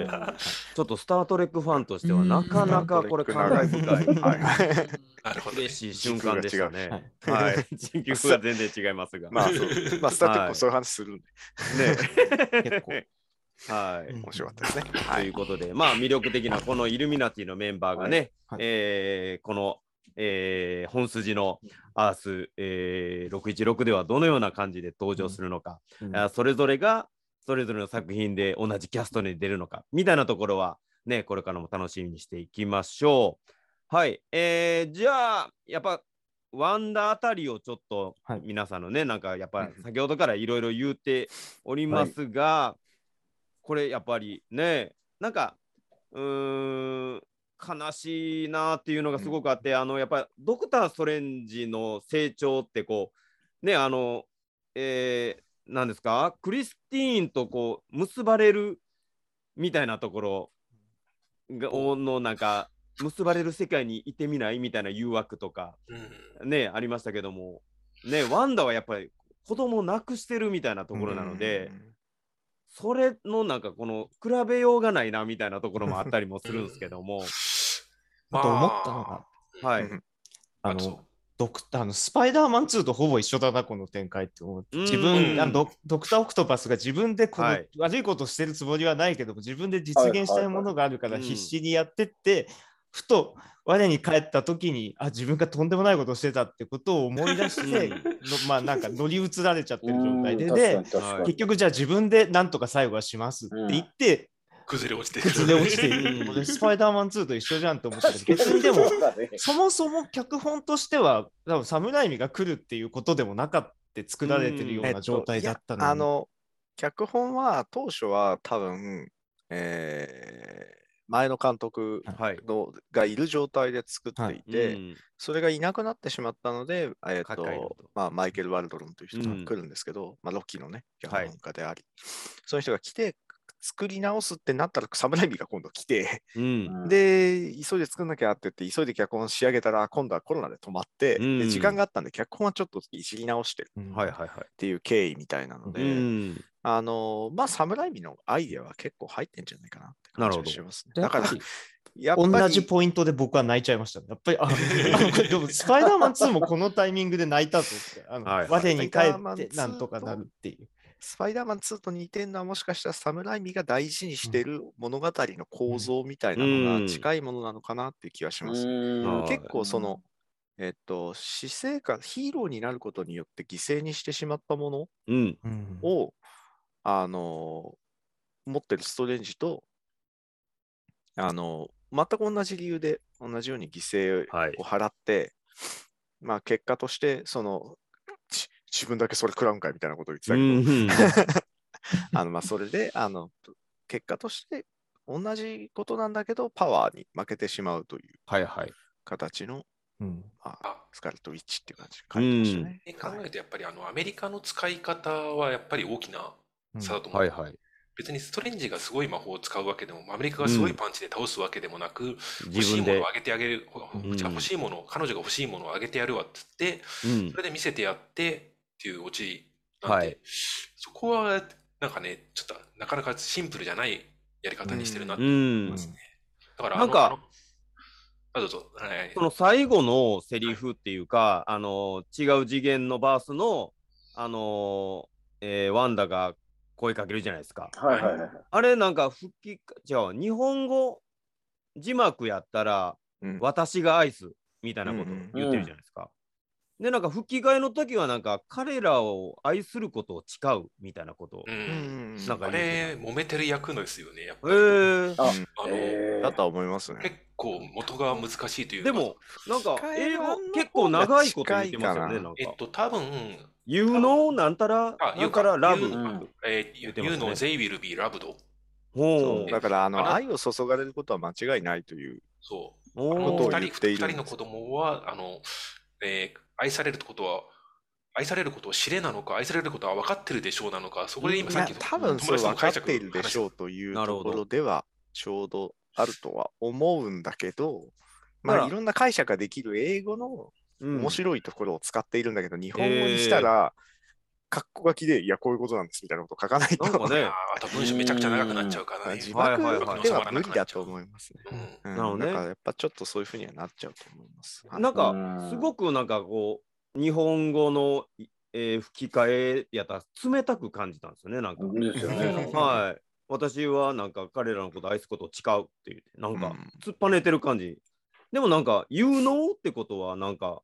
Speaker 1: う ことで、ちょっとスター・トレックファンとしては
Speaker 2: うん
Speaker 1: なかなかこれ感慨深い、
Speaker 4: はい
Speaker 5: なるほどね。
Speaker 1: 嬉しい瞬間でした
Speaker 6: は
Speaker 1: ね。
Speaker 6: い
Speaker 1: はい。人格は全然違いますが。
Speaker 4: まあ、そうまあ、スタテック
Speaker 1: は
Speaker 4: も
Speaker 1: い
Speaker 4: そういう話するんで、
Speaker 6: 結構。
Speaker 1: はい。
Speaker 4: 面白かったですね。は
Speaker 1: という
Speaker 4: い。
Speaker 1: ことで、まあ、魅力的なこのイルミナティのメンバーがね、
Speaker 6: はいはい
Speaker 1: えーこの、えー本筋のアース、えー616ではどのような感じで登場するのか、
Speaker 6: うん
Speaker 1: あそれぞれがそれぞれの作品で同じキャストに出るのかみたいなところは、ね、これからも楽しみにしていきましょう。はい、えーじゃあやっぱワンダーあたりをちょっと
Speaker 6: はい
Speaker 1: 皆さんのね、なんかやっぱ先ほどからいろいろ言うておりますが、これやっぱりねなんかうーん悲しいなっていうのがすごくあって、あのやっぱりドクター・ストレンジの成長ってこうねあのえー、なんですかクリスティーンとこう結ばれるみたいなところがおのなんか結ばれる世界にいてみないみたいな誘惑とか
Speaker 5: うん
Speaker 1: ねありましたけどもねワンダはやっぱり子供を亡くしてるみたいなところなので。それのなんかこの比べようがないなみたいなところもあったりもするんですけども、
Speaker 6: あと思ったのが、
Speaker 1: は
Speaker 4: う
Speaker 1: い
Speaker 4: ん、
Speaker 6: あ
Speaker 5: あ
Speaker 6: の
Speaker 5: と、
Speaker 6: ドクターあのスパイダーマン2とほぼ一緒だな、この展開って思って、
Speaker 1: うん
Speaker 6: 自
Speaker 5: うん
Speaker 6: 分あのド、ドクター・オクトパスが自分でこの、
Speaker 1: はい
Speaker 6: 悪いことしてるつもりはないけども、自分で実現したいものがあるから、
Speaker 1: はいはいはい
Speaker 6: 必死にやってって、ふと我に返った時に、あ、自分がとんでもないことをしてたってことを思い出して、
Speaker 1: う
Speaker 6: の
Speaker 1: ん
Speaker 6: まあなんか乗り移られちゃってる状態で、
Speaker 3: うん
Speaker 6: で、
Speaker 3: 確かに確かに
Speaker 6: 結局じゃあ自分でなんとか最後はしますって言って、
Speaker 5: 崩れ落ちてくる
Speaker 6: 崩れ落ちてい
Speaker 1: うん
Speaker 6: る。俺スパイダーマン2と一緒じゃんと思ったけど、別にでも
Speaker 3: そうだね
Speaker 6: そもそも脚本としては、多分サムライミが来るっていうことでもなかったって作られてるような状態だったのに
Speaker 4: あの、脚本は当初は多分、えー前の監督
Speaker 1: はい。
Speaker 4: のがいる状態で作っていて、
Speaker 1: うん
Speaker 4: それがいなくなってしまったので、えー
Speaker 1: カッカイロン
Speaker 4: と
Speaker 1: と
Speaker 4: まあ、マイケル・ワルドロンという人
Speaker 1: うん
Speaker 4: が来るんですけど、まあ、ロッキーのね、脚
Speaker 1: はい
Speaker 4: 本家であり、その人が来て、作り直すってなったら、サムライミが今度来て、
Speaker 1: うん。
Speaker 4: で、急いで作んなきゃって言って、急いで脚本仕上げたら、今度はコロナで止まって、
Speaker 1: う
Speaker 4: で
Speaker 1: ん
Speaker 4: 時間があったんで、脚本はちょっといじり直してる
Speaker 6: うん
Speaker 1: はいはいは
Speaker 4: っていう経緯みたいなので、
Speaker 1: い。うん。
Speaker 4: あのまあ、サムライミのアイデアは結構入ってんじゃないかなって感じ
Speaker 1: なるほ
Speaker 4: が
Speaker 1: ど
Speaker 4: しますね。
Speaker 6: でや
Speaker 4: だか
Speaker 6: っ
Speaker 4: ら、
Speaker 6: ぱり
Speaker 4: やっぱり
Speaker 6: 同じポイントで僕は泣いちゃいましたね。やっぱ り、ああこれでもスパイダーマン2もこのタイミングで泣いたぞって、あの
Speaker 1: はいはい
Speaker 6: 我に返
Speaker 4: スパイダーマン
Speaker 6: って
Speaker 4: 2
Speaker 6: なんとかなるっていう。
Speaker 4: スパイダーマン2と似てるのはもしかしたらサムライミが大事にしてる物語の構造みたいな
Speaker 1: う
Speaker 4: の
Speaker 1: ん
Speaker 4: が近いものなのかなっていう気がします。
Speaker 1: うん
Speaker 4: 結構その、えっと、死生観、ヒーローになることによって犠牲にしてしまったもの
Speaker 1: うん。
Speaker 6: うん
Speaker 4: を、あの持ってるストレンジと、あの全く同じ理由で同じように犠牲
Speaker 1: はい
Speaker 4: を。払って、まあ結果として、その、ち自分だけそれ食らうんかいみたいなことを言ってた
Speaker 1: う
Speaker 4: けど、
Speaker 1: ん。
Speaker 4: あのまあそれであの結果として同じことなんだけどパワーに負けてしまうという
Speaker 1: はいはい。
Speaker 4: 形の、
Speaker 6: うん
Speaker 4: まあ、スカーレット・ウィッチっていう感じで書いてましたね
Speaker 5: で。考
Speaker 4: は
Speaker 5: え
Speaker 4: い
Speaker 5: るとやっぱりあのアメリカの使い方はやっぱり大きな差だと思う。
Speaker 1: はいはい。
Speaker 5: 別にストレンジがすごい魔法を使うわけでも、アメリカがすごいパンチで倒すわけでもなく、欲
Speaker 1: 自
Speaker 5: し
Speaker 1: 分
Speaker 5: いもの
Speaker 1: で
Speaker 5: を。あげてあげる、ほほ
Speaker 1: うん
Speaker 5: じゃあ欲しいものを、彼女が欲しいものをあげてやるわって言って、
Speaker 1: うん
Speaker 5: そ。れで見せてやってっていうオチなんで、
Speaker 1: はい
Speaker 5: そこはなんかね、ちょっとなかなかシンプルじゃないやり方にしてるなって
Speaker 1: う
Speaker 5: 思い
Speaker 1: ん
Speaker 5: ますね。だから、
Speaker 1: なんか
Speaker 5: あの、あのあどうぞ、はいはい
Speaker 1: その最後のセリフっていうか、あの違う次元のバースの、あのえーワンダが声かけるじゃないですか。
Speaker 3: はいはいはい。
Speaker 1: あれなんか復帰かじゃあ日本語字幕やったら「
Speaker 4: うん
Speaker 1: 私が愛す」みたいなこと言ってるじゃないですか。でなんか吹き替えの時はなんか彼らを愛することを誓うみたいなことを。
Speaker 5: う
Speaker 1: え
Speaker 5: ん。
Speaker 1: な
Speaker 4: なん
Speaker 1: か
Speaker 4: んか
Speaker 5: あれ、揉めてる役のですよね、やっぱり。
Speaker 1: ー、
Speaker 3: あ
Speaker 5: あの
Speaker 3: え
Speaker 4: だとは思いますね。
Speaker 5: 結構元が難しいという
Speaker 1: で
Speaker 5: か
Speaker 1: もなんか英語
Speaker 4: 吹き替え版の方が
Speaker 1: 結構長いこと言ってますよね
Speaker 4: 近いかな
Speaker 1: なん
Speaker 5: え
Speaker 1: か
Speaker 5: っ。と、多分、
Speaker 1: You know なんたら
Speaker 5: あ、
Speaker 1: なんたらラブ。
Speaker 5: You-
Speaker 3: うん
Speaker 5: えー、
Speaker 1: 言
Speaker 5: You
Speaker 1: ってますね
Speaker 5: know they will be loved。
Speaker 1: ほ
Speaker 5: そう
Speaker 4: だからあ
Speaker 5: あ
Speaker 4: の
Speaker 5: ら
Speaker 4: 愛を注がれることは間違いないという。
Speaker 5: そう。
Speaker 1: お
Speaker 5: あ
Speaker 4: こ
Speaker 5: の
Speaker 4: とを
Speaker 1: ー
Speaker 5: 二
Speaker 4: 言
Speaker 5: 人
Speaker 4: っている
Speaker 5: 二人の子供はあの、えー愛されることは愛されることを知れなのか愛されることは分かってるでしょうなのかそこで今
Speaker 4: い
Speaker 5: さっ
Speaker 4: や
Speaker 5: きの
Speaker 4: 多分それ分かっているでしょう
Speaker 5: う
Speaker 4: という
Speaker 1: なる
Speaker 4: と
Speaker 1: ほ
Speaker 4: こ
Speaker 1: ど
Speaker 4: ろではちょうどあるとは思うんだけど、
Speaker 1: だか
Speaker 4: ま
Speaker 1: ら
Speaker 4: あいろんな解釈ができる英語の
Speaker 1: うん
Speaker 4: 面白いところを使っているんだけど、日本語にしたら、格好書きで、いや、こういうことなんですみたいなこと書かないと、
Speaker 1: なんかね
Speaker 5: ああと文章めちゃくちゃ長くなっちゃうからね
Speaker 4: 自
Speaker 1: はい
Speaker 4: 爆
Speaker 1: はいはい
Speaker 4: では無理だと思いますね。
Speaker 5: うん
Speaker 4: うん
Speaker 1: なるほどね
Speaker 4: だからやっぱちょっとそういうふうにはなっちゃうと思います。はい
Speaker 1: なん
Speaker 3: う
Speaker 1: か
Speaker 3: ん
Speaker 1: すごくなんかこう日本語の、えー吹き替えやったら冷たく感じたんですよねなんか。
Speaker 3: い。ですよね。
Speaker 1: はい。私はなんか彼らのこと愛すことを誓うっていうなん
Speaker 4: う
Speaker 1: か
Speaker 4: ん
Speaker 1: 突っぱねてる感じ。でもなんか有能ってことはなんか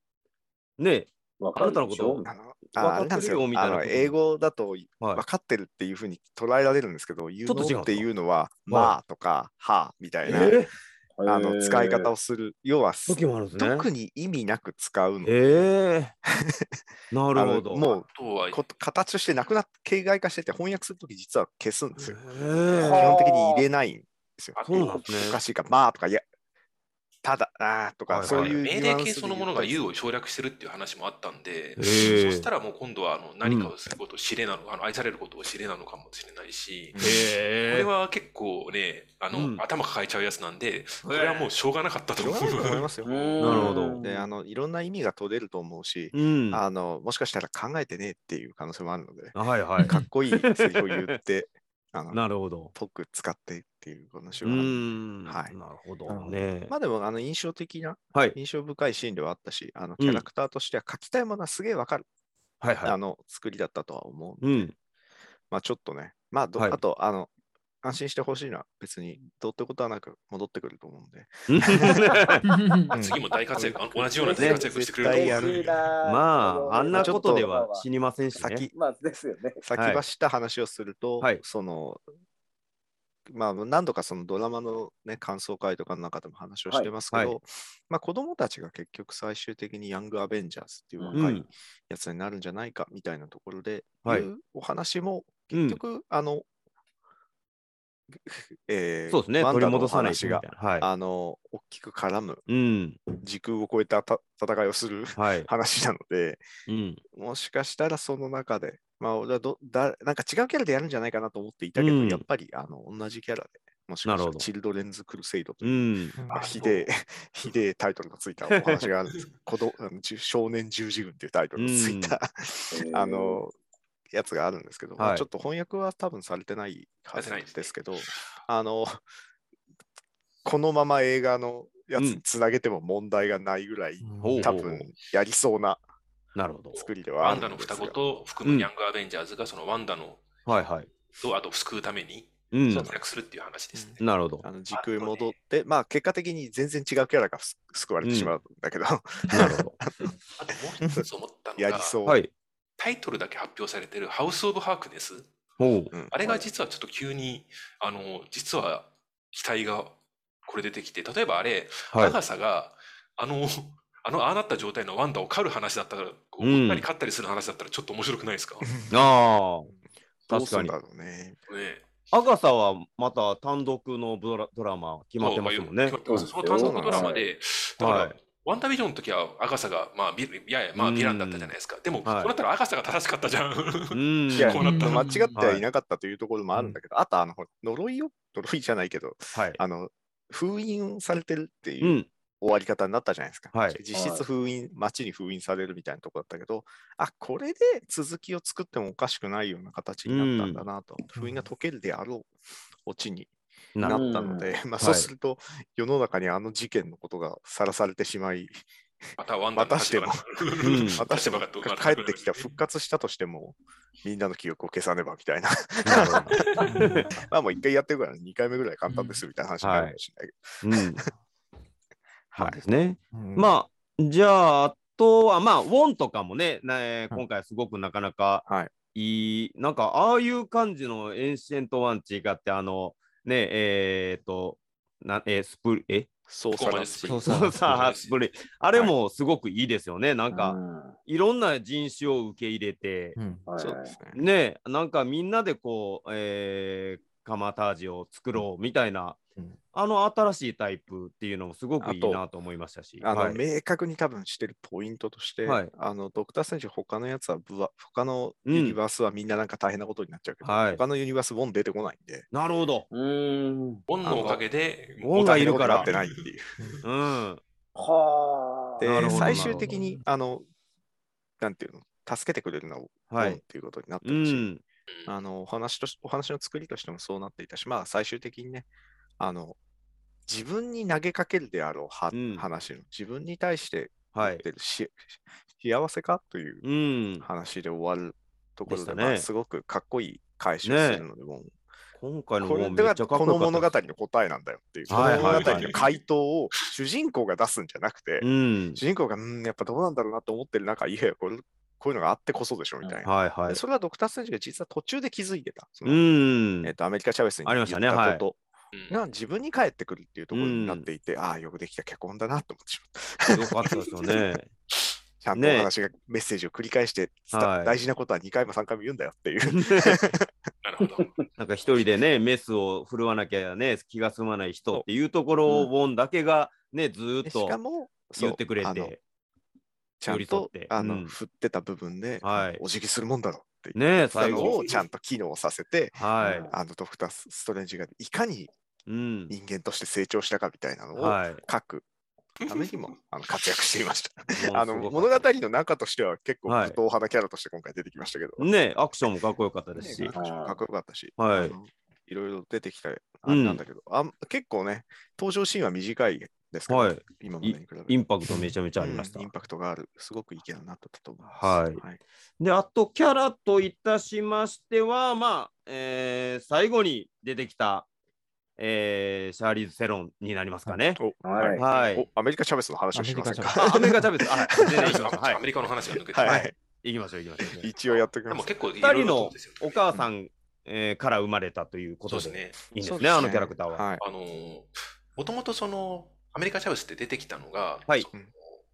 Speaker 1: ね
Speaker 3: わ
Speaker 1: あなたのことを
Speaker 3: かるでしょ
Speaker 4: あのああれなんですよ
Speaker 1: 分かってるよみたいなこ
Speaker 4: あ
Speaker 1: と
Speaker 4: の英語だと
Speaker 1: はい
Speaker 4: 分かってるっていうふうに捉えられるんですけど、言
Speaker 1: ょっと
Speaker 4: う
Speaker 1: 違うんですか
Speaker 4: のっていうのは、まあとか、はあみたいな、
Speaker 1: え
Speaker 4: あの使い方
Speaker 3: を。
Speaker 4: をする、要はす
Speaker 1: 時もあるんですね。
Speaker 4: 特に意味なく使うの。
Speaker 1: えー、な
Speaker 4: あ
Speaker 1: る
Speaker 4: の
Speaker 1: ほど。
Speaker 4: もう
Speaker 5: あとは
Speaker 4: こ形としてなくなっ形骸化してて翻訳するとき実は消すんですよ。
Speaker 1: え
Speaker 4: 基
Speaker 1: ー、
Speaker 4: 本的に入れないんですよ。
Speaker 1: そうなんですね
Speaker 4: おかしいか、まあとか、いや、ただ、あーと
Speaker 1: はい
Speaker 4: か、
Speaker 1: はい
Speaker 4: そういうニ
Speaker 5: 命
Speaker 4: ュ
Speaker 5: 令
Speaker 4: アンスで言うと。
Speaker 5: 系そのものが U を省略してるっていう話もあったんで、
Speaker 1: えー
Speaker 5: そしたらもう今度はあの何かをすることを知れなのか、あの愛されることを知れなのかもしれないし、
Speaker 1: えー、
Speaker 5: これは結構ねあの、
Speaker 1: うん
Speaker 5: 頭抱えちゃうやつなんでこれはもうしょうがなかったと
Speaker 4: しょう
Speaker 5: 思
Speaker 4: が
Speaker 5: う
Speaker 4: ないと思いますよ。
Speaker 1: なるほど
Speaker 4: で、あの、いろんな意味が取れると思うし、
Speaker 1: うん。は
Speaker 4: あの、もしかしたら考えてねっていう可能性もあるので、
Speaker 1: いはい。
Speaker 4: かっこいいセリフを言って、あの、
Speaker 1: なるほど。
Speaker 4: 解く、使ってっていう話
Speaker 1: う
Speaker 4: はある。
Speaker 1: ーん。
Speaker 4: はい
Speaker 1: なるほどね。
Speaker 4: まあでも、あの、印象的な、
Speaker 1: はい
Speaker 4: 印象深いシーンではあったし、あの、キャラクターとしては書きたいものはすげえわかる、
Speaker 1: はいは
Speaker 4: あ
Speaker 1: い。
Speaker 4: の、作りだったとは思うんで
Speaker 1: うん。
Speaker 4: まあちょっとね、まあど、
Speaker 1: はい
Speaker 4: あと、あの、安心してほしいのは別にどうってことはなく戻ってくると思うんで。
Speaker 5: 次も大活躍、あの同じような大活躍してくれると
Speaker 4: 絶対や
Speaker 5: 思う
Speaker 4: る
Speaker 5: んで
Speaker 1: まあ、あんな
Speaker 4: ちょ
Speaker 1: こ
Speaker 4: っと
Speaker 1: とでは死にませんしね。
Speaker 4: 先、
Speaker 3: まあですよね。
Speaker 4: 先走った話をすると、
Speaker 1: はい
Speaker 4: その、まあ、何度かそのドラマの、ね、感想会とかの中でも話をしてますけど、
Speaker 1: はいはい
Speaker 4: まあ、子供たちが結局最終的にヤングアベンジャーズっていう
Speaker 1: う
Speaker 4: 若い
Speaker 1: ん。
Speaker 4: やつになるんじゃないかみたいなところで、
Speaker 1: はい
Speaker 4: いうお話も
Speaker 1: うん
Speaker 4: 結局、あの、 えー
Speaker 1: そうですね。
Speaker 4: ワン
Speaker 1: 取
Speaker 4: ダ
Speaker 1: り
Speaker 4: のお
Speaker 1: 戻さないし
Speaker 4: 話
Speaker 1: みた
Speaker 4: が
Speaker 1: い、な。はい。
Speaker 4: あの、大きく絡む、
Speaker 1: うん。
Speaker 4: 時空を超えたた戦いをする
Speaker 1: はい。
Speaker 4: 話なので、
Speaker 1: うん。
Speaker 4: もしかしたらその中で、まあ、俺はどだなんか違うキャラでやるんじゃないかなと思っていたけど、
Speaker 1: うん
Speaker 4: やっぱりあの同じキャラで、もしか
Speaker 1: なる
Speaker 4: し
Speaker 1: ほ
Speaker 4: た
Speaker 1: ど
Speaker 4: らチルドレンズ・クルセイドと
Speaker 1: う
Speaker 4: いう、
Speaker 1: ん。
Speaker 4: あひでえ、ひでえタイトルがついたお話があるん です子どあのじゅ少年十字軍っていうタイトルがついた、
Speaker 3: うん
Speaker 4: あの、やつがあるんですけど、まあ
Speaker 1: はい
Speaker 4: ちょっと翻訳は多分されてないはず
Speaker 5: されてないですね
Speaker 4: ですけど、あの、このまま映画のやつにつなげても問題がないぐらい、
Speaker 1: ほう
Speaker 4: 多
Speaker 1: ほうほ
Speaker 4: 分やりそうな
Speaker 1: うなるほど。
Speaker 4: 作りでは
Speaker 5: ワ
Speaker 4: ある
Speaker 5: ン
Speaker 4: ん
Speaker 5: ダ
Speaker 4: ですが
Speaker 5: の双子と含むヤングアベンジャーズがそのワンダの
Speaker 1: はいはい。
Speaker 5: とあと救うために
Speaker 1: うん。
Speaker 5: 活躍するっていう話ですね。
Speaker 1: なるほど。
Speaker 4: あの時空戻って、まあ結果的に全然違うキャラがす救われてしまうんだ けど、
Speaker 1: なるほど。
Speaker 5: あともう一つ思ったの
Speaker 4: やり
Speaker 5: が、
Speaker 4: そう。
Speaker 1: はい。
Speaker 5: タイトルだけ発表されてるハウス・オブ・ハークネス、
Speaker 1: ほう。
Speaker 4: うん
Speaker 5: あれが実はちょっと急に、あの、実は期待がこれ出てきて、例えばあれ、
Speaker 1: はい
Speaker 5: 長さが、あの、 あの、ああなった状態のワンダを狩る話だったら、こう追ったり勝ったりする話だったらちょっと面白くないですか、ね
Speaker 1: ああ。
Speaker 4: どうするん
Speaker 1: 確か
Speaker 4: だろうね。
Speaker 5: え
Speaker 1: アガサはまた単独のドラドラマ決まってますもんね
Speaker 5: 決ま。ってますその単独ドラマで、だから、
Speaker 1: はい。
Speaker 5: ワンダービジョンの時はアガサが、まあ、ビいやいや、まあ、
Speaker 1: うん
Speaker 5: ヴィランだったじゃないですか。でも、
Speaker 1: はい
Speaker 5: こうなったらアガサが正しかったじゃん。
Speaker 1: うん。
Speaker 4: いや、
Speaker 5: こうなった
Speaker 4: 間
Speaker 2: ら
Speaker 4: 違ってはいなかったというところもあるんだけど、あとあの、呪いを、呪いじゃないけど、
Speaker 1: はい。
Speaker 4: あの、封印されてるって
Speaker 1: う。
Speaker 4: いうん終わり方になったじゃないですか。
Speaker 1: はい
Speaker 4: 実質封印、街に封印されるみたいなところだったけど、あ、これで続きを作ってもおかしくないような形になったんだなと。封印が解けるであろうオチに
Speaker 1: な
Speaker 4: な
Speaker 1: る
Speaker 3: ほど
Speaker 4: ったので、まあ、
Speaker 1: い
Speaker 4: そうすると、世の中にあの事件のことがさらされてしまい、
Speaker 5: またワンダーの話が
Speaker 4: ま
Speaker 1: うん
Speaker 5: またしても
Speaker 4: が帰ってきた、復活したとしても、みんなの記憶を消さねばみた いな、
Speaker 1: なるほど。
Speaker 4: まあもう一回やってるから2回目ぐらい簡単ですみたいな話になるかもしれ ないけ
Speaker 1: うん。
Speaker 4: ど、
Speaker 1: は
Speaker 4: はい
Speaker 1: い。ですね。
Speaker 6: まあ、
Speaker 1: まあ、じゃあ、あとは、まあ、ウォンとかもね、なえー
Speaker 4: うん
Speaker 1: 今回すごくなかなか
Speaker 4: はい
Speaker 1: いい、なんか、ああいう感じのエンシェントワン違って、あの、ね、えっと、なえースプリ、え
Speaker 4: そう
Speaker 5: ここま
Speaker 4: さ
Speaker 5: で
Speaker 4: ら
Speaker 5: スプ
Speaker 4: スプ
Speaker 5: リン
Speaker 4: リン
Speaker 5: グ
Speaker 1: そう そう
Speaker 4: グ
Speaker 1: そう、スプリ。あれもすごくいいですよね。なんか、いろんな人種を受け入れて、
Speaker 3: うん、
Speaker 4: そう
Speaker 3: はい
Speaker 4: ですね。
Speaker 1: ね、なんかみんなでこう、えー、カマタージを作ろうみたいな、
Speaker 6: うん
Speaker 1: あの新しいタイプっていうのもすごくいいなと思いましたし。
Speaker 4: あの、
Speaker 1: はい
Speaker 4: 明確に多分してるポイントとして、
Speaker 1: はい
Speaker 4: あのドクター・ストレンジ他のやつはぶわ他の
Speaker 1: うん
Speaker 4: ユニバースはみんななんか大変なことになっちゃうけど、
Speaker 1: はい
Speaker 4: 他のユニバースウォン出てこないんで、
Speaker 1: なるほど。
Speaker 3: うーん。
Speaker 5: オンのおかげで、
Speaker 1: ウォンがいるから
Speaker 4: 大変なことになってないっていう。
Speaker 1: うん。
Speaker 3: はあ。
Speaker 1: なる
Speaker 4: で
Speaker 1: ほど
Speaker 4: 最終的にあのなんていうの助けてくれるのはウ
Speaker 1: は
Speaker 4: ォンっ
Speaker 1: い。
Speaker 4: ていうことになって
Speaker 1: う
Speaker 4: るし、
Speaker 1: ん。
Speaker 4: あのお話としお話の作りとしてもそうなっていたし、まあ、最終的にねあの自分に投げかけるであろうは、
Speaker 1: うん
Speaker 4: 話の自分に対して
Speaker 1: は
Speaker 4: 言っ
Speaker 1: い。
Speaker 4: てるし、幸せかという
Speaker 1: うん。
Speaker 4: 話で終わるところ
Speaker 1: でし
Speaker 4: で、
Speaker 1: たね
Speaker 4: まあ、すごくかっこいい解消するので、もう
Speaker 1: 今回の
Speaker 4: こ
Speaker 1: ウォ
Speaker 4: れ
Speaker 1: ンめ
Speaker 4: が
Speaker 1: っちゃかっ
Speaker 4: こ
Speaker 1: こよ
Speaker 4: の
Speaker 1: かった
Speaker 4: 物
Speaker 1: です
Speaker 4: 語の答えなんだよっていう、
Speaker 1: はい
Speaker 4: この
Speaker 1: はいはい
Speaker 4: 物語の回答を主人公が出すんじゃなくて、
Speaker 1: うん。
Speaker 4: 主人公が、うん、やっぱどうなんだろうなと思ってる中、いやいやこれ、こういうのがあってこそでしょみたいな。
Speaker 1: はいは
Speaker 4: で
Speaker 1: い。
Speaker 4: それはドクター・ストレンジが実は途中で気づいてた。その
Speaker 1: うん
Speaker 4: えっ。とアメリカ・チャベスに
Speaker 1: あり
Speaker 4: 言
Speaker 1: ま
Speaker 4: っ
Speaker 1: したね
Speaker 4: たこと
Speaker 5: うん
Speaker 4: が自分に返ってくるっていうところになっていて、ああ、よくできた脚本だなと思ってしまった。
Speaker 1: よかったですよ ね。
Speaker 4: ちゃんと
Speaker 1: ね
Speaker 4: お話がメッセージを繰り返して、伝
Speaker 1: はい
Speaker 4: 大事なことは2回も3回も言うんだよっていう。
Speaker 5: なるほど。
Speaker 1: なんか一人でね、メスを振るわなきゃね、気が済まない人っていうところを
Speaker 4: う
Speaker 1: ウォンだけがね、ずー
Speaker 4: で
Speaker 1: っ
Speaker 4: し
Speaker 1: と
Speaker 4: かも、そう
Speaker 1: 言ってくれ
Speaker 4: あの
Speaker 1: て。
Speaker 4: ちゃん
Speaker 1: 寄り添っ
Speaker 4: と
Speaker 1: て
Speaker 4: あ
Speaker 1: う
Speaker 4: の、
Speaker 1: ん
Speaker 4: 振ってた部分で、
Speaker 1: はい
Speaker 4: お辞儀するもんだろうっていう
Speaker 1: ねえ、
Speaker 4: あ
Speaker 1: 最
Speaker 4: の
Speaker 1: 後。
Speaker 4: をちゃんと機能させて、
Speaker 1: は
Speaker 4: あのドクター・ストレンジがいかに
Speaker 1: い。うん。
Speaker 4: 人間として成長したかみたいなのを
Speaker 1: はい。
Speaker 4: 書くため にもあの活躍していました。
Speaker 1: もう
Speaker 4: あ
Speaker 1: す
Speaker 4: の
Speaker 1: ごか
Speaker 4: 物
Speaker 1: った
Speaker 4: 語の中としては結構
Speaker 1: はい
Speaker 4: 武闘派なキャラとして今回出てきましたけど、
Speaker 1: ねアクションもかっこよかったで
Speaker 4: ね
Speaker 1: すし。
Speaker 4: かっこよかったし、
Speaker 1: はい
Speaker 4: あのいろいろ出てきたあれなんだけど、あん結構ね、登場シーンは短いですけど、
Speaker 1: はい
Speaker 4: 今までに比べ
Speaker 1: イ
Speaker 4: ン
Speaker 1: ンパクトめちゃめちゃありました
Speaker 4: イン。パクトがある、すごくいいキャラになったと思います。
Speaker 1: はいで、あとキャラといたしましては、まあ、えー最後に出てきた、えーシャーリーズ・セロンになりますかね。
Speaker 4: お
Speaker 3: はい
Speaker 1: はい。
Speaker 4: おアメリカ・チャベスの話をしません
Speaker 6: アメリカチャベス
Speaker 4: か。
Speaker 1: あ、アメリカ・チャベス。あ、全然行きましょう。は
Speaker 5: アメ
Speaker 1: い。
Speaker 5: リカの話が抜けて、
Speaker 4: はい、
Speaker 1: 行きましょう、行きましょう。
Speaker 4: 一応やっておき
Speaker 5: で
Speaker 4: ま
Speaker 5: も
Speaker 4: す。
Speaker 5: 結構いろ
Speaker 1: 二
Speaker 5: い
Speaker 1: 人
Speaker 5: ろ
Speaker 1: の
Speaker 5: ですよね
Speaker 1: お母さんえーから生まれたというこ
Speaker 5: そ
Speaker 1: と
Speaker 5: うです
Speaker 1: でいい
Speaker 5: ね。
Speaker 1: んです
Speaker 4: そう
Speaker 1: ね、あのキャラクターは。
Speaker 4: はい。
Speaker 5: あのもともとその、アメリカンチャブスって出てきたのが、
Speaker 1: はい
Speaker 5: その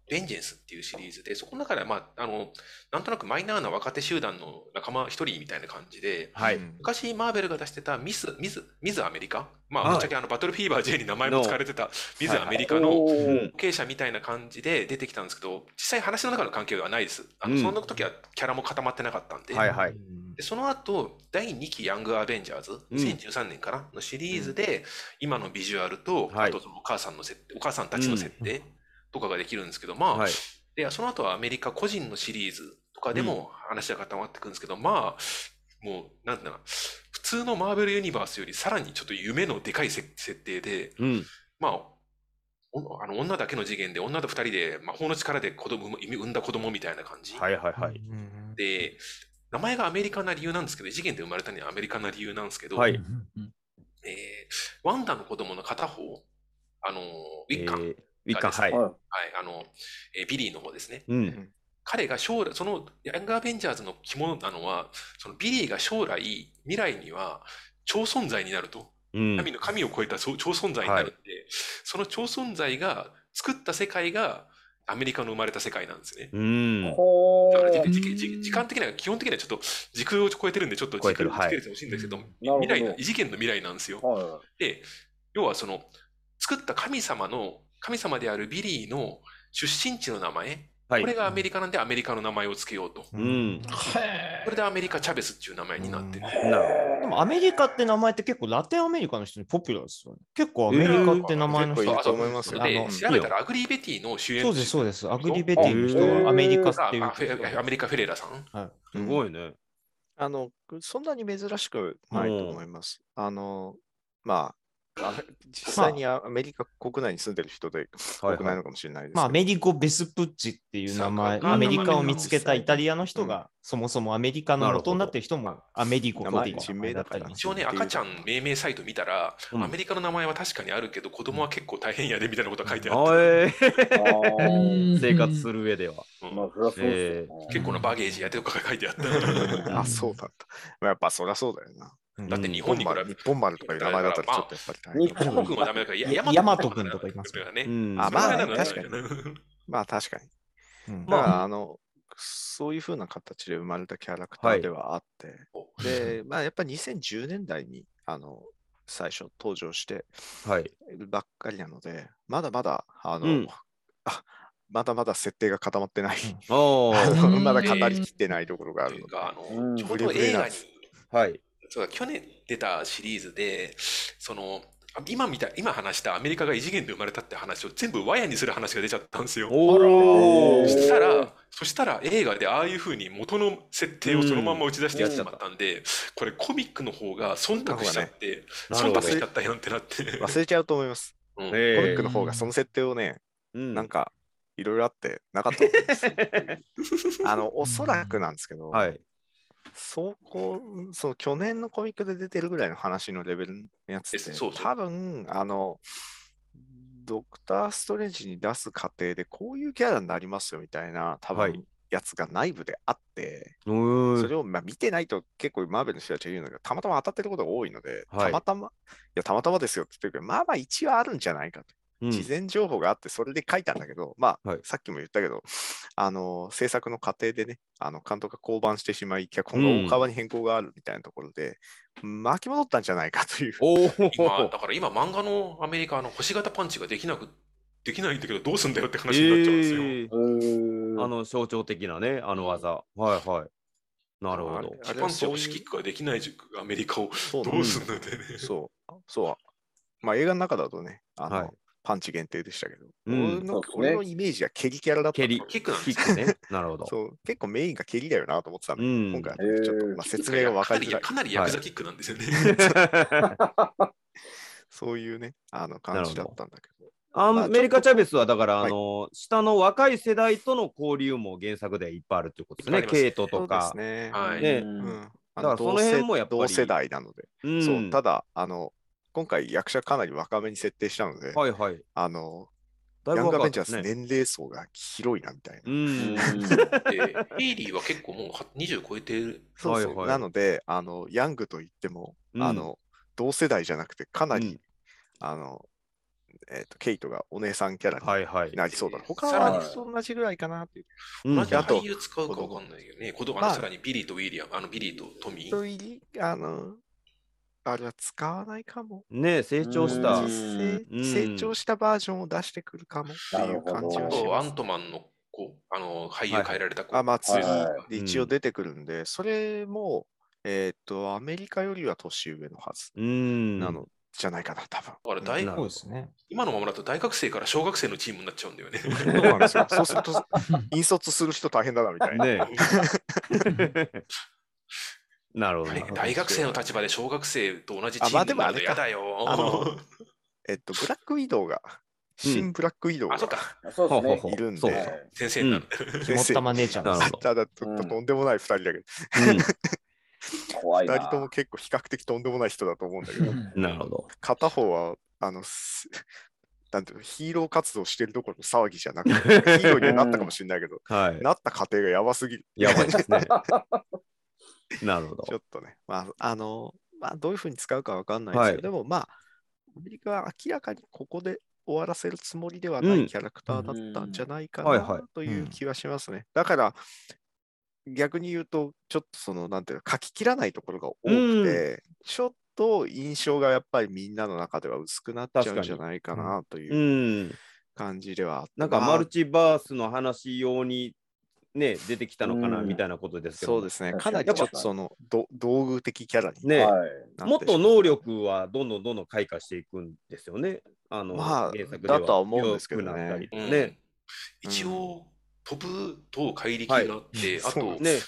Speaker 5: ベンジェンスっていうシリーズで、そこの中で、まあ、あの、なんとなくマイナーな若手集団の仲間一人みたいな感じで、
Speaker 1: はい
Speaker 4: うん
Speaker 5: 昔マーベルが出してたミス、ミス、ミズアメリカまあ、
Speaker 1: はい
Speaker 5: ぶっちゃけあの、バトルフィーバー J に名前も使われてたミズアメリカの
Speaker 3: お
Speaker 5: 後
Speaker 3: ー
Speaker 5: 継者みたいな感じで出てきたんですけど、実際話の中の関係ではないです。あ
Speaker 1: う
Speaker 5: の、
Speaker 1: ん
Speaker 5: その時はキャラも固まってなかったんで。
Speaker 1: はいはい。
Speaker 5: でその後、第2期ヤングアベンジャーズ、
Speaker 1: うん
Speaker 5: 2013年かなのシリーズで、今のビジュアルと、
Speaker 1: はい
Speaker 5: あとそのお母さんの設定、お母さんたちの設定とかができるんですけど、まあ、
Speaker 1: はい
Speaker 5: で、その後はアメリカ個人のシリーズとかでも話が固まってくるんですけど、まあ、もう、なんだろうな、普通のマーベルユニバースよりさらにちょっと夢のでかいせ設定で、
Speaker 1: うん。
Speaker 5: まあ、おあの女だけの次元で、女と二人で魔法の力で子供産んだ子供みたいな感じ。
Speaker 1: はいはいはい。
Speaker 4: うん
Speaker 5: で、名前がアメリカな理由なんですけど、異次元で生まれたにはアメリカな理由なんですけど、
Speaker 1: はい
Speaker 2: うんうん
Speaker 5: えーワンダの子供の片方、あのー、ウィッカン、
Speaker 1: えーウィッカン、はい。
Speaker 3: は
Speaker 5: はい、あの、えービリーの方ですね。
Speaker 1: うん。
Speaker 5: 彼が将来、その、ヤングアベンジャーズの肝なのは、そのビリーが将来、未来には、超存在になると。
Speaker 1: うん。
Speaker 5: 神の神を超えた超超存在になるんで、その超存在が作った世界がアメリカの生まれた世界なんですね。
Speaker 1: うん
Speaker 3: い。ほ
Speaker 5: だから
Speaker 3: ー
Speaker 5: 時時時時間的には基本的にはちょっと時空を超えてるんでちょっと
Speaker 1: 超え
Speaker 5: 時
Speaker 1: てる
Speaker 5: 空を
Speaker 1: は
Speaker 5: つ
Speaker 1: い
Speaker 5: けてほしいんですけど、
Speaker 3: なるほど
Speaker 5: 未来の異次元の未来なんですよ。
Speaker 3: は
Speaker 5: で要はその作った神様の神様であるビリーの出身地の名前、
Speaker 1: はい
Speaker 5: これがアメリカなんでアメリカの名前をつけようと。
Speaker 1: うん。
Speaker 2: へ
Speaker 5: これでアメリカ・チャベスっていう名前になってる、
Speaker 3: い
Speaker 1: なる
Speaker 6: でもアメリカって名前って結構ラテンアメリカの人にポピュラーですよね。結構アメリカって名前の人、
Speaker 4: 結構いると思います
Speaker 5: そ
Speaker 4: よ
Speaker 6: あ
Speaker 5: れ
Speaker 6: の
Speaker 5: で調べたらアグリー・ベティの主演
Speaker 6: そうです、そうです。アグリベティの人はアメリカっていう
Speaker 5: あフェアメリカ・フェレラさん。
Speaker 1: す
Speaker 4: うん
Speaker 1: ごいね。
Speaker 4: あの、そんなに珍しくないと思います。あの、まあ、あの実際にアメリカ国内に住んでる人で
Speaker 1: は
Speaker 4: 多
Speaker 1: い
Speaker 4: く
Speaker 1: は
Speaker 4: ない
Speaker 1: い。
Speaker 4: のかもしれないですけど。
Speaker 6: まあ、アメリコ・ベスプッチっていう名前、
Speaker 5: そうか
Speaker 6: アメリカを見つけたイタリアの人が、そもそもアメリカの元になってる人もアメリコ・コティの名前だったり
Speaker 4: 名前
Speaker 5: 一応ね、赤ちゃん命名サイト見たら、
Speaker 1: うん
Speaker 5: アメリカの名前は確かにあるけど、子供は結構大変やでみたいなことが書いてあって、
Speaker 1: はい。
Speaker 3: い。あー
Speaker 2: うん
Speaker 1: 生活する上では。
Speaker 5: うん
Speaker 3: まあ、そりゃそうですよね
Speaker 5: 結構なバゲージやでとかが書いてあった。
Speaker 2: ん
Speaker 4: あ、そうなんだった。まあやっぱそりゃそうだよな。
Speaker 5: だって日本に比べ
Speaker 4: 日本丸とかいう名前だったらちょっとやっぱり大変
Speaker 3: 日
Speaker 5: 日本軍はダメだから、
Speaker 6: いや
Speaker 5: 大和君
Speaker 6: 大和君とかいます
Speaker 5: か
Speaker 6: よ
Speaker 5: らね。
Speaker 1: うん
Speaker 4: あまあね
Speaker 5: それは
Speaker 4: 確
Speaker 5: なんか
Speaker 4: まあ確かに。
Speaker 6: うん
Speaker 4: だからあの、そういうふうな形で生まれたキャラクタ
Speaker 1: はい
Speaker 4: ーではあって、で、まあやっぱ2010年代に、あの、最初登場して
Speaker 1: はい。
Speaker 4: ばっかりなので、まだまだ、あの、
Speaker 1: うん
Speaker 4: あまだまだ設定が固まってない、
Speaker 1: お
Speaker 4: あ
Speaker 1: ー。
Speaker 4: の
Speaker 2: うん
Speaker 4: まだ語りきってないところがあ
Speaker 5: と
Speaker 4: る
Speaker 5: い
Speaker 4: の
Speaker 5: う
Speaker 4: で、
Speaker 5: か、あ
Speaker 3: う
Speaker 5: の、
Speaker 3: ん
Speaker 5: ちょうど映画に、
Speaker 1: はい。
Speaker 5: そうだ、去年出たシリーズで、その、今みたい、今話したアメリカが異次元で生まれたって話を全部ワヤにする話が出ちゃったんですよ。
Speaker 1: お
Speaker 3: ー
Speaker 5: そ
Speaker 1: ー。
Speaker 5: したら、そしたら映画でああいうふうに元の設定をそのまんま打ち出してやってしまったんで、これコミックの方が忖度しちゃって、
Speaker 1: なるほ
Speaker 5: 忖
Speaker 1: ど
Speaker 5: 度しちゃったやんってなって。
Speaker 4: 忘れちゃうと思います。
Speaker 5: うん
Speaker 1: コ
Speaker 4: コミックの方がその設定をね、なん
Speaker 1: か。
Speaker 4: かいろいろあってなかったと思うんですよあの、おそらくなんですけ ど、
Speaker 1: はい。
Speaker 4: そこ、その去年のコミックで出てるぐらいの話のレベルのやつ
Speaker 5: え
Speaker 4: って、
Speaker 5: そうそう
Speaker 4: 多分、あの、ドクター・ストレンジに出す過程でこういうキャラになりますよみたいな、多
Speaker 1: は
Speaker 4: 分
Speaker 1: い、
Speaker 4: やつが内部であって、
Speaker 1: うー
Speaker 4: そ
Speaker 1: ん。
Speaker 4: れをまあ見てないと結構マーベルの人たちが言うのが、たまたま当たってることが多いので、
Speaker 1: はい
Speaker 4: たまたま、いや、たまたまですよって言ってるけど、まあまあ一応あるんじゃないかと。
Speaker 1: うん
Speaker 4: 事前情報があって、それで書いたんだけど、まあ、
Speaker 1: はい
Speaker 4: さっきも言ったけど、あの、制作の過程でね、あの、監督が降板してしまい、脚本が大幅に変更があるみたいなところで、巻き戻ったんじゃないかという。
Speaker 1: お
Speaker 5: 今、
Speaker 1: ー。
Speaker 5: だから今、漫画のアメリカあの星型パンチができなく、できないんだけど、どうすんだよって話になっちゃうんですよ。
Speaker 1: えー
Speaker 3: うーん
Speaker 1: あの象徴的なね、あの技。はいはい。なるほ
Speaker 4: あ
Speaker 1: ど
Speaker 4: れ。
Speaker 5: ジパンチを押しキックができないアメリカを
Speaker 4: そうな
Speaker 5: ど
Speaker 4: ん
Speaker 5: う
Speaker 4: ですす
Speaker 5: んだってね。
Speaker 4: そう、そう。まあ、映画の中だとね、あの、
Speaker 1: はい
Speaker 4: パンチ限定でしたけど、
Speaker 1: うん
Speaker 4: 俺の
Speaker 3: そうですね
Speaker 4: 俺のイメージは蹴りキャラだった
Speaker 1: 蹴り。
Speaker 5: キックなん
Speaker 1: キ
Speaker 5: で
Speaker 1: ックね。なるほど。
Speaker 4: そう結構メインが蹴りだよなと思ってたんだけど、
Speaker 1: うん
Speaker 4: 今回はねちょっと、
Speaker 3: へー
Speaker 4: まあ、説明が分かりづらい、
Speaker 5: かなりやかなりヤクザキックなんですよね。
Speaker 4: そういうね、あの感じだったんだけど。
Speaker 1: ア
Speaker 4: まあ
Speaker 1: メリカ・チャベスはだから、
Speaker 4: は
Speaker 1: あ
Speaker 4: い
Speaker 1: の、下の若い世代との交流も原作ではいっぱいあるってことです
Speaker 5: い
Speaker 1: ね。
Speaker 5: っぱいあります
Speaker 1: ケイ
Speaker 5: ね
Speaker 1: トと
Speaker 4: そ
Speaker 1: か
Speaker 4: う。ですね。
Speaker 5: はい
Speaker 1: ね
Speaker 3: うん
Speaker 4: あ
Speaker 1: だから
Speaker 4: 同
Speaker 1: その辺もやっぱり
Speaker 4: 世同世代なので、
Speaker 1: うん
Speaker 4: そうただあの今回役者かなり若めに設定したので、
Speaker 1: はいはい。
Speaker 4: あの
Speaker 1: だい
Speaker 4: ヤ
Speaker 1: ぶ
Speaker 4: ング
Speaker 1: 若かっ
Speaker 4: アベンジ
Speaker 1: た
Speaker 4: ャ
Speaker 1: です
Speaker 4: ーズ
Speaker 1: ね。
Speaker 4: 年齢層が広いなみたいな。
Speaker 1: うん。
Speaker 5: でヘイリーは結構もうは20超えてる。
Speaker 4: そうそ
Speaker 1: はい
Speaker 4: う
Speaker 1: はい
Speaker 4: なのであの、ヤングといっても、
Speaker 1: うん
Speaker 4: あの同世代じゃなくて、かなり、
Speaker 1: うん
Speaker 4: あのえーとケイトがお姉さんキャラ
Speaker 1: はいはい
Speaker 4: に。なりそうだな。他
Speaker 5: さら
Speaker 4: は
Speaker 5: に
Speaker 4: 同じぐらいかなっていう。
Speaker 1: うん
Speaker 5: 同じ
Speaker 4: あと
Speaker 5: 俳優使うかわかんないけどね、子供あ
Speaker 4: ま
Speaker 5: の
Speaker 4: あ
Speaker 5: さらにビリーとウィリアム、あのビリーとトミ
Speaker 4: と
Speaker 5: ー。
Speaker 4: いりあの、あれは使わないかも。
Speaker 1: ね成長した
Speaker 3: う
Speaker 4: 実。
Speaker 3: ん
Speaker 4: 成
Speaker 1: うん
Speaker 4: 成長したバージョンを出してくるかもっていう感じ
Speaker 5: あ
Speaker 4: は
Speaker 3: なる
Speaker 4: し
Speaker 3: ほ
Speaker 5: と
Speaker 4: ま
Speaker 5: ア
Speaker 4: す
Speaker 5: ン。トマンの子、あの俳
Speaker 1: はい
Speaker 5: 優変えられた子。
Speaker 4: あ、まあ、
Speaker 5: 強い
Speaker 3: は
Speaker 4: で一応出てくるんで、それも、えーっと、アメリカよりは年上のはず
Speaker 1: うん。
Speaker 4: なの、じゃないかな、多分。
Speaker 5: だから大
Speaker 1: なる
Speaker 6: そうですね。
Speaker 5: 今のままだと大学生から小学生のチームになっちゃうんだよね。
Speaker 4: そうなんですよ。そうすると、引率する人大変だな、みたいな。
Speaker 1: ねなるほどなるほど。
Speaker 5: 大学生の立場で小学生と同じチ
Speaker 4: あま
Speaker 5: ーム
Speaker 4: あで
Speaker 5: に
Speaker 4: も
Speaker 5: な
Speaker 4: あ
Speaker 5: るの
Speaker 4: れか
Speaker 5: 嫌だよ。
Speaker 4: あの えっと、ブラックウィドウが、新ブラックウィドウ
Speaker 5: あ、そっ
Speaker 4: が
Speaker 5: か、
Speaker 3: そうです
Speaker 1: ほう
Speaker 3: ね
Speaker 1: ほうほ
Speaker 4: いるんで、
Speaker 1: そう
Speaker 3: はい
Speaker 1: そう
Speaker 5: 先生になる。
Speaker 6: 肝っ玉姉ちゃん
Speaker 1: な
Speaker 6: で
Speaker 1: る
Speaker 6: す
Speaker 1: ほど。
Speaker 4: ただ、ちょっと
Speaker 3: うん
Speaker 4: とんでもない2人だけど、
Speaker 3: 怖い
Speaker 4: 二
Speaker 3: な。
Speaker 4: 人とも結構比較的とんでもない人だと思うんだけど、
Speaker 1: なるほど。
Speaker 4: 片方は、あの、すなんていうのヒーロー活動してるどころの騒ぎじゃなくて、ヒーローになったかもしれないけど、
Speaker 1: はい。
Speaker 4: なった過程がやばすぎる。
Speaker 1: やばいですね。 なるほど
Speaker 4: ちょ。っとね、まあ、あの、まあ、どういうふうに使うかわかんないですけ
Speaker 1: は
Speaker 4: ど、
Speaker 1: い
Speaker 4: でもまあ、アメリカは明らかにここで終わらせるつもりではな
Speaker 1: うん
Speaker 4: いキャラクターだったんじゃないか
Speaker 1: はいはい
Speaker 4: なという気はしますね。だから、逆に言うと、ちょっとその、なんていうの、書き切らないところが多くて、ちょっと印象がやっぱりみんなの中では薄くなっちゃうんじゃないかなと
Speaker 1: う。
Speaker 4: いうん感じではあって
Speaker 1: なんか
Speaker 4: まあ
Speaker 1: マルチバースの話用にね、出てきたのかな
Speaker 3: うん
Speaker 1: みたいなことですけど。
Speaker 4: そうですね、
Speaker 3: 確
Speaker 4: か
Speaker 3: かに
Speaker 4: なりちょっとその、ど道具的キャラに
Speaker 1: ね
Speaker 3: はい
Speaker 4: な
Speaker 1: もって
Speaker 4: しま
Speaker 1: と
Speaker 4: う
Speaker 1: 能力はどんどんどんどん開花していくんですよね。あの、
Speaker 4: まあ
Speaker 1: 原作で
Speaker 4: だとは思うんですけどね
Speaker 1: 強くなったりと
Speaker 5: う
Speaker 1: か
Speaker 5: ん
Speaker 1: ね。
Speaker 5: 一応、飛ぶと怪力があって、
Speaker 4: はい
Speaker 5: あ
Speaker 4: そう
Speaker 5: と、
Speaker 4: なん
Speaker 1: ね。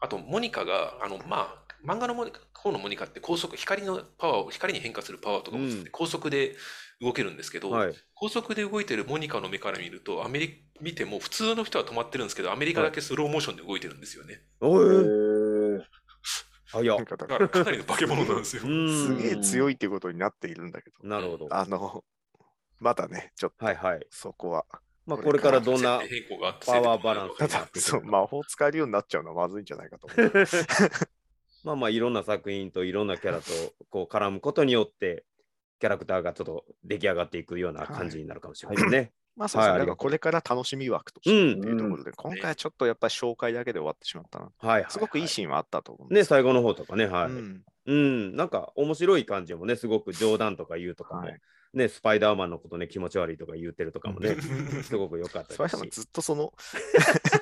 Speaker 5: あと、モニカが、あの、まあ、漫画のモニカ方のモニカって高速、光のパワーを、光に変化するパワーとかも
Speaker 1: うん
Speaker 5: 高速で動けるんですけど、
Speaker 1: はい。
Speaker 5: 高速で動いてるモニカの目から見ると、アメリ見ても普通の人は止まってるんですけど、アメリカだけスローモーションで動いてるんですよね。
Speaker 1: お
Speaker 3: へ
Speaker 1: い、
Speaker 3: ー
Speaker 1: あ、いや
Speaker 4: な。んかだ
Speaker 5: だ
Speaker 4: か
Speaker 5: かららかなりの化け物なんですよ。
Speaker 1: う
Speaker 4: す
Speaker 1: ん。
Speaker 4: げえ強いっていうことになっているんだけど、
Speaker 1: なるほど。
Speaker 4: あの、まだね、ちょっと
Speaker 1: はいはい。
Speaker 4: そこは。
Speaker 1: まあ、こ
Speaker 4: こ
Speaker 1: れ
Speaker 4: れ
Speaker 1: か
Speaker 4: から
Speaker 1: どんな
Speaker 5: 設。定変更があって
Speaker 1: パワーバランス
Speaker 4: た
Speaker 1: が
Speaker 4: だ、そう魔法使えるようになっちゃうのはまずいんじゃないかと思う。
Speaker 1: まあまあ、いろんな作品といろんなキャラとこう絡むことによって、キャラクターがちょっと出来上がっていくような感じになるかもしれないね。
Speaker 4: まあそうです
Speaker 1: はい
Speaker 4: ね、
Speaker 1: あり
Speaker 4: なん
Speaker 1: が
Speaker 4: か
Speaker 1: と
Speaker 4: これから楽しみ枠として
Speaker 1: うん
Speaker 4: っ。ていうところで、今回はちょっとやっぱり紹介だけで終わってしまったな。
Speaker 1: はい、はい。
Speaker 4: すごくいいシーンはあったと思うん
Speaker 1: ね、
Speaker 4: ですけ
Speaker 1: 最後の方とかね、は
Speaker 4: ど、
Speaker 1: い。
Speaker 4: うん
Speaker 1: うん、なんか面白い感じもね、すごく冗談とか言うとかも、
Speaker 4: はい
Speaker 1: ね、スパイダーマンのことね、気持ち悪いとか言ってるとかもね、 すごく良かった
Speaker 4: スパ
Speaker 1: で
Speaker 4: イ
Speaker 1: す
Speaker 4: ダーマン
Speaker 1: し。
Speaker 4: ずっ とその、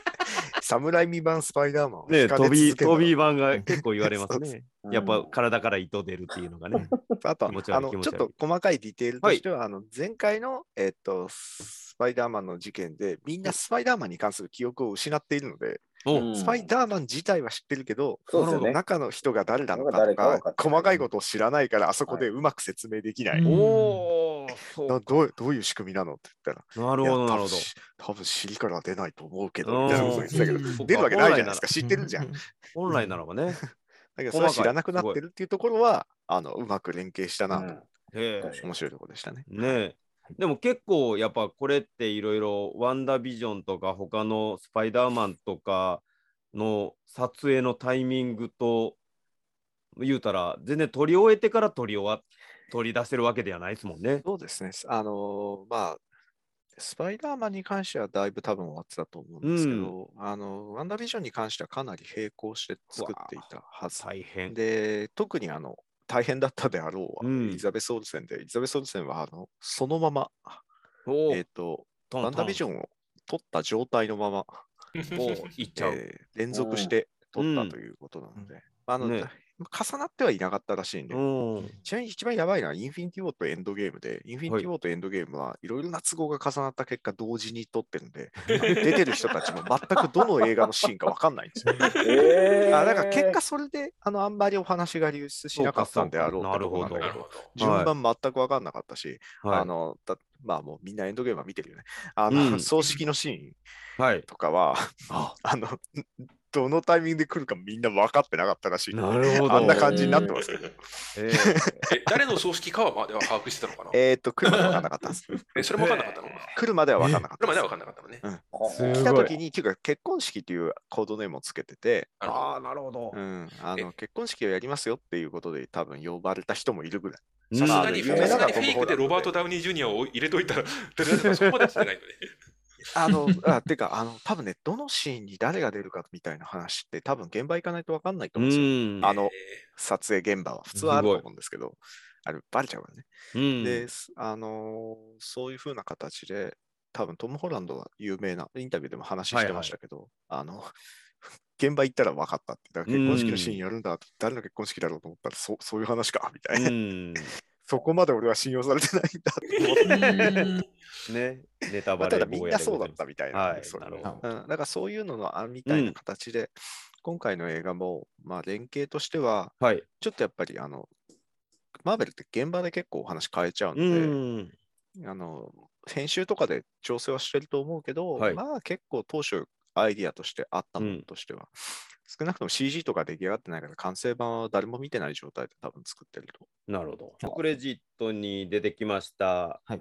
Speaker 4: 侍未満スパイダーマンを
Speaker 1: ね、
Speaker 4: 惹かれ
Speaker 1: 飛び、
Speaker 4: 続ける
Speaker 1: 飛び版が結構言われ ます
Speaker 4: そう
Speaker 1: ね。やっぱ体から糸出るっていうのがね。
Speaker 4: あとは
Speaker 1: 気持ち悪い
Speaker 4: あの
Speaker 1: 気持ち
Speaker 4: ちょ
Speaker 1: 悪
Speaker 4: っ
Speaker 1: い
Speaker 4: と細かいディテールとしては、あの前回の、えっとスパイダーマンの事件で、みんなスパイダーマンに関する記憶を失っているので、
Speaker 1: お
Speaker 3: うん
Speaker 4: スパイダーマン自体は知ってるけど、
Speaker 3: そうですよね
Speaker 4: その中の人が誰なのか
Speaker 3: 誰
Speaker 4: と
Speaker 3: かは分
Speaker 4: か
Speaker 3: かってない
Speaker 4: 細かいことを知らないから、あそこでうまく説明できない。
Speaker 2: うん
Speaker 1: おーそう
Speaker 4: などうどういう仕組みなのって言ったら、
Speaker 1: なる
Speaker 4: いや
Speaker 1: ほど、なるほ
Speaker 4: 多分し多分尻からは出ないと思うけ
Speaker 1: うん
Speaker 4: ど、みたいなこと言ってたけど、
Speaker 1: ど。
Speaker 4: 出るわけないじゃないです
Speaker 1: か。
Speaker 4: か、知ってるじゃん。だ
Speaker 1: 本来ならばね。
Speaker 4: けど、それ
Speaker 1: 細
Speaker 4: は
Speaker 1: かい
Speaker 4: 知らなくなってるっていうところは、あのうまく連携したなと、
Speaker 1: へえ
Speaker 3: 確かに
Speaker 4: 面白いところでしたね。
Speaker 1: ねえ。でも結構やっぱこれっていろいろワンダービジョンとか他のスパイダーマンとかの撮影のタイミングと言うたら全然撮り終えてから撮り終わ取り出せるわけではないですもんね。
Speaker 4: そうですね。あのーまあ、スパイダーマンに関してはだいぶ多分終わってたと思うんですけど、あの、ワンダービジョンに関してはかなり並行して作っていたはず。
Speaker 1: 大変。
Speaker 4: で、特にあの、大変だったであろう、
Speaker 1: うん
Speaker 4: イザベス・オルセンで、イザベス・オルセンはあのそのまま、
Speaker 1: お
Speaker 4: えっ、と、
Speaker 1: ト
Speaker 4: ワンダービジョンを取った状態のまま、
Speaker 1: おいっちゃう。
Speaker 4: えー連続して取ったということなので、あの、
Speaker 1: ね
Speaker 4: 重なってはいなかったらしいんで、
Speaker 1: うん。
Speaker 4: ちなみに一番やばいのはインフィニティウォーとエンドゲームで、インフィニティウォーとエンドゲームはいろいろな都合が重なった結果、同時に撮ってるん で、あの出てる人たちも全くどの映画のシーンか分かんないん ですよ。
Speaker 3: えー
Speaker 4: あだから結果、それであのあんまりお話が流出しなかったんであろうってとこなんだ
Speaker 5: な
Speaker 4: け
Speaker 5: る
Speaker 4: ど
Speaker 5: ほど。
Speaker 4: 順番全く分かんなかったし、あ
Speaker 1: は
Speaker 4: のだまあもうみんなエンドゲームは見てるよね。あの、
Speaker 1: うん
Speaker 4: 葬式のシーン
Speaker 1: い。はい。
Speaker 4: とかは、あの、どのタイミングで来るかみんな分かってなかったらしい。
Speaker 1: なるほど。
Speaker 4: あんな感じになってますけど。
Speaker 1: えー
Speaker 5: え誰の葬式かはまでは把握してたのかな
Speaker 4: えーっと、来るまで分かんなかったんです。
Speaker 5: えそれも分かんなかったのかな
Speaker 4: 来るまでは分かんなかっ
Speaker 5: それま
Speaker 4: た
Speaker 5: ですは
Speaker 4: で
Speaker 5: 分かんなかったのね。
Speaker 1: すごい
Speaker 4: 来た時に、っていうか結婚式っていうコードネームをつけてて、
Speaker 5: なるほど
Speaker 1: あー、なるほど
Speaker 4: う。ん、あ
Speaker 5: え
Speaker 4: の結婚式をやりますよっていうことで多分呼ばれた人もいるぐらい。
Speaker 1: うん
Speaker 5: さす
Speaker 4: ま
Speaker 5: がに、
Speaker 4: 有
Speaker 5: さ
Speaker 4: 名な
Speaker 5: す
Speaker 4: の
Speaker 5: が
Speaker 4: は
Speaker 5: にフェイクでロバート・ダウニー・ジュニアを入れといたら、だってそこまでしてないのね。
Speaker 4: あ の、あてか、あの、多分ね、どのシーンに誰が出るかみたいな話って、多分現場行かないと分かんないと
Speaker 1: う
Speaker 4: 思うんですよ。
Speaker 1: ん。
Speaker 4: あの、撮影現場は普通はあると思うんですけど、あれ、バレちゃうからね。
Speaker 1: うん
Speaker 4: ですあのーそういうふうな形で、多分トム・ホランドは有名なインタビューでも話してましたけど、あの 現場行ったら分かったって、だから結婚式のシーンやるんだ、誰の結婚式だろうと思ったら、そそういう話かみたいな、
Speaker 1: うん
Speaker 4: そこまで俺は信用されてないんだって思っ
Speaker 2: うん
Speaker 4: て、
Speaker 1: ね、ネタ
Speaker 4: ま
Speaker 1: バ
Speaker 4: あた
Speaker 1: レ
Speaker 4: だ
Speaker 1: 防
Speaker 4: み
Speaker 1: 衛
Speaker 4: ん
Speaker 1: で
Speaker 4: なそうだったみたいなん
Speaker 1: は
Speaker 4: で、
Speaker 1: い
Speaker 4: それ
Speaker 1: なるほ
Speaker 6: ど
Speaker 4: うん、だからそういうののあみたいな形で、今回の映画も、まあ、連携としては、
Speaker 1: はい。
Speaker 4: ちょっとやっぱりあの、マーベルって現場で結構お話変えちゃうん
Speaker 1: う
Speaker 4: で、
Speaker 1: ん。
Speaker 4: あの編集とかで調整はしてると思うけど、
Speaker 1: はい
Speaker 4: まあ結構当初アイディアとしてあったも
Speaker 1: う
Speaker 4: の
Speaker 1: ん
Speaker 4: としては、少なくとも CG とか出来上がってないから完成版は誰も見てない状態で多分作ってると。
Speaker 1: なるほど。クレジットに出てきました、
Speaker 6: はい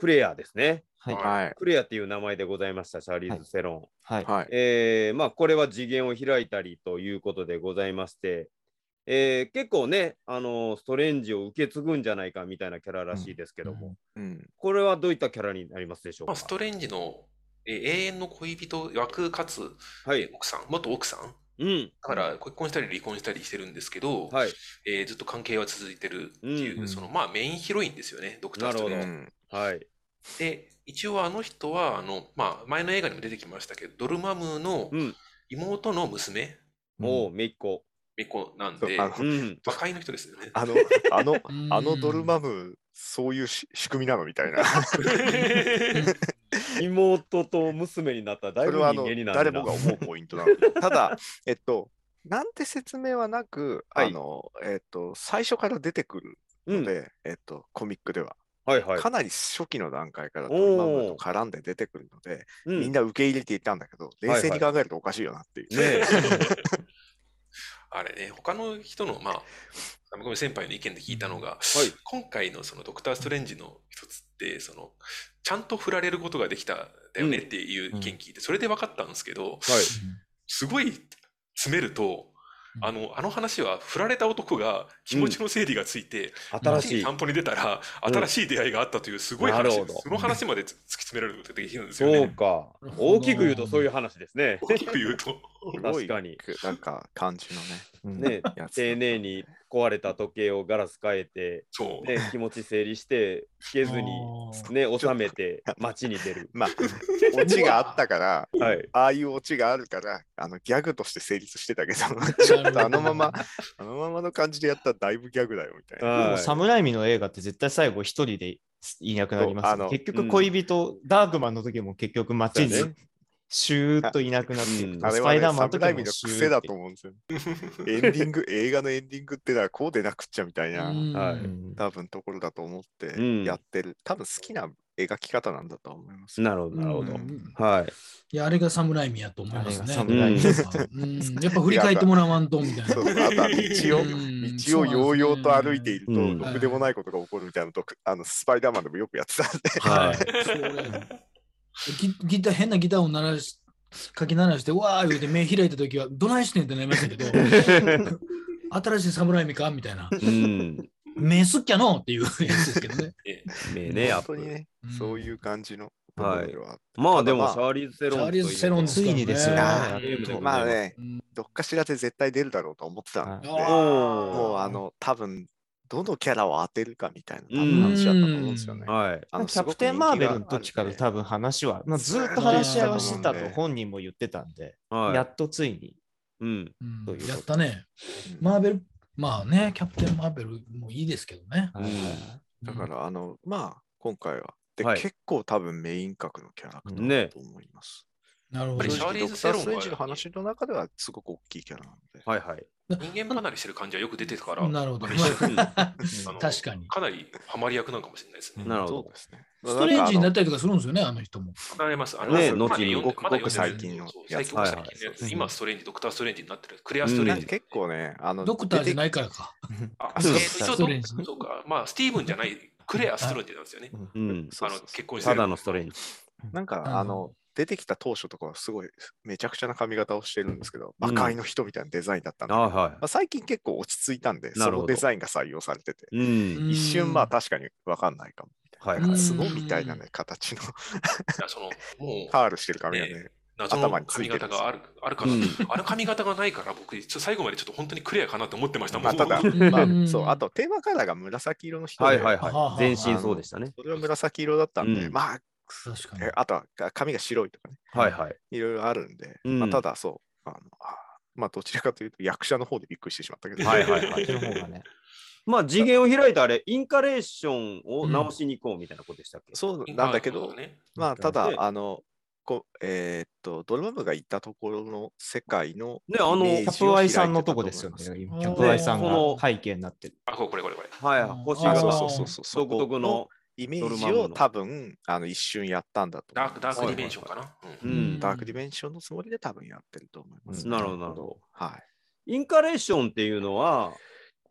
Speaker 1: クレアですね。
Speaker 6: はい
Speaker 4: はい。
Speaker 1: クレアっていう名前でございました、シャーリーズ・セロン。
Speaker 6: はい。
Speaker 4: はい。
Speaker 1: えーまあ、これは次元を開いたりということでございまして、えー結構ね、あのストレンジを受け継ぐんじゃないかみたいなキャラらしいですけども、
Speaker 4: うん。
Speaker 1: これはどういったキャラになりますでしょう
Speaker 5: まあ、
Speaker 1: か。
Speaker 5: ストレンジのえー永遠の恋人枠かつ、
Speaker 1: はい。
Speaker 5: 奥さん、元奥さん。
Speaker 1: うん。
Speaker 5: だから結婚したり離婚したりしてるんですけど、
Speaker 1: はい。
Speaker 5: えーずっと関係は続いてるっていう、
Speaker 6: うん
Speaker 5: そのまあメインヒロインですよね、ドクター・ストレ
Speaker 1: な
Speaker 5: ン
Speaker 1: る
Speaker 5: ジ
Speaker 1: ほどはい。
Speaker 5: で、一応あの人は、あの、まあ、前の映画にも出てきましたけど、ドルマムの
Speaker 1: うん。
Speaker 5: 妹の娘、
Speaker 1: おう、めいっ子。
Speaker 5: めっ子なん
Speaker 4: そう
Speaker 5: で、
Speaker 4: あの
Speaker 1: うん。
Speaker 5: 和解の人ですよね。
Speaker 4: あ の、あの、
Speaker 2: うん
Speaker 4: あのドルマム、そういうし仕組みなのみたいな。
Speaker 1: 妹と娘になったらだい
Speaker 4: そ
Speaker 1: ぶ
Speaker 4: れはあ
Speaker 1: 人
Speaker 4: の
Speaker 1: 間にな
Speaker 4: 誰
Speaker 1: るな
Speaker 4: もが思うポイントなので。ただ、 えっと、なんて説明はなく、
Speaker 1: はい
Speaker 4: あの、えっと、最初から出てくるの
Speaker 1: うん。
Speaker 4: で、えっと、コミックでは。
Speaker 1: はいはい。
Speaker 4: かなり初期の段階からドルマムと絡んで出てくるので、
Speaker 1: うん
Speaker 4: みんな受け入れていたんだけど、冷静に考えるとおかしいよなっていう。
Speaker 1: ね
Speaker 5: あれね、他の人の、まあ、アメコミ先輩の意見で聞いたのが、
Speaker 1: はい
Speaker 5: 今回のそのドクター・ストレンジの一つって、その、ちゃんと振られることができたんだよねっていう意見聞いて、それで分かったんですけ
Speaker 1: は
Speaker 5: ど、
Speaker 1: い。
Speaker 5: すごい詰めると、
Speaker 2: うん
Speaker 5: あの、あの話は振られた男が気持ちの整理がついて、
Speaker 1: 新しい。
Speaker 5: 散歩に出た
Speaker 1: う
Speaker 5: ら、
Speaker 1: ん
Speaker 5: 新しい出会いがあったというすごい話
Speaker 1: なる
Speaker 5: です、
Speaker 1: ほど
Speaker 5: その話まで突き詰められることができるんですよ
Speaker 1: そう
Speaker 5: ね。
Speaker 1: か。大きく言うとそういう話ですね。
Speaker 5: 大きく言うと。
Speaker 1: 確かに。
Speaker 4: すごいなんか感じのね。
Speaker 6: うん
Speaker 1: ね、
Speaker 4: やつ
Speaker 1: 丁寧に壊れた時計をガラス変えて、
Speaker 5: そう。
Speaker 1: ね、気持ち整理して、引けずに、ね、収めて、街に出る。
Speaker 4: まあ、オチがあったから、
Speaker 1: はい。
Speaker 4: ああいうオチがあるから、あのギャグとして成立してたけど、ちょっとあのまま、あのままの感じでやったらだいぶギャグだよみたいな。
Speaker 6: でも
Speaker 1: は
Speaker 6: サムライミの映画って絶対最後一人でいなくなります
Speaker 4: そ
Speaker 6: よね、
Speaker 4: うあの
Speaker 6: 結局恋人、ダークマンの時も結局街
Speaker 4: そう
Speaker 6: に
Speaker 4: ね
Speaker 6: シューッといなくなっていく、
Speaker 1: うん
Speaker 4: あれ
Speaker 6: ス
Speaker 4: は、
Speaker 6: パイ
Speaker 4: ね、
Speaker 6: ダーマン
Speaker 4: サ
Speaker 6: の
Speaker 4: ブ
Speaker 6: 時
Speaker 4: ライミ
Speaker 6: も
Speaker 4: の
Speaker 6: シューッ
Speaker 4: 癖だと
Speaker 6: て
Speaker 4: 思うんですよ、ね。エンディング、映画のエンディングってのはこうでなくっちゃみたいな。
Speaker 1: はい
Speaker 6: うん
Speaker 4: 多分ところだと思っ
Speaker 1: う
Speaker 4: て
Speaker 1: ん
Speaker 4: やってる、多分好きな描き方なんだと思います
Speaker 1: い。
Speaker 4: よ。
Speaker 1: なるほど、なるほ
Speaker 2: う
Speaker 1: ど。
Speaker 2: ん
Speaker 1: はい。
Speaker 2: いや、あれがサムライミやと思います
Speaker 6: あれ
Speaker 2: ね
Speaker 6: がサ。
Speaker 1: ムライミ
Speaker 2: うんやっぱ振り返ってもらわんと、みたいな
Speaker 4: そう。そうあとは道を
Speaker 2: うん
Speaker 4: 道をようようと歩いていると、
Speaker 1: うん
Speaker 4: ろくでもないことが起こるみたいなのと、あのスパイダーマンでもよくやってたんで、
Speaker 1: はい。
Speaker 2: そう俺ギギター変なギターを鳴らし、かき鳴らして、うわー言うて目開いた時は、どないしてんってなりましたけ ど、新しい侍ミかみたいな。
Speaker 1: うん。
Speaker 2: 目すっきゃのっていうやつですけどね。
Speaker 1: ね ね、やっ
Speaker 4: 本
Speaker 1: ぱ
Speaker 4: 当にね、そういう感じのとこ
Speaker 1: は
Speaker 4: ろ
Speaker 1: い
Speaker 4: ではあっ
Speaker 1: まあでも、
Speaker 4: ただまあ
Speaker 1: シャーリーズ・セロンといえば。
Speaker 2: シャーリーズセロン
Speaker 6: ついにですよね。
Speaker 4: あ
Speaker 1: ーゲームでござ
Speaker 4: て、
Speaker 1: います
Speaker 4: まあね、
Speaker 2: うん
Speaker 4: どっかしらで絶対出るだろうと思ってたんで、
Speaker 2: あー
Speaker 4: もうあの多分どのキャラを当てるかみたいな多分
Speaker 1: うん
Speaker 4: 話だったと思うんですよね。
Speaker 1: はい。
Speaker 4: あの
Speaker 6: キャプテン・マーベルの時から
Speaker 4: すごく人気があるんで
Speaker 6: 多分話は、まあ、ずっと話し合いはしてたと本人も言ってたんで、
Speaker 1: はい。
Speaker 6: やっとついに。
Speaker 1: うん。
Speaker 2: うん
Speaker 6: ということ
Speaker 2: やったね。マーベル、まあね、キャプテン・マーベルもいいですけどね。
Speaker 1: ん
Speaker 4: だから、あの、まあ、今回は。で、
Speaker 1: はい
Speaker 4: 結構多分メイン格のキャラクタ
Speaker 1: ね
Speaker 4: ーだと思います。
Speaker 2: なるほ
Speaker 5: ぱり
Speaker 4: 正
Speaker 5: シャ
Speaker 2: ど。
Speaker 5: ー
Speaker 4: 直
Speaker 5: リー
Speaker 4: ド
Speaker 5: ズ
Speaker 4: ク
Speaker 5: セ
Speaker 4: ター・
Speaker 5: ロンは
Speaker 4: ストレンジの話の中ではすごく大きいキャラなんで。
Speaker 1: はいはい。
Speaker 5: 人間離れしてる感じはよく出てたから、
Speaker 2: なるほど。
Speaker 5: 一緒
Speaker 1: うん
Speaker 5: あの
Speaker 2: 確かに。
Speaker 5: かなりハマり役なのかもしれないですね。
Speaker 1: なるほど
Speaker 4: そうですね。
Speaker 2: ストレンジにな
Speaker 4: っ
Speaker 2: ったりとかするんですよね、あの人も。
Speaker 5: 離れます。あ
Speaker 1: ね
Speaker 5: ま
Speaker 1: 後
Speaker 5: だ
Speaker 1: に
Speaker 5: 読んで
Speaker 4: ごく
Speaker 5: まだ読んで
Speaker 4: ごく最近の
Speaker 5: そう
Speaker 4: や
Speaker 5: 最
Speaker 4: つ
Speaker 5: 近の最近のやつ
Speaker 6: はいはい
Speaker 5: 今、ストレンジ、ドクター・ストレンジになってる。クレア・ストレンジ。
Speaker 4: 結構ね、あの、
Speaker 2: ドクターじゃないからか。
Speaker 5: あ、
Speaker 4: そう
Speaker 5: え
Speaker 4: そう
Speaker 5: ー
Speaker 2: ストレンジ
Speaker 5: 一応そうか。まあ、スティーブンじゃない、クレア・ストレンジなんですよね。
Speaker 1: うん。
Speaker 4: そ
Speaker 5: あ
Speaker 4: うそ
Speaker 5: の
Speaker 4: う
Speaker 5: 結婚して
Speaker 1: た
Speaker 5: る
Speaker 1: だのストレンジ。
Speaker 4: なん
Speaker 2: あの
Speaker 4: か、あの、出てきた当初とかはすごいめちゃくちゃな髪型をしてるんですけど、
Speaker 1: うん
Speaker 4: 魔界の人みたいなデザインだったんで、
Speaker 1: あ
Speaker 4: ま
Speaker 1: は
Speaker 4: あ、最近結構落ち着いたんで、
Speaker 1: な
Speaker 4: そ
Speaker 1: るほど
Speaker 4: のデザインが採用されてて、
Speaker 1: い。うん。
Speaker 2: うん
Speaker 4: 一瞬まあ確かに分かんないかも。
Speaker 1: はい
Speaker 4: だか
Speaker 1: は
Speaker 4: ら
Speaker 1: い。
Speaker 4: すごいみたいなね、形の
Speaker 5: いやそのもう
Speaker 4: カールしてる髪がね、
Speaker 5: 謎
Speaker 4: 頭
Speaker 5: の
Speaker 4: につ
Speaker 5: 髪
Speaker 4: いてる
Speaker 5: 型があるあるから、
Speaker 1: うん
Speaker 5: あの髪型がないから僕、ちょっと最後までちょっと本当にクレアかなと思ってましたもん。
Speaker 4: まあただ、
Speaker 5: 僕
Speaker 4: ま
Speaker 2: うん
Speaker 4: あそう、あとテーマカラーが紫色の人
Speaker 1: は
Speaker 4: で、
Speaker 1: いはい
Speaker 2: はあは
Speaker 1: は
Speaker 2: あ
Speaker 1: い。全身そうでしたね。
Speaker 4: それは紫色だったんで、
Speaker 1: うん
Speaker 4: まあ、
Speaker 2: 確かに
Speaker 4: え。あとはか髪が白いとかね、
Speaker 1: はいはい。
Speaker 4: いろいろあるんで、
Speaker 1: うん
Speaker 4: まあ、ただそう、あのあまあどちらかというと役者の方でびっくりしてしまったけど、
Speaker 1: はいはいはい
Speaker 6: こっち の方がね。
Speaker 1: まあ次元を開いたあれ、インカレーションを直しに行こうみたいなことでしたっけ、
Speaker 4: そうなんだけど、
Speaker 5: ね
Speaker 4: まあた
Speaker 1: で
Speaker 4: だ、あの、こえーっと、ドラムが行ったところの世界の、
Speaker 1: ねあの
Speaker 4: イメー
Speaker 6: キャ
Speaker 4: ジを
Speaker 6: プア
Speaker 4: 開
Speaker 6: イ
Speaker 4: いてたと思い
Speaker 6: さんの
Speaker 4: ます
Speaker 6: とこですよね。今
Speaker 2: ね
Speaker 6: キャプアイさん
Speaker 1: この
Speaker 6: が背景になってる。
Speaker 5: あ、これこれこれこれ。
Speaker 1: はい、
Speaker 2: うん
Speaker 1: 星
Speaker 4: あ
Speaker 1: が
Speaker 4: そう
Speaker 2: あ
Speaker 4: そうそうそう、そ
Speaker 1: 独
Speaker 4: こ
Speaker 1: 特
Speaker 4: の
Speaker 1: の。
Speaker 4: イメー
Speaker 1: ドル
Speaker 4: ジ
Speaker 1: マム
Speaker 4: を
Speaker 1: の
Speaker 4: 多分あの一瞬やったんだと思
Speaker 5: ダーク
Speaker 4: います
Speaker 5: ダークディメンションかな。うん
Speaker 1: う
Speaker 2: うん
Speaker 1: ん。
Speaker 4: ダークディメンションのつもりで多分やってると思います、
Speaker 1: なるほどなるほど。
Speaker 4: はい。
Speaker 1: インカレーションっていうのは、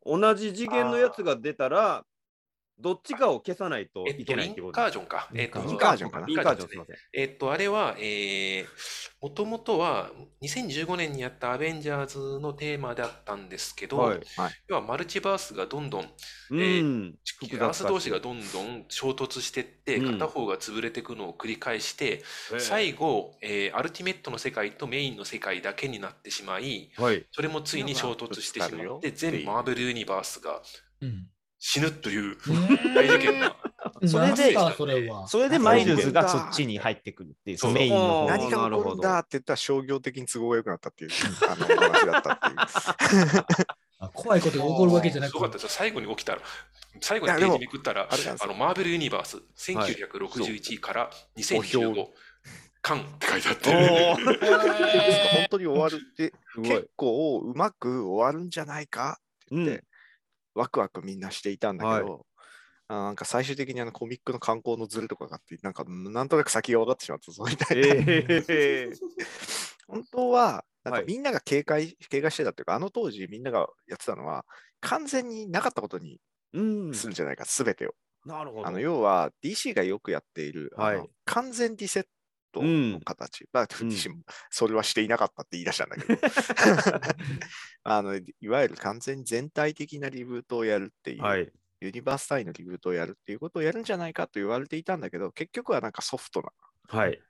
Speaker 1: 同じ次元のやつが出たら、どっちかを消さないと
Speaker 5: えっ
Speaker 1: い
Speaker 5: と、
Speaker 1: けな
Speaker 5: イ
Speaker 1: いってこ
Speaker 5: ン
Speaker 1: と
Speaker 5: カージョンか。えっと
Speaker 4: インカージョンかな
Speaker 1: インカージョン、すみません。
Speaker 5: えっと、あれは、えもともとは2015年にやったアベンジャーズのテーマだったんですけど、
Speaker 1: はい
Speaker 5: 要はマルチバースがどんどん、え
Speaker 1: うん。
Speaker 5: アース同士がどんどん衝突してって、
Speaker 1: うん
Speaker 5: 片方が潰れていくのを繰り返して、
Speaker 1: 最
Speaker 5: 最後、えーアルティメットの世界とメインの世界だけになってしまい、
Speaker 1: はい。
Speaker 5: それもついに衝突してし
Speaker 4: いやま
Speaker 5: ま
Speaker 4: あ
Speaker 5: っ
Speaker 4: ぶ
Speaker 5: て、
Speaker 4: つかるよ
Speaker 5: 全マーベルユニバースが
Speaker 2: うん
Speaker 5: 死ぬという大事件が。
Speaker 6: それ で
Speaker 2: なんすかそれは。
Speaker 6: それでマイルズがそっちに入ってくるっていう
Speaker 5: そう
Speaker 6: メインの
Speaker 1: おー
Speaker 6: 方
Speaker 4: 何が起こるんだって言ったら商業的に都合が良くなったっていうあのお話だったっていう。
Speaker 2: あ怖いことが起こるわけじゃな
Speaker 5: すごかっ
Speaker 2: く
Speaker 5: た
Speaker 2: て。
Speaker 5: ですよ。最後に起きたら、最後
Speaker 4: い
Speaker 5: に
Speaker 4: や
Speaker 5: ペ
Speaker 4: で
Speaker 5: ー
Speaker 4: も
Speaker 5: ジめくったら、
Speaker 4: あれなんです
Speaker 5: あ
Speaker 4: よ
Speaker 5: のマーベルユニバース
Speaker 1: はい
Speaker 5: 1961から
Speaker 4: お
Speaker 5: 2015
Speaker 4: 表
Speaker 5: 巻って書いてあっ
Speaker 1: お
Speaker 5: て、
Speaker 1: ー
Speaker 4: 本当に終わるって
Speaker 1: すごい
Speaker 4: 結。構うまく終わるんじゃないかって言って、
Speaker 1: うん
Speaker 4: ワクワクみんなしていたんだけど、
Speaker 1: は
Speaker 4: あなんか最終的にあのコミックの観光のズレとかがあってなんかなんとなく先が分かってしまったぞみたいな、
Speaker 1: え
Speaker 4: 本当はなん
Speaker 1: は
Speaker 4: か
Speaker 1: い
Speaker 4: みんなが警戒,、警戒してたっていうかあの当時みんながやってたのは完全になかったことに
Speaker 1: ー。うん。
Speaker 4: するんじゃないか、すべてを。
Speaker 1: なるほど。
Speaker 4: あの要は DC がよくやっている、あの
Speaker 1: はい
Speaker 4: 完全リセットの形、まあ、
Speaker 1: ん
Speaker 4: DC もそれはしていなかったって言い出したんだけ ど、あのいわゆる完全に全体的なリブートをやるってい う、
Speaker 1: はい。
Speaker 4: ユニバース単位のリブートをやるっていうことをやるんじゃないかと言われていたんだけど、結局はなんかソフトな
Speaker 1: はい。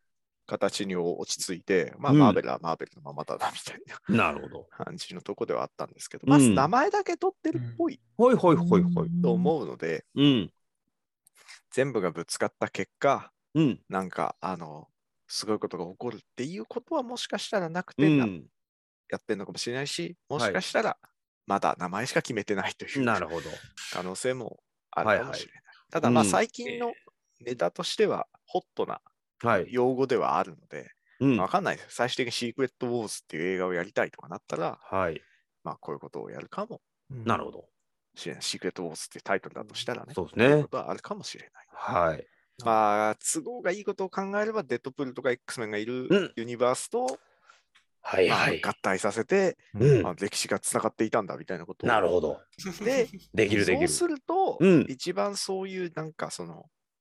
Speaker 4: 形に落ち着いて、まあ、
Speaker 1: うん
Speaker 4: マーベルはマーベルのままだなみたい
Speaker 1: な
Speaker 4: な
Speaker 1: るほ
Speaker 4: 感じのとこではあったんですけど、
Speaker 1: うん
Speaker 4: まず名前だけ取ってるっぽい
Speaker 1: ど。はいはいはいはい。
Speaker 2: ん
Speaker 4: と思うので、
Speaker 1: うん。
Speaker 4: 全部がぶつかった結果、
Speaker 1: うん。
Speaker 4: なんかあのすごいことが起こるっていうことはもしかしたらなく
Speaker 1: う
Speaker 4: てな、
Speaker 1: ん。
Speaker 4: やってるのかもしれないしも
Speaker 1: は
Speaker 4: し
Speaker 1: い
Speaker 4: かしたらまだ名前しか決めてないという
Speaker 1: なるほど。
Speaker 4: 可能性もあ
Speaker 1: はい
Speaker 4: るか
Speaker 1: は
Speaker 4: も
Speaker 1: い
Speaker 4: しれない。ただまあ
Speaker 1: うん
Speaker 4: 最近のネタとしてはホットな
Speaker 1: はい。
Speaker 4: 用語ではあるので、
Speaker 1: うん。
Speaker 4: わかんないです。最終的にシークレット・ウォーズっていう映画をやりたいとかなったら、
Speaker 1: はい。
Speaker 4: まあこういうことをやるかも
Speaker 1: なるほど。
Speaker 4: しれない。シークレット・ウォーズっていうタイトルだとしたらね、
Speaker 1: そうです
Speaker 4: そうい
Speaker 1: ね
Speaker 4: うこ。とはあるかもしれない。
Speaker 1: はい。
Speaker 4: まあ都合がいいことを考えれば、デッドプールとか X メンがい
Speaker 1: うん
Speaker 4: るユニバースと、
Speaker 1: はい
Speaker 4: まあ合体させて、
Speaker 1: うん
Speaker 4: あ。の歴史がつながっていたんだみたいなことを
Speaker 1: なるほど。
Speaker 4: で、
Speaker 1: できるでき
Speaker 4: そう
Speaker 1: る。
Speaker 4: すると、
Speaker 1: うん
Speaker 4: 一番そういうなんかその、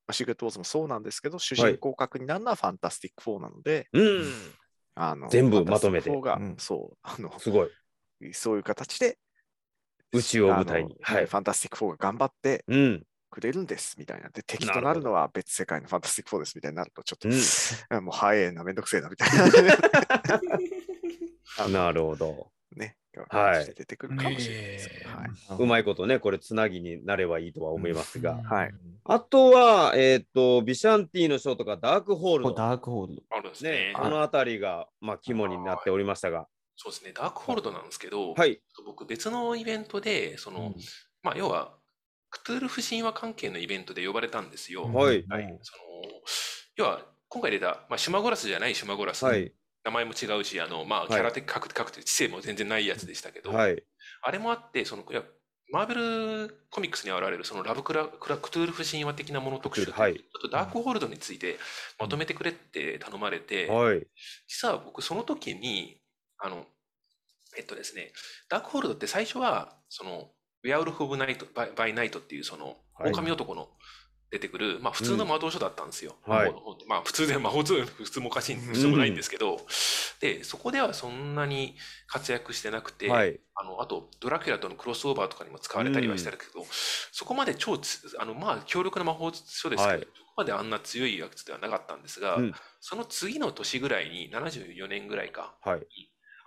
Speaker 4: まあシークレット・ウォーズもそうなんですけど、主
Speaker 1: は
Speaker 4: 人
Speaker 1: い
Speaker 4: 公格になるのはファンタスティック4なので、
Speaker 1: うん。
Speaker 4: あの
Speaker 1: 全部まとめて
Speaker 4: ファンタスティック4が、そ
Speaker 6: うん
Speaker 4: うあの、
Speaker 1: すごい。
Speaker 4: そういう形で、
Speaker 1: 宇宙を舞台に
Speaker 4: あの
Speaker 1: はい
Speaker 4: ファンタスティック4が頑張って
Speaker 1: うん。
Speaker 4: くれるんですみたいな。で、敵
Speaker 1: なる
Speaker 4: と
Speaker 1: ほど
Speaker 4: なるのは別世界のファンタスティック4ですみたいになると、ちょっと、
Speaker 1: うん
Speaker 4: あもう早えな、めんどくせえなみた いな。あの
Speaker 1: なるほど。
Speaker 4: ね、
Speaker 1: はい
Speaker 4: 出てくるかもしれないですけど。
Speaker 2: ねえ
Speaker 4: はい。
Speaker 1: うまいことね、これつなぎになればいいとは思いますが。
Speaker 4: はい
Speaker 1: あとは、えっ、と、ビシャンティのショーとかダークホール
Speaker 6: これ
Speaker 1: の、
Speaker 6: ダークホールド。
Speaker 5: あるんです
Speaker 1: ね
Speaker 5: ね、。
Speaker 1: このあたりが、まあ、肝になっておりましたが。
Speaker 5: そうですね。ダークホールドなんですけど、
Speaker 1: はい。
Speaker 5: 僕別のイベントで、その、まあ要は、クトゥールフ神話関係のイベントで呼ばれたんですよ。
Speaker 1: はい
Speaker 5: はい、その要は今回出た、まあ、島ゴラスじゃない島ゴラス、
Speaker 1: はい。
Speaker 5: 名前も違うし、あの、まあ、
Speaker 1: い
Speaker 5: キャラ的、かくかくて知性も全然ないやつでしたけど、
Speaker 1: はい。
Speaker 5: あれもあって、その、いや、マーベルコミックスに現れる、そのラブクラ、クラクトゥールフ神話的なもの特集、
Speaker 1: は、い
Speaker 5: ち。ょっとダークホールドについてまとめてくれって頼まれて、
Speaker 1: はい。
Speaker 5: 実は僕、その時に、あの、えっとですね、ダークホールドって最初は、その、ウェアウルフ・オブ・ナイト、バイ・バイナイトっていう、その、
Speaker 1: はい
Speaker 5: 狼男の出てくる、まあ、普通の魔導書だったんですよ。
Speaker 1: はい
Speaker 5: まあ、普通で、魔法通、普通もおかしい、普通もないんですけど、で、そこではそんなに活躍してなくて、
Speaker 1: はい。
Speaker 5: あの、あと、ドラキュラとのクロスオーバーとかにも使われたりはしてるけど、そこまで超つ、あの、まあ、強力な魔法書ですけど、
Speaker 1: はい
Speaker 5: そこまであんな強いやつではなかったんですが、
Speaker 1: うん
Speaker 5: その次の年ぐらいに、74年ぐらいか、
Speaker 1: はい。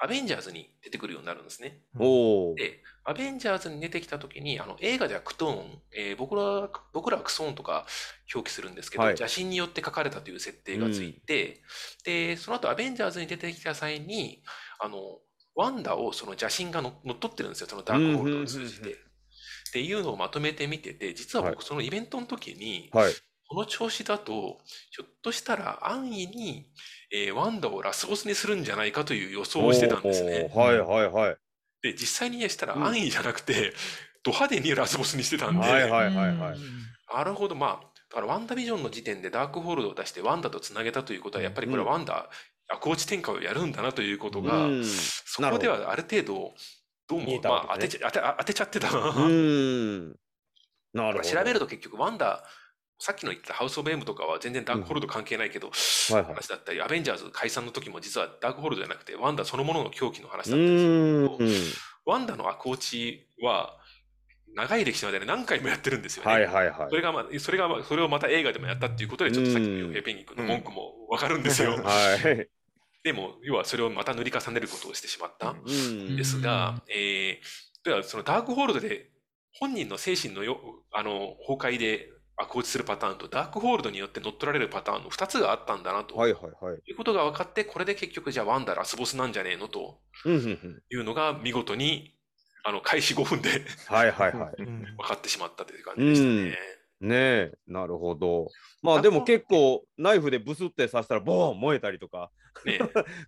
Speaker 5: アベンジャーズに出てくるようになるんですね。
Speaker 1: おお。
Speaker 5: で、アベンジャーズに出てきた時に、あの映画ではクトーン、えー僕らは、僕らはクソーンとか表記するんですけど、
Speaker 1: はい
Speaker 5: 邪神によって書かれたという設定がついて、で、その後アベンジャーズに出てきた際に、あの、ワンダをその邪神がの乗っ取ってるんですよ、そのダークホールドを通じ
Speaker 1: うんうんうん
Speaker 5: て。っていうのをまとめてみてて、実は
Speaker 1: は
Speaker 5: 僕そのイベントの時に、
Speaker 1: はい。
Speaker 5: この調子だと、ちょっとしたら安易に、えーワンダをラスボスにするんじゃないかという予想をしてたんですね。
Speaker 1: おーはいはいはい。
Speaker 5: で、実際にしたら
Speaker 1: うん
Speaker 5: 安易じゃなくて、ド派手にラスボスにしてたんで、
Speaker 1: はいはいはいはい。
Speaker 5: なるほど、まあ、だからワンダビジョンの時点でダークホールドを出してワンダとつなげたということは、やっぱりこれはワンダ、アコーチ転換をやるんだなということが、
Speaker 1: うん
Speaker 5: そこではある程度、どう
Speaker 1: 見え
Speaker 5: も、
Speaker 1: たわ
Speaker 5: まあ、
Speaker 1: け
Speaker 5: 当て
Speaker 1: ね
Speaker 5: ちゃ当て当てちゃってた な。
Speaker 1: うーん。なるほど。
Speaker 5: 調べると結局、ワンダ、さっきの言ったハウス・オブ・エムとかは全然ダークホールド関係ないけど、
Speaker 1: はいはい
Speaker 5: 話だったり、アベンジャーズ解散の時も実はダークホールドじゃなくて、ワンダそのものの狂気の
Speaker 1: う
Speaker 5: 話だったりするんですけ
Speaker 1: ー
Speaker 5: ど
Speaker 1: ん。
Speaker 5: ワンダのアコーチは、長い歴史まで何回もやってるんですよね。
Speaker 1: はいはいは
Speaker 5: それが、まあ、それが、まあ、それをまた映画でもやったっていうことで、ちょっとさっきの
Speaker 1: うん
Speaker 5: ヨヘペンギン君の文句もわかるんですよ
Speaker 1: い。。はい。
Speaker 5: でも、要はそれをまた塗り重ねることをしてしまったん
Speaker 1: うー
Speaker 5: で
Speaker 1: ん。
Speaker 5: すが、えー、では、そのダークホールドで、本人の精神のよ、あの、崩壊で、アコーチするパターンと、ダークホールドによって乗っ取られるパターンの2つがあったんだなと。
Speaker 1: はいいはいはい。
Speaker 5: うことが分かって、これで結局、じゃあワンダラスボスなんじゃねえのと
Speaker 1: うんうんうん。
Speaker 5: いうのが見事に、あの、開始5分で
Speaker 1: はいはいはい。
Speaker 6: うん
Speaker 5: 分かってしまったという感じでしたね。
Speaker 1: ねえ、なるほど。まあ
Speaker 5: あ
Speaker 1: でも
Speaker 5: と
Speaker 1: 結構ナイフでブスって刺したらボーン燃えたりとか、
Speaker 5: ね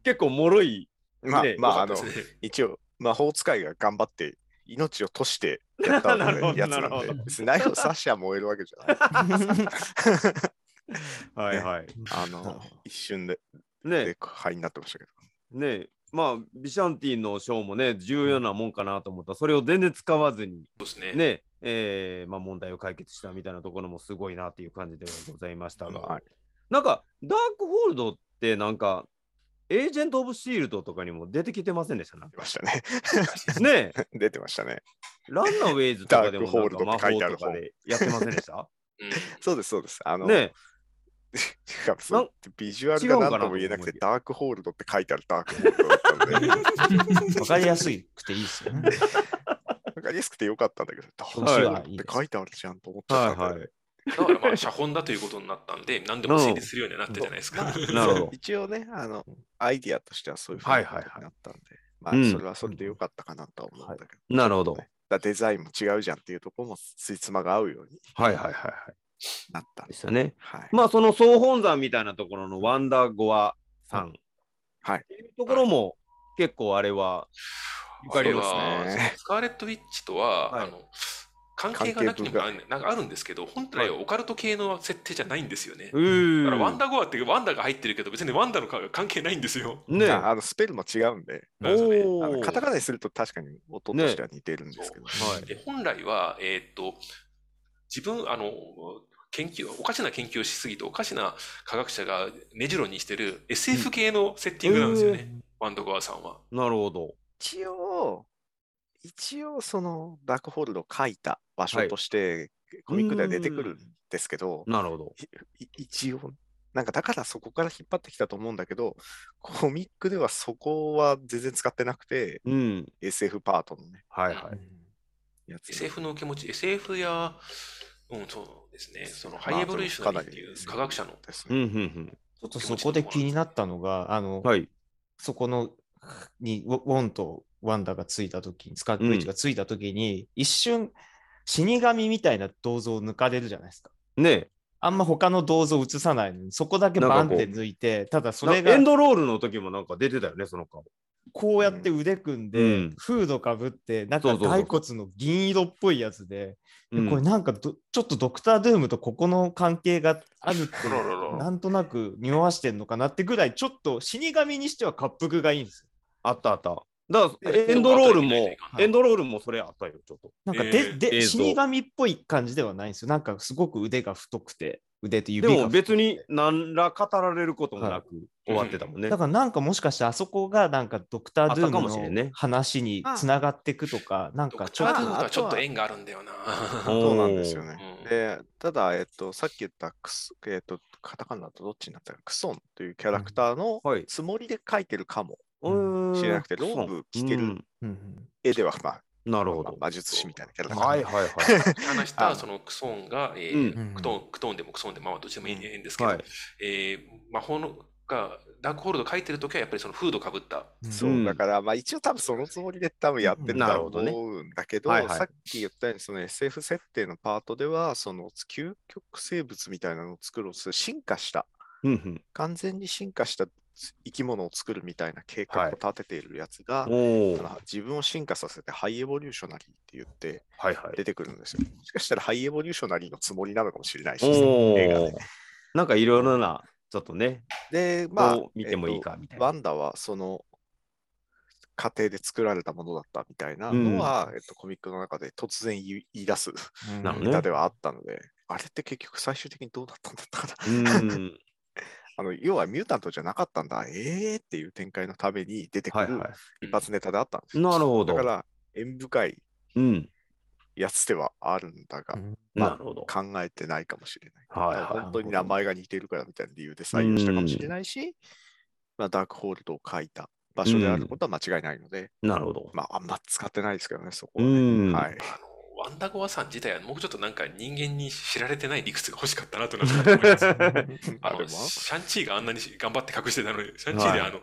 Speaker 1: 結構脆い。
Speaker 4: まあ
Speaker 1: ね、
Speaker 4: まあ、
Speaker 5: 良
Speaker 4: あの
Speaker 5: かった、ですね
Speaker 4: 一応、魔法使いが頑張って、命を賭してやっ た
Speaker 1: なるほど
Speaker 4: やつ
Speaker 1: な
Speaker 4: な
Speaker 1: る
Speaker 4: ん
Speaker 1: ほ
Speaker 4: で
Speaker 1: ど、
Speaker 4: 別にナイフを刺しゃ燃えるわけじゃない。
Speaker 1: はいはい。
Speaker 4: あ
Speaker 6: なる
Speaker 4: の
Speaker 6: ほど、
Speaker 4: 一瞬で、
Speaker 1: ねえ
Speaker 4: で、灰になってましたけど。
Speaker 1: ねえまあビシャンティのショーもね重要なもんかなと思ったそれを全然使わずに
Speaker 5: そうですね。
Speaker 1: ねえーまあ、問題を解決したみたいなところもすごいなっていう感じではございましたが、
Speaker 4: はい
Speaker 1: なんかダークホールドってなんかエージェント・オブ・シールドとかにも出てきてませんでしたな
Speaker 4: 出ましたね。
Speaker 1: ねえ
Speaker 4: 出てましたね。
Speaker 1: ランナーウェイズとかでもなんか魔
Speaker 4: ダークホールドって書いてあ
Speaker 1: 法と
Speaker 4: る
Speaker 1: か
Speaker 4: 本
Speaker 1: でやってませんでした
Speaker 5: うん
Speaker 4: そうです、そうです。あの、
Speaker 1: ねえ
Speaker 4: しかもそう
Speaker 1: なん
Speaker 4: ビジュアルが何とも言えなくて、
Speaker 1: 違う
Speaker 4: ダークホールドって書いてあるダークホールドだったんで、わ
Speaker 6: わかりやすくていいですよね。
Speaker 4: かりやすくてよかったんだけど、ダークホールドって書いてあるじゃんと思っちゃ
Speaker 1: は
Speaker 4: っ
Speaker 1: い
Speaker 4: たん
Speaker 1: は
Speaker 4: で、
Speaker 1: い
Speaker 5: だからまあ、写本だということになったんで、何でも成立するようになったじゃないですか。
Speaker 1: なるほど
Speaker 4: 一応ね、あの、アイディアとしてはそういうふう
Speaker 1: はい
Speaker 4: に
Speaker 1: はいはい
Speaker 4: なったんで、まあ
Speaker 1: うん、
Speaker 4: それはそれでよかったかなとは思うんだけど、
Speaker 1: なるほど
Speaker 4: ねだデザインも違うじゃんっていうところも、ついつまが合うように
Speaker 1: はいはいはいは
Speaker 4: なったん
Speaker 1: い
Speaker 4: で。
Speaker 1: ですしたね
Speaker 4: はい。
Speaker 1: まあその総本山みたいなところのワンダーゴアさん
Speaker 4: はい
Speaker 1: っていうところも結構あれは
Speaker 5: ゆかり
Speaker 4: そう
Speaker 5: は、
Speaker 4: ですね
Speaker 5: スカーレット・ウィッチとは、
Speaker 1: はい
Speaker 5: あの関係がなくてもあんなんかあるんですけど、本来はオカルト系の設定じゃないんですよね。
Speaker 1: うー
Speaker 5: だからワンダゴアってワンダが入ってるけど、別にワンダの顔が関係ないんですよ。
Speaker 1: ね
Speaker 4: ああのスペルも違うんで、
Speaker 5: なんですよね
Speaker 4: あの
Speaker 1: おー
Speaker 4: カタカナにすると確かに音としては似てるんですけど、
Speaker 1: はい
Speaker 5: で本来は、えーっと、自分、あの、研究、おかしな研究をしすぎて、おかしな科学者が根城にしてる SF 系のセッティングなんですよね、ワンダゴアさんは。
Speaker 1: なるほど。
Speaker 4: 一応、一応そのダークホールドを書いた場所として、コミックでは出てくるんですけど、
Speaker 1: なるほど。
Speaker 4: い一応、なんかだからそこから引っ張ってきたと思うんだけど、コミックではそこは全然使ってなくて、
Speaker 1: うん。
Speaker 4: SF パートのね、
Speaker 1: はいはい。
Speaker 4: やつ。
Speaker 5: SF の受け持ち、SF や、うん、そうですね、そのハイエボリューショナリーっていう科学者の、
Speaker 4: です
Speaker 1: うん
Speaker 4: ね。
Speaker 1: うん
Speaker 6: ちょっとそこで気になったのが、あの
Speaker 1: うん。、はい。
Speaker 6: そこのにウォウォンとワンダがついたときに、スカットウィッチがついたときに、一瞬死神みたいな銅像を抜かれるじゃないですか。
Speaker 1: ね
Speaker 6: あんま他の銅像映さないのに、そこだけバンって抜いて、ただそれ
Speaker 1: な
Speaker 6: が
Speaker 1: エンドロールの時もなんか出てたよね、その顔。
Speaker 6: こうやって腕組んで、
Speaker 1: うん
Speaker 6: フードかぶって、なん
Speaker 1: そ
Speaker 6: か
Speaker 1: うそうそう
Speaker 6: 骸骨の銀色っぽいやつで、
Speaker 1: うん
Speaker 6: これなんかどちょっとドクター・ドゥームとここの関係が あるって
Speaker 5: あらららら
Speaker 6: なんとなく匂わしてんのかなってぐらいちょっと死神にしては滑覆がいいんですよ。
Speaker 1: あったあった。だから
Speaker 5: で
Speaker 1: エンドロールも
Speaker 5: でも後で見ないか、
Speaker 6: な
Speaker 1: エンドロールもそれあったよ、ちょっと。
Speaker 6: なんかで、
Speaker 5: えー
Speaker 6: で
Speaker 1: 映像
Speaker 6: 死神っぽい感じではないんですよ。なんかすごく腕が太くて腕と
Speaker 1: で
Speaker 6: 指が
Speaker 1: も
Speaker 6: 太くて
Speaker 1: 別に何ら語られることもなく終わってたもんね。
Speaker 6: だからなんかもしかしてあそこがなんかドクター・ドゥ
Speaker 1: あったかもし
Speaker 6: ー
Speaker 1: れん
Speaker 6: ム
Speaker 1: ね
Speaker 6: の話につながっていくとか、なん
Speaker 5: ド
Speaker 6: か
Speaker 5: ク
Speaker 6: ち
Speaker 5: タ
Speaker 6: ょっ
Speaker 5: ー・
Speaker 6: と
Speaker 5: ドゥームとはちょっ
Speaker 4: あ
Speaker 5: と
Speaker 4: とは
Speaker 5: 縁があるんだよな。
Speaker 4: そうなんですよね。
Speaker 5: うん
Speaker 4: で、ただ、えっと、さっき言ったクス、えっと、カタカナだとどっちになったか、クソンというキャラクターの
Speaker 1: はい。
Speaker 4: つもりで描いてるかも。
Speaker 1: うーん
Speaker 4: 知らなくてローブ着てる
Speaker 1: うん
Speaker 6: うんうん
Speaker 4: 絵では、まあ、
Speaker 1: なる
Speaker 4: ま
Speaker 1: ほ
Speaker 4: あ
Speaker 1: ど。
Speaker 4: 魔術師みたいなキャラだから
Speaker 1: はいはいはい。
Speaker 5: 話し
Speaker 4: あ
Speaker 5: たそのクソンが、えー
Speaker 6: うん
Speaker 5: クトンクトンでもクソンでも、まあ、どっちでもいいんですけど、
Speaker 1: はい、
Speaker 5: えー魔法のがダークホールド書いてるときはやっぱりそのフードかぶった。
Speaker 4: そう、
Speaker 1: うん
Speaker 4: だから、まあ一応多分そのつもりで多分やってるんだろうと
Speaker 1: なる
Speaker 4: 思
Speaker 1: ほ
Speaker 4: うんだけど、
Speaker 1: はいはい
Speaker 4: さっき言ったように、その SF 設定のパートでは、その究極生物みたいなのを作ろうとする、進化した、
Speaker 1: うん
Speaker 4: 完全に進化した生き物を作るみたいな計画を
Speaker 1: はい
Speaker 4: 立てているやつが、
Speaker 1: うん。おお
Speaker 4: あ。の自分を進化させてハイエボリューショナリーって言って
Speaker 1: はいはい。
Speaker 4: 出てくるんですよ。もしかしたらハイエボリューショナリーのつもりなのかもしれないし、
Speaker 1: お
Speaker 4: 映画で
Speaker 1: お。なんかいろいろな、ちょっとね、
Speaker 4: で、まあ
Speaker 1: どう、見てもいいかみたい
Speaker 4: ワ
Speaker 1: な。
Speaker 4: ンダはその家庭で作られたものだったみたいなのは、えっと、コミックの中で突然言い言い出す
Speaker 6: うん
Speaker 1: なるほどね
Speaker 4: 歌ではあったので、あれって結局最終的にどうだったんだったかな
Speaker 1: うん。
Speaker 4: あの要はミュータントじゃなかったんだ、えーっていう展開のために出てく
Speaker 1: はい
Speaker 4: る
Speaker 1: は
Speaker 4: 一発ネタであったんです
Speaker 1: い。
Speaker 4: よ。
Speaker 1: なるほ
Speaker 4: だ
Speaker 1: ど。
Speaker 4: から縁深い
Speaker 1: うん。
Speaker 4: やつではあるんだが、
Speaker 6: うん
Speaker 1: なるほど。
Speaker 4: 考えてないかもしれない。
Speaker 1: はい
Speaker 4: だから
Speaker 1: は
Speaker 4: 本当に名前が似てるからみたいな理由で採用したかもしれないし、まあ、ダークホールドを書いた場所であることは間違いないので、
Speaker 1: い。なるほど。
Speaker 4: まあ、あんま使ってないですけどね、そこ
Speaker 1: う
Speaker 4: はね、
Speaker 1: ん。
Speaker 4: はい。
Speaker 5: あのワンダゴアさん自体はもうちょっとなんか人間に知られてない理屈が欲しかったなとなんか思います。あ
Speaker 4: あれ
Speaker 5: の
Speaker 4: は
Speaker 5: シャンチーがあんなに頑張って隠してたのに、シャンチーで
Speaker 1: はい
Speaker 5: あの、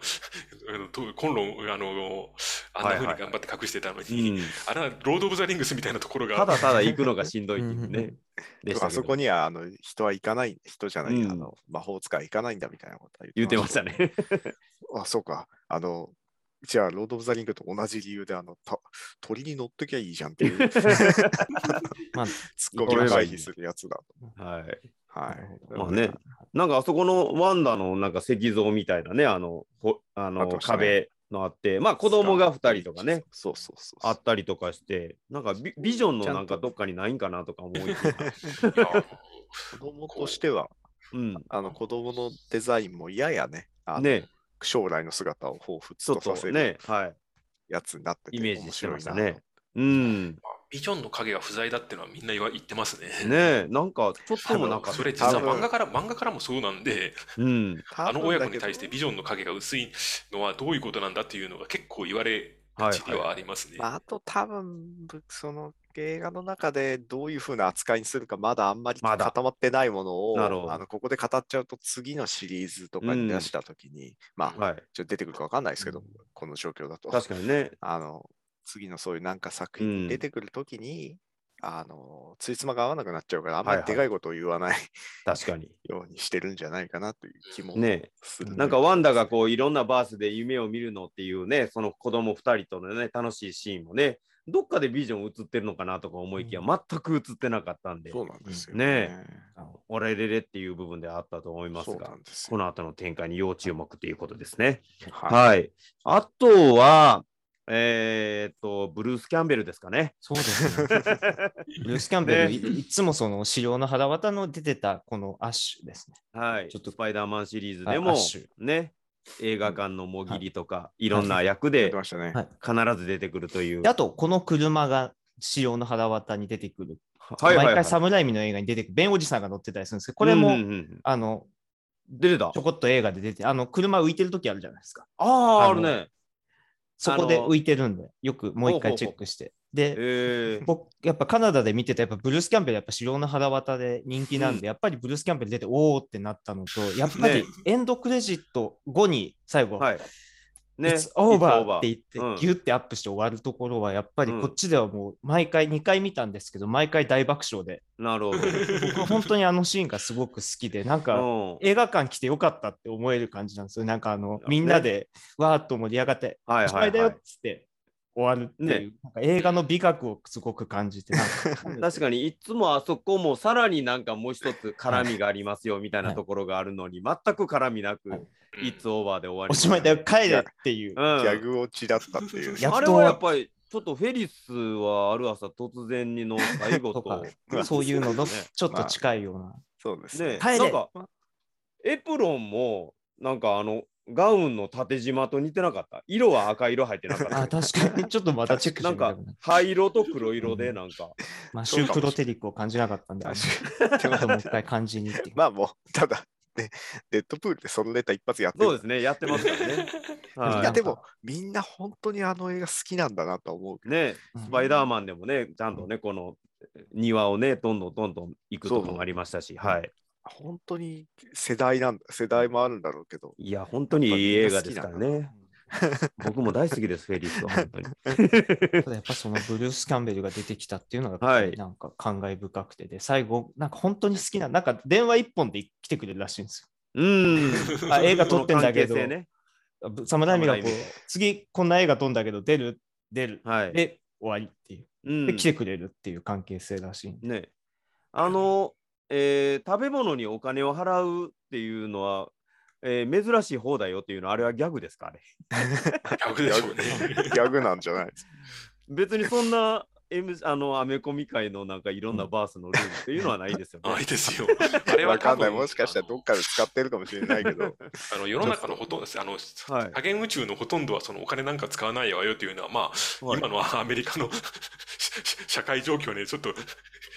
Speaker 5: あのとコンロンあの、あんなふうに頑張って隠してたの
Speaker 1: う
Speaker 5: に、
Speaker 1: ん、
Speaker 5: あれはロード・オブ・ザ・リングスみたいなところが、
Speaker 1: ただただ行くのがしんどいっていう
Speaker 6: うんう
Speaker 1: ね。でした
Speaker 4: あ
Speaker 1: け
Speaker 4: そ
Speaker 1: ど
Speaker 4: こにはあの人は行かない、人じゃない、
Speaker 1: うん
Speaker 4: あの魔法使い行かないんだみたいなことは
Speaker 1: 言ってましたね。
Speaker 4: あ、そうか。あの、じゃあ、ロード・オブ・ザ・リングと同じ理由で、あの、た鳥に乗っときゃいいじゃんっ ていう、ツ
Speaker 6: まあ
Speaker 4: ッコミを回避するやつだ
Speaker 1: はい。
Speaker 4: と。は
Speaker 6: なる
Speaker 4: い。
Speaker 1: まあねなんかあそこのワンダのなんか石像みたいなね、あの、ほあ
Speaker 4: あり
Speaker 1: の
Speaker 4: ましたね
Speaker 1: 壁のあって、まあ子供が2人とかね、。
Speaker 4: そうそうそうそう。
Speaker 1: あったりとかして、なんかビビジョンのなんかどっかにないんかなとか思いきや
Speaker 5: いや
Speaker 4: 子供としては、
Speaker 1: うん。
Speaker 4: あの子供のデザインもややね、 あの
Speaker 1: ね、
Speaker 4: 将来の姿を彷
Speaker 1: ちょ
Speaker 4: 彿
Speaker 1: っ
Speaker 4: とさ
Speaker 1: と
Speaker 4: せる
Speaker 1: ね、はい。
Speaker 4: やつになってて、
Speaker 1: イメージしてました
Speaker 4: 面白
Speaker 1: ね
Speaker 4: いな。
Speaker 1: うん。
Speaker 5: ビジョンの影が不在だってのはみんな言わ言ってますね。
Speaker 1: ねえ、なんかちょっ
Speaker 5: 多
Speaker 1: とも
Speaker 5: 分
Speaker 1: なかっ
Speaker 5: それ実
Speaker 1: た。
Speaker 5: は
Speaker 4: 多分
Speaker 5: 漫画から漫画からもそうなんで、
Speaker 1: うん。
Speaker 4: 多分
Speaker 5: あの親子に
Speaker 4: だけど
Speaker 5: 対してビジョンの影が薄いのはどういうことなんだっていうのが結構言われ
Speaker 1: は
Speaker 5: が
Speaker 1: い
Speaker 5: ちで
Speaker 1: は。
Speaker 5: はいありますね。
Speaker 4: まあ、あと多分、ぶその映画の中でどういうふうな扱いにするか、まだあんまり
Speaker 1: まだ
Speaker 4: 固まってないものを、
Speaker 1: なるほど
Speaker 4: あのここで語っちゃうと、次のシリーズとかに出したときに、まあ、
Speaker 1: はい。
Speaker 4: ちょっと出てくるか分かんないですけど、この状況だと。
Speaker 1: 確かにね。
Speaker 4: あの次のそういうなんか作品
Speaker 1: うん
Speaker 4: に出てくるときに、あの、ついつまが合わなくなっちゃうから、あん
Speaker 1: は
Speaker 4: ま
Speaker 1: い
Speaker 4: り
Speaker 1: はい
Speaker 4: でかいことを言わない
Speaker 1: 確かに。
Speaker 4: ようにしてるんじゃないかなという気も
Speaker 1: ねえ。
Speaker 4: する、
Speaker 1: なんかワンダがこういろんなバースで夢を見るのっていうね、その子供2人とのね、楽しいシーンもね、どっかでビジョン映ってるのかなとか思いきや、全く映ってなかったんで、
Speaker 4: そうなんですよ
Speaker 1: ね
Speaker 4: ね。
Speaker 1: おれれれっていう部分であったと思います
Speaker 4: そう
Speaker 1: が
Speaker 4: な、んです
Speaker 1: こ
Speaker 4: よ。
Speaker 1: の後の展開に要注目ということですね。
Speaker 4: は
Speaker 1: はい。あとは、えーっと、ブルース・キャンベルですかね。
Speaker 6: そうです ね。ブルース・キャンベル、いいつもその資料の腹渡の出てたこのアッシュですね。
Speaker 1: はい。
Speaker 6: ちょっと
Speaker 1: スパイダーマンシリーズ
Speaker 6: はい
Speaker 1: で
Speaker 6: ア
Speaker 1: も
Speaker 6: ッシュ、
Speaker 1: ね、映画館のもぎりとか、いろんな役
Speaker 4: やっ
Speaker 1: で
Speaker 4: てましたね。
Speaker 6: はい
Speaker 1: 必ず出てくるという。
Speaker 6: であと、この車が資料の腹渡に出てくる。
Speaker 1: はいはい
Speaker 6: 毎
Speaker 1: は
Speaker 6: 回
Speaker 1: い
Speaker 6: サムライミの映画に出てくる。ベンおじさんが乗ってたりするんですけど、これも、
Speaker 1: うんうんうん
Speaker 6: あの、
Speaker 1: 出てた
Speaker 6: ちょ。こっと映画で出て、あの、車浮いてる時あるじゃないですか。
Speaker 1: ああ、あ
Speaker 6: あ
Speaker 1: る
Speaker 6: の
Speaker 1: ね。
Speaker 6: そこで浮いてるんで、よくも
Speaker 1: ほうほ
Speaker 6: う一
Speaker 1: うほ
Speaker 6: 回
Speaker 1: う
Speaker 6: チェックして。で、
Speaker 1: えー、
Speaker 6: 僕、やっぱカナダで見てた、やっぱブルース・キャンベル、やっぱ城の腹渡で人気なんで、やっぱりブルース・キャンベル出て、おーってなったのと、やっぱり
Speaker 1: ね
Speaker 6: エンドクレジット後に最後、
Speaker 1: はい。ね。
Speaker 6: It's over
Speaker 1: オーバー
Speaker 6: って言って、
Speaker 1: うん
Speaker 6: ギュってアップして終わるところは、やっぱり
Speaker 1: うん
Speaker 6: こっちではもう、毎回2回見たんですけど、毎回大爆 笑で、
Speaker 1: なるほ ど。
Speaker 6: 僕は本当にあのシーンがすごく好きで、なんか、
Speaker 1: うん
Speaker 6: 映画館来てよかったって思える感じなんですよ。なんかあの
Speaker 1: ね、
Speaker 6: みんなで、わーっと盛り上がって、
Speaker 1: はい
Speaker 6: おしま
Speaker 1: はいい
Speaker 6: だよ
Speaker 1: は
Speaker 6: っつって終わるっていう、なんか映画の美学をすごく感じて、なんか
Speaker 1: い。確かにいつもあそこもさらになんかもう一つ絡みがありますよみたいなところがあるのに全く絡みなく
Speaker 6: は
Speaker 1: 「
Speaker 6: い
Speaker 1: いつオーバー」で終わり
Speaker 6: お
Speaker 1: す
Speaker 6: しまいだよ、帰れっていう。
Speaker 1: うん
Speaker 4: ギャグ落ちだったっていう。
Speaker 6: やっと
Speaker 1: あれはやっぱりちょっとフェリスはある朝突然にの最後
Speaker 6: と
Speaker 1: と
Speaker 6: か
Speaker 4: ま、あ
Speaker 6: そういうの
Speaker 1: そう
Speaker 6: と
Speaker 1: ですね
Speaker 6: ちょっと近いような。
Speaker 4: そうです
Speaker 1: ね
Speaker 4: ね。
Speaker 6: 帰れ
Speaker 1: なんかエプロンもなんかあのガウンの縦縞と似てなかった色は赤色入ってなかっ
Speaker 6: あ、
Speaker 1: た
Speaker 6: 確かに、ちょっとまたチェックして
Speaker 1: なん
Speaker 6: みた
Speaker 1: か
Speaker 6: くなる
Speaker 1: 灰色と黒色でなんか、
Speaker 6: まあ、シュープロテリックを感じなかったんで、あの
Speaker 4: 確か
Speaker 6: ちょっともう
Speaker 4: に。
Speaker 6: 一回感じに行って。
Speaker 4: まあもう、ただ、ね、デッドプールでそのネタ一発やって
Speaker 1: そう
Speaker 4: る
Speaker 1: ですねやってますからね、
Speaker 6: す
Speaker 4: いや
Speaker 1: は
Speaker 4: でも、みんな本当にあの映画好きなんだなと思うけ
Speaker 1: い、ね
Speaker 6: うん
Speaker 1: スパイダーマンでもねちゃんとねこの庭をねどんどんどんどん行くとこもありましたしはい
Speaker 4: ど、本当に世代なんだ、世代もあるんだろうけど、
Speaker 1: いや本当にいい映画ですからね僕も大好きですフェリスは本当に
Speaker 6: ただやっぱそのブルース・キャンベルが出てきたっていうのが、
Speaker 1: はい
Speaker 6: なんか感慨深くてで、最後、なんか本当に好きな、なんか電話一本で来てくれるらしいんです
Speaker 1: うん
Speaker 6: よ。あ映画撮ってんだけど、
Speaker 1: この関係性ね
Speaker 6: ぶサムライミがこ
Speaker 1: サ
Speaker 6: う
Speaker 1: ムライミ、
Speaker 6: 次こんな映画撮んだけど、出る、出る、
Speaker 1: はい
Speaker 6: で、終わりっていう。
Speaker 1: うん
Speaker 6: で、来てくれるっていう関係性らしいんで。
Speaker 1: ねあの、えー食べ物にお金を払うっていうのは、えー珍しい方だよっていうのはあれはギャグですかあれ
Speaker 5: 逆でしょうね。
Speaker 4: ギャグなんじゃない
Speaker 1: 別にそんな M あのアメコミ界のなんかいろんなバースのルールっていうのはないです よ
Speaker 5: ない
Speaker 1: ね。
Speaker 5: ですよ。 あれは
Speaker 4: わ
Speaker 5: 多
Speaker 4: かんない。
Speaker 5: 分
Speaker 4: もしかしたらどっかで使ってるかもしれないけど、
Speaker 5: あの世の中のほとんどですあの、
Speaker 1: はい
Speaker 5: 多元宇宙のほとんどはそのお金なんか使わないわよというのは、まあ、
Speaker 1: はい
Speaker 5: 今のアメリカの 社会状況にちょっと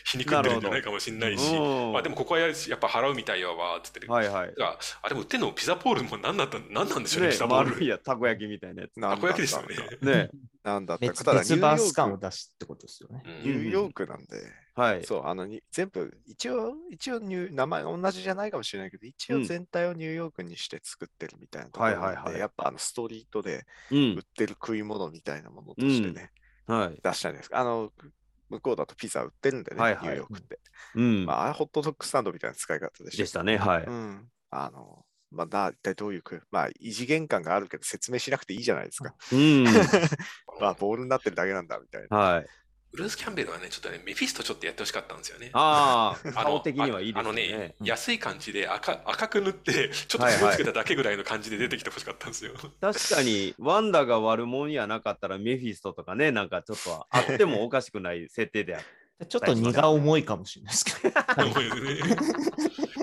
Speaker 5: 皮肉ってるんじゃないかもしれないし、
Speaker 1: うん
Speaker 5: まあ、でもここはややっぱ払うみたいやわっつってて、
Speaker 1: はいはい。
Speaker 5: があでも売ってんのピザポールも何だった何なんでしょうね、
Speaker 1: ね
Speaker 5: ピザポール
Speaker 1: 丸い。やたこ焼きみたいなや つ。
Speaker 4: な
Speaker 5: た
Speaker 4: ん
Speaker 5: こ
Speaker 4: だ
Speaker 5: 焼
Speaker 4: っ
Speaker 5: き
Speaker 4: た
Speaker 5: ですよ
Speaker 4: か
Speaker 5: ね。
Speaker 1: ね
Speaker 4: なんだったか
Speaker 6: 別
Speaker 4: ただ
Speaker 6: 別
Speaker 4: ニュー
Speaker 6: バー
Speaker 4: ヨ
Speaker 6: ス
Speaker 4: ー
Speaker 6: 感
Speaker 4: ク
Speaker 6: を出すってことですよね。
Speaker 5: うん
Speaker 4: ニューヨークなんで、
Speaker 1: はい。
Speaker 4: そう、あのに、全部、一応、一応ニュー、名前同じじゃないかもしれないけど、一
Speaker 1: う
Speaker 4: 応
Speaker 1: ん
Speaker 4: 全体をニューヨークにして作ってるみたいなとこ
Speaker 1: はい
Speaker 4: ろなんで、
Speaker 1: はいはい
Speaker 4: やっぱあのストリートで
Speaker 1: う
Speaker 4: 売っ
Speaker 1: ん。
Speaker 4: てる食い物みたいなものとしてね、
Speaker 1: はい。
Speaker 4: 出したんですか。あの、向こうだとピザ売ってるんでね、
Speaker 1: はいはい
Speaker 4: ニューヨークって。
Speaker 1: うん。
Speaker 4: まあ、あれホットドッグスタンドみたいな使い方でした
Speaker 1: でしたね。はい。
Speaker 4: うん。あの、まあ、だ一体どういう食い、まあ、異次元感があるけど、説明しなくていいじゃないですか。
Speaker 1: うん。
Speaker 4: まあ、ボールになってるだけなんだ、みたいな。
Speaker 1: はい。
Speaker 5: ブルース・キャンベルはね、ちょっとね、メフィストちょっとやってほしかったんですよね。
Speaker 1: ああ、
Speaker 5: あ
Speaker 1: 顔
Speaker 5: の
Speaker 1: 的にはいい
Speaker 5: あ
Speaker 1: で
Speaker 5: あ
Speaker 1: す
Speaker 5: の
Speaker 1: よ
Speaker 5: ね
Speaker 1: ね。
Speaker 6: うん
Speaker 5: 安い感じで赤赤く塗って、ちょっと塩つけただけぐらいの感じで出てきてほしかったんですよ。
Speaker 1: 確かに、ワンダが悪者やなかったら、メフィストとかね、なんかちょっとあってもおかしくない設定である。
Speaker 6: ちょっと荷が重いかもしれないですけど。
Speaker 5: 思い出ね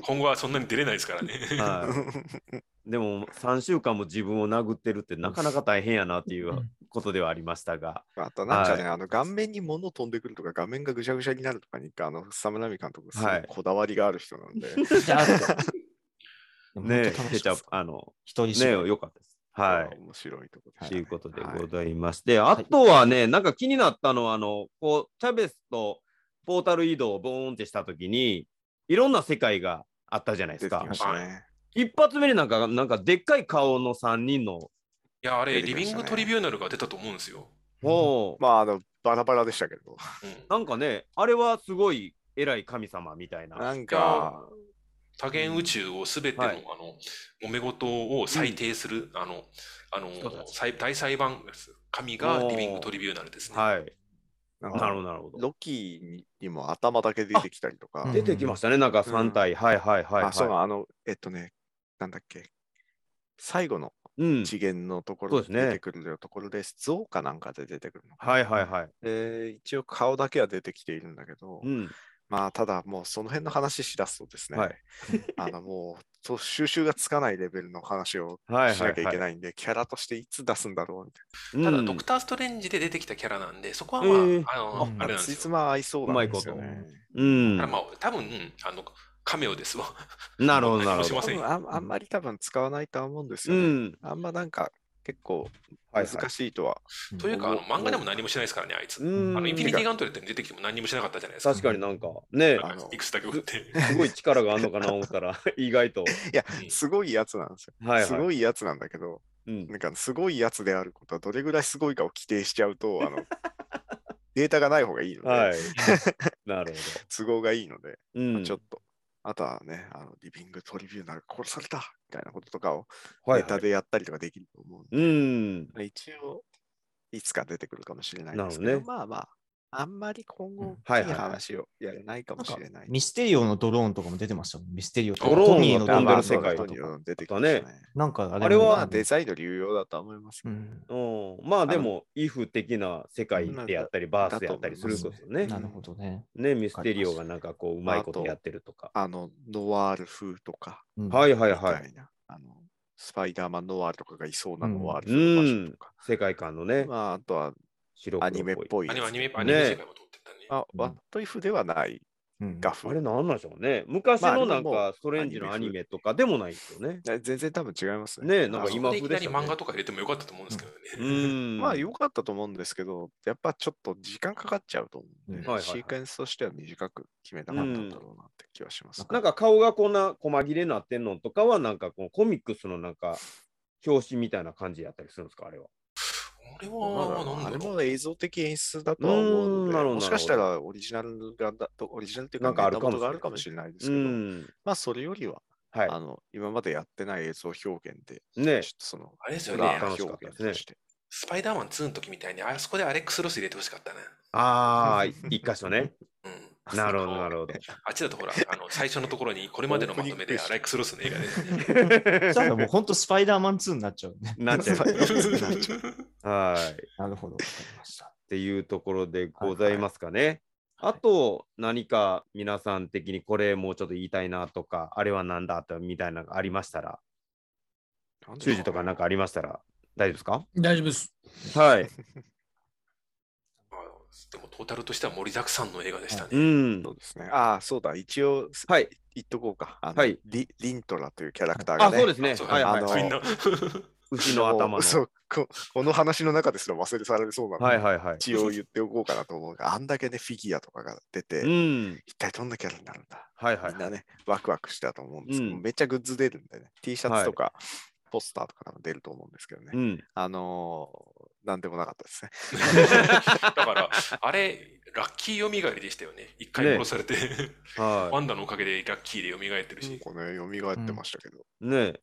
Speaker 5: 今後はそんなに出れないですからね。
Speaker 1: はいでも、3週間も自分を殴ってるって、なかなか大変やなっていう
Speaker 2: うん
Speaker 1: ことではありましたが。
Speaker 4: あとなんかね、あの顔面に物飛んでくるとか、画面がぐしゃぐしゃになるとかに、あの、サムラミ監督、すご
Speaker 1: はい
Speaker 4: いこだわりがある人なんで、
Speaker 6: じゃあ
Speaker 1: ね
Speaker 6: でも本当
Speaker 1: え、
Speaker 6: 楽
Speaker 1: ケ
Speaker 6: し
Speaker 1: チ
Speaker 6: か
Speaker 1: ャ
Speaker 6: っ
Speaker 1: ップ、
Speaker 6: た
Speaker 1: あの、
Speaker 6: 一人
Speaker 1: ね
Speaker 6: 芝居
Speaker 1: よかったです。 は
Speaker 4: 面白いところ
Speaker 1: い。ということで
Speaker 4: はい
Speaker 1: ございまして、あとはね、なんか気になったのは、あの、こう、チャベスとポータル移動をボーンってしたときに、いろんな世界があったじゃないで
Speaker 4: 出
Speaker 1: す
Speaker 4: て
Speaker 1: か
Speaker 4: きま。したね。
Speaker 1: 一発目になんか、なんかでっかい顔の3人の、
Speaker 5: いや、あれ、
Speaker 4: 出て
Speaker 5: リ
Speaker 4: きま
Speaker 5: ビ
Speaker 4: し
Speaker 5: ン
Speaker 4: たね
Speaker 5: グトリビューナルが出たと思うんですよ。
Speaker 1: ほう
Speaker 4: まあ、あの、バラバラでしたけど、
Speaker 5: うん
Speaker 1: なんかね、あれはすごい偉い神様みたいな。
Speaker 4: なんか、
Speaker 5: 多元宇宙をすべての,、
Speaker 1: はい
Speaker 5: あの揉め事を裁定する、あのあの
Speaker 1: 人たち
Speaker 5: 裁大裁判神が
Speaker 1: おー
Speaker 5: リビングトリビューナルですね。
Speaker 1: はい。
Speaker 4: なん
Speaker 1: なるほ
Speaker 4: か
Speaker 1: ど、なるほど。
Speaker 4: ロキにも頭だけ出てきたりとか、
Speaker 6: あ
Speaker 1: 出てきましたね、なんか3体。はいはいはい、
Speaker 4: あ、そう
Speaker 1: は
Speaker 4: あの、えっとね、なんだっけ、最後の
Speaker 1: い。うん。
Speaker 4: 次元のとこ
Speaker 1: そ
Speaker 4: ろ
Speaker 1: うです
Speaker 4: で
Speaker 1: ね
Speaker 4: 出てくるようなところで、像かなんかで出てくるのかな
Speaker 1: はいはいはい。
Speaker 4: で一応顔だけは出てきているんだけど、
Speaker 1: うん。
Speaker 4: まあただもうその辺の話しだすとですね、
Speaker 1: はい
Speaker 4: あのもうと収集がつかないレベルの話を
Speaker 1: はい
Speaker 4: しなきゃい
Speaker 1: は
Speaker 4: け
Speaker 1: いは
Speaker 4: ないんで、キャラとしていつ出すんだろうみた
Speaker 1: い。
Speaker 5: ただ、
Speaker 1: うん
Speaker 5: ドクター・ストレンジで出てきたキャラなんで、そこはまあ、
Speaker 1: えー
Speaker 5: あの
Speaker 6: うん
Speaker 5: あ
Speaker 4: い
Speaker 5: れな
Speaker 4: な。
Speaker 5: ん
Speaker 4: つ
Speaker 5: で
Speaker 4: い
Speaker 5: す
Speaker 4: つ
Speaker 5: よ。
Speaker 4: ま合いそうなんですよ
Speaker 1: うま
Speaker 4: ね。
Speaker 1: うん。
Speaker 5: ただまあ、多分あのカメオですわ。
Speaker 1: なるほどなるほ
Speaker 5: し
Speaker 1: ど
Speaker 5: ま。せん
Speaker 4: 多分あんあんまり多分使わないとは思うんです
Speaker 1: う
Speaker 4: よね。
Speaker 1: ん。
Speaker 4: あんまなんか結構
Speaker 1: はい
Speaker 4: 難
Speaker 1: はい
Speaker 4: しいとは。
Speaker 5: というか、あの
Speaker 4: お
Speaker 5: 漫画でも何もしないですからね、あいつ。
Speaker 1: うん
Speaker 5: あのインフィニティ・ガントレットに出てきても何もしなかったじゃないですか。
Speaker 1: 確かになんか、ね、
Speaker 4: あの
Speaker 5: いくつだけ打って。
Speaker 1: すごい力があるのかな思ったら、意外と。
Speaker 4: いや
Speaker 5: う、ん
Speaker 4: すごいやつなんですよ。
Speaker 1: はいはい。
Speaker 4: すごいやつなんだけど、
Speaker 1: うん
Speaker 4: なんかすごいやつであることはどれぐらいすごいかを規定しちゃうと、あのデータがない方がいいので、
Speaker 1: はい。 なるほ
Speaker 4: 都合がいいので、
Speaker 1: ど。うん。
Speaker 4: ちょっと。あとはね、あのリビングトリビューナルが殺されたみたいなこととかを
Speaker 1: はい
Speaker 4: ネタでやったりとかできると思うんで、
Speaker 1: うん。
Speaker 4: 一応、いつか出てくるかもしれないですけど、
Speaker 1: なるほどね
Speaker 4: まあまあ、あんまり今後、
Speaker 1: はいい
Speaker 4: い
Speaker 1: はいはい
Speaker 4: 話をやれないかもしれない。
Speaker 6: ミステリオのドローンとかも出てましたもん。ミステリオとか
Speaker 5: ドローンが
Speaker 6: トニーの
Speaker 1: 飛んで
Speaker 6: ド
Speaker 1: る世
Speaker 6: ローン
Speaker 1: 界
Speaker 6: と
Speaker 1: と
Speaker 6: か
Speaker 4: うん出てき
Speaker 1: あと
Speaker 4: ま
Speaker 1: ね
Speaker 4: したね。
Speaker 6: なんかあれ
Speaker 1: あれは
Speaker 4: まあ、デザインの流用だとは思いますけ
Speaker 6: う
Speaker 4: ど、
Speaker 6: ん
Speaker 1: うんまあでも、イフ的な世界でやったり、バースでやったりすることね。
Speaker 6: なるほどね。
Speaker 1: ね、ミステリオがなんかこう、うまいことやってるとか。
Speaker 4: あの、ノワール風とか、
Speaker 6: うん
Speaker 1: はいはい
Speaker 4: みたいな、
Speaker 1: はい。
Speaker 4: あのスパイダーマンノワールとかがいそうな
Speaker 6: うん
Speaker 4: ノワール風の場所とか、
Speaker 1: 世界観のね、
Speaker 4: まあ、あとは
Speaker 1: 白
Speaker 4: ア
Speaker 1: 黒
Speaker 4: ニメっ
Speaker 1: っぽい。
Speaker 4: ぽい
Speaker 5: ア
Speaker 4: や
Speaker 5: ニ
Speaker 4: つ
Speaker 5: メ、アニ
Speaker 1: ね
Speaker 5: メ、アニメ世界も撮ってたね。
Speaker 4: まあ、
Speaker 6: うん
Speaker 4: ワットイフではない
Speaker 6: うん
Speaker 4: 画風。
Speaker 1: あれなんなんでしょうね。昔のなん
Speaker 4: まあで
Speaker 1: か
Speaker 4: も
Speaker 1: ストレンジのアニメとかでもないですよね。
Speaker 4: 全然多分違います
Speaker 1: ね
Speaker 4: ね。
Speaker 1: えなんか
Speaker 5: あそ
Speaker 1: 今
Speaker 5: こでいきな
Speaker 1: 風で
Speaker 5: り
Speaker 1: したね
Speaker 5: 漫画とか入れてもよかったと思うんですけどね。
Speaker 1: うーん。
Speaker 4: まあ良かったと思うんですけど、やっぱちょっと時間かかっちゃうと思うんで、
Speaker 1: は
Speaker 6: うん
Speaker 1: いはいはい
Speaker 4: シークエンスとしては短く決めたかったんだろうなって気はします、
Speaker 1: なんか顔がこんな細切れになってんのとかはなんかこうコミックスのなんか表紙みたいな感じやったりするんですかあれは。
Speaker 5: 俺
Speaker 4: ま
Speaker 5: は、
Speaker 4: あ
Speaker 5: な
Speaker 4: あ
Speaker 5: ん
Speaker 4: れ
Speaker 5: だろう。
Speaker 4: も映像的演出だとは思
Speaker 1: うー
Speaker 4: う
Speaker 1: ん
Speaker 4: の
Speaker 1: なるほどなるほど
Speaker 4: で、もしかしたらオリジナルがだと、オリジナルっていうか、
Speaker 1: なんかあるかもしれない
Speaker 4: 元があるかもしれないです
Speaker 1: う
Speaker 4: けど、
Speaker 1: ん。
Speaker 4: まあそれよりは、
Speaker 1: はい
Speaker 4: あ。の、今までやってない映像表現で、
Speaker 1: ね
Speaker 4: ちょっとその、
Speaker 5: あれですよね。
Speaker 4: 裏
Speaker 1: 楽し
Speaker 4: 表
Speaker 1: かったで
Speaker 4: 現
Speaker 1: すね
Speaker 4: として。
Speaker 5: スパイダーマン2の時みたいに、あそこでアレックス・ロス入れてほしかったな。
Speaker 1: ああ、 一箇所ね。
Speaker 5: うん。
Speaker 1: なるほど、なるほど。
Speaker 5: あっちだ とほら、あの最初のところにこれまでのまとめでアレックス・ロスの映画で。
Speaker 6: そしたらもう本当スパイダーマン2になっちゃうね。
Speaker 1: なっちゃ う。 はい。っ
Speaker 6: なるほど。わかりました。
Speaker 1: ていうところでございますかね。あと何か皆さん的にこれもうちょっと言いたいなとか、あれはなんだとみたいなのがありましたら、修士とかなんかありましたら大丈夫ですか
Speaker 2: 大丈夫です。
Speaker 1: はい。
Speaker 5: でもトータルとしては盛りだくさんの映画でした
Speaker 1: う
Speaker 5: ね。
Speaker 1: ん
Speaker 4: そ。うですね。ああ、そうだ、一応、
Speaker 1: はい。
Speaker 4: 言っとこうか。あの
Speaker 1: はい
Speaker 4: リリントラというキャラクターが、
Speaker 1: あ、
Speaker 4: ね。
Speaker 1: そうですね。
Speaker 5: そう
Speaker 1: はいはい
Speaker 4: あの
Speaker 1: はい。
Speaker 5: みんな。
Speaker 1: 牛の頭の。
Speaker 4: そうここの話の中ですら忘れされそうなので、
Speaker 1: はいはいはい。
Speaker 4: 一応言っておこうかなと思うが、あん だけね、フィギュアとかが出て、
Speaker 1: うん。
Speaker 4: 一体どんなキャラになるんだ
Speaker 1: はいはい
Speaker 4: みん。なね、ワクワクしたと思うんですけど、
Speaker 1: うん
Speaker 4: めっちゃグッズ出るんでね、T シャツとか、ポスターとか多分出ると思うんですけどね、
Speaker 1: うん。
Speaker 4: あのー、なんでもなかったですね。
Speaker 5: だから、あれ、ラッキーよみがえりでしたよね。一回
Speaker 1: ね
Speaker 5: 殺されて、 ワ
Speaker 1: は
Speaker 5: ンダのおかげでラッキーでよみがえってるし。
Speaker 4: この蘇ってましたけど、
Speaker 1: い。ねえ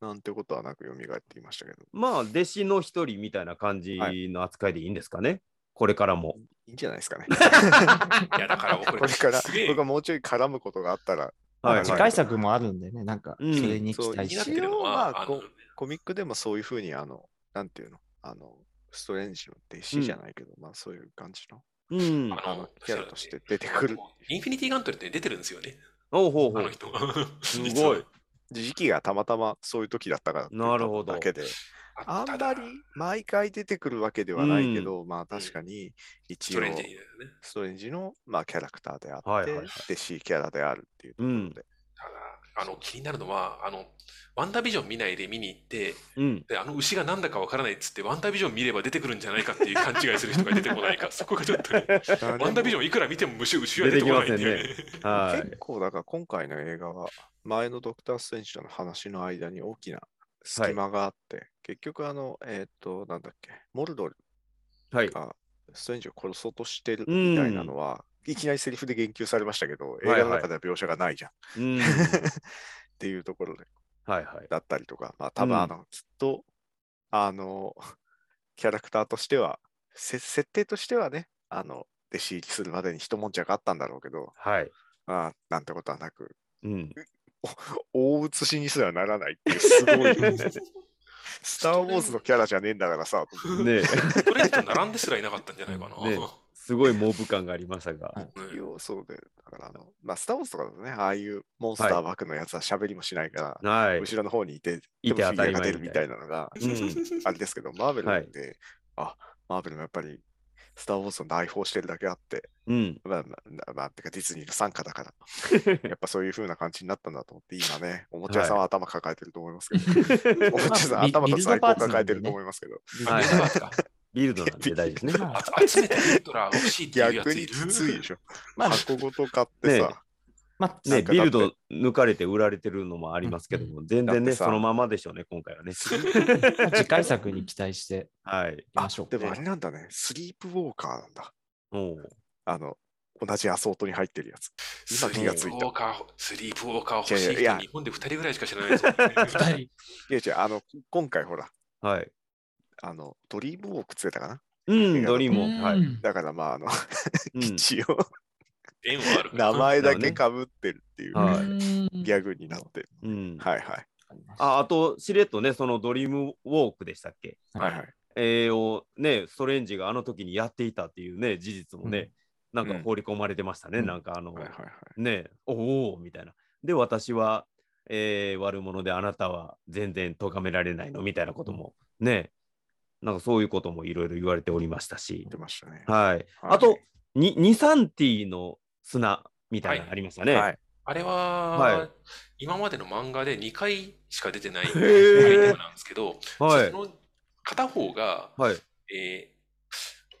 Speaker 4: なんてことはなく蘇っていましたけど、
Speaker 1: まあ、弟子の一人みたいな感じの扱いでいいんですかね。これからも。
Speaker 4: いいんじゃないで すかね。
Speaker 5: いや、だから、こ
Speaker 4: これから、
Speaker 5: すげえ
Speaker 4: 僕がもうちょい絡むことがあったら、
Speaker 1: はい
Speaker 6: 次
Speaker 1: は
Speaker 6: 回
Speaker 1: い。
Speaker 6: 作もあるんでね、なんか、そ
Speaker 1: うん
Speaker 6: れに
Speaker 4: そ
Speaker 6: 期
Speaker 4: う
Speaker 6: 待
Speaker 5: 気にな
Speaker 6: し
Speaker 5: って
Speaker 6: て。
Speaker 5: るの
Speaker 4: 一応は
Speaker 5: は、あ
Speaker 4: こ
Speaker 5: の
Speaker 4: うコミックでもそういうふうに、あの、なんていうの、あの、ストレンジの弟子じゃないけど、まあそういう感じの、
Speaker 1: うん。
Speaker 5: あ
Speaker 4: あの、キャラとして出てくる。
Speaker 5: インフィニティ・ガントレットに出てるんですよね、
Speaker 1: おうほうほ
Speaker 5: あの
Speaker 1: う。
Speaker 5: 人が。す
Speaker 1: すごい。。
Speaker 4: 時期がたまたまそういう時だったからっていう
Speaker 1: なるほど
Speaker 4: だけで、あんまり毎回出てくるわけではないけど、まあ確かに
Speaker 5: ス
Speaker 4: 一
Speaker 5: ト
Speaker 4: 応
Speaker 5: レンジにだよね。
Speaker 4: ストレンジの、まあ、キャラクターであって、
Speaker 1: はいはいはい
Speaker 4: 弟子キャラであるっていうところで、
Speaker 1: うん
Speaker 5: ただあの気になるのはあのワンダービジョン見ないで見に行って
Speaker 1: うん。
Speaker 5: であの牛がなんだかわからないっつってワンダービジョン見れば出てくるんじゃないかっていう勘違いする人が出てこないかそこがちょっとね、 ワンダービジョンいくら見ても虫牛は出てこないっていうね
Speaker 1: は
Speaker 4: 結構だから今回の映画は前のドクター・ストレンジとの話の間に大きな隙間があって、結局あのえっ、となんだっけモルドル
Speaker 1: い。はい。
Speaker 4: がストレンジを殺そうとしてるみたいなのは、いきなりセリフで言及されましたけど映画の中では描写がないじゃん、
Speaker 1: うん。
Speaker 4: っていうところで
Speaker 1: はいはい。
Speaker 4: だったりとかまあ多分あの、きっとあの キャラクターとしてはせ設定としてはねあの弟子入りするまでに一悶着あったんだろうけど、
Speaker 1: はい。
Speaker 4: まあ、なんてことはなく
Speaker 1: うん。
Speaker 4: 大写しにすらならないっていうすごいスター・ウォーズのキャラじゃねえんだからさ、
Speaker 1: ねえ
Speaker 5: ストレンジと並んですらいなかったんじゃないかな、
Speaker 1: ねすごいモブ感がありましたが。
Speaker 5: うん
Speaker 4: 要素で、だからあの、まあ、スター・ウォーズとかだとね、ああいうモンスター枠のやつは喋りもしないから、
Speaker 1: はい。
Speaker 4: 後ろの方にいて、
Speaker 1: いて
Speaker 4: でも
Speaker 1: 当たり
Speaker 4: フィギュアが
Speaker 1: 前
Speaker 4: 出るみたいなのが、
Speaker 1: うん
Speaker 4: あれですけど、マーベルなんて、あ、マーベルもやっぱり、スター・ウォーズの内包してるだけあって、
Speaker 1: うん。
Speaker 4: まあ、まあ、まあ、てかディズニーの傘下だから、やっぱそういう風な感じになったんだと思って、今ね、おもちゃ屋さんは頭抱えてると思いますけど、おもちゃ屋さん
Speaker 6: まあビ
Speaker 4: 頭と
Speaker 6: ビル
Speaker 4: 在
Speaker 6: ド
Speaker 4: 庫
Speaker 6: パーツな
Speaker 4: 抱え
Speaker 6: んでね
Speaker 4: てると思いますけど、
Speaker 1: はい
Speaker 5: メンバーが
Speaker 1: ビルドなんて大事ですね。
Speaker 6: まあ
Speaker 5: 集めてリントラー欲しいっていうや
Speaker 4: 逆
Speaker 5: つい
Speaker 4: に
Speaker 5: る
Speaker 4: きついでしょ。
Speaker 6: まあ
Speaker 4: 箱ごと買ってさ、
Speaker 1: ねまあ
Speaker 4: な
Speaker 1: ね、
Speaker 4: んか
Speaker 1: ビルド抜かれて売られてるのもありますけども、全然
Speaker 4: だっ
Speaker 1: ね、
Speaker 4: てさ
Speaker 1: そのままでしょうね、今回 はね。
Speaker 6: 次回作に期待して
Speaker 1: はい。
Speaker 6: いきましょう。
Speaker 4: でもあれなんだね、スリープウォーカーなんだ。
Speaker 1: もう
Speaker 4: あの、同じアソートに入ってるやつ。今気がついた
Speaker 5: スリープウォーカー、スリープウォーカー欲しい人、
Speaker 4: いやいや
Speaker 5: 日本で2人ぐらいしか知らないですよね
Speaker 2: 二人。
Speaker 4: いや違う、あの、今回ほら、
Speaker 1: はい。
Speaker 4: あの、ドリームウォークつけたかな
Speaker 1: うん、ドリーム
Speaker 2: うん
Speaker 1: を。はい。うん
Speaker 4: だからまあ、あの、一応、
Speaker 5: 縁はあるから
Speaker 4: 名前だけかぶってるっていう
Speaker 1: はいう
Speaker 2: ーん
Speaker 4: ギャグになってる。
Speaker 1: うん
Speaker 4: はいはい。
Speaker 1: ああと、しれっとね、そのドリームウォークでしたっけ
Speaker 4: はいはい。
Speaker 1: えーをね、ストレンジがあの時にやっていたっていうね、事実もね、なんか放り込まれてましたね、
Speaker 4: うん
Speaker 1: なんかあの、
Speaker 4: はいはいはい。
Speaker 1: ね、おおみたいな。で、私は、えー悪者であなたは全然咎められないのみたいなこともね、なんかそういうこともいろいろ言われておりましたし
Speaker 4: 言っ、てましたね。
Speaker 1: はい。
Speaker 4: はい
Speaker 1: あと、にニサンティの砂みたいなのありましたね。
Speaker 4: はい。
Speaker 5: あれは、
Speaker 1: はい
Speaker 5: 今までの漫画で2回しか出てないアイテ
Speaker 1: ー
Speaker 5: ムなんですけど、
Speaker 1: はい
Speaker 5: そ。の片方が、
Speaker 1: はい。
Speaker 5: えー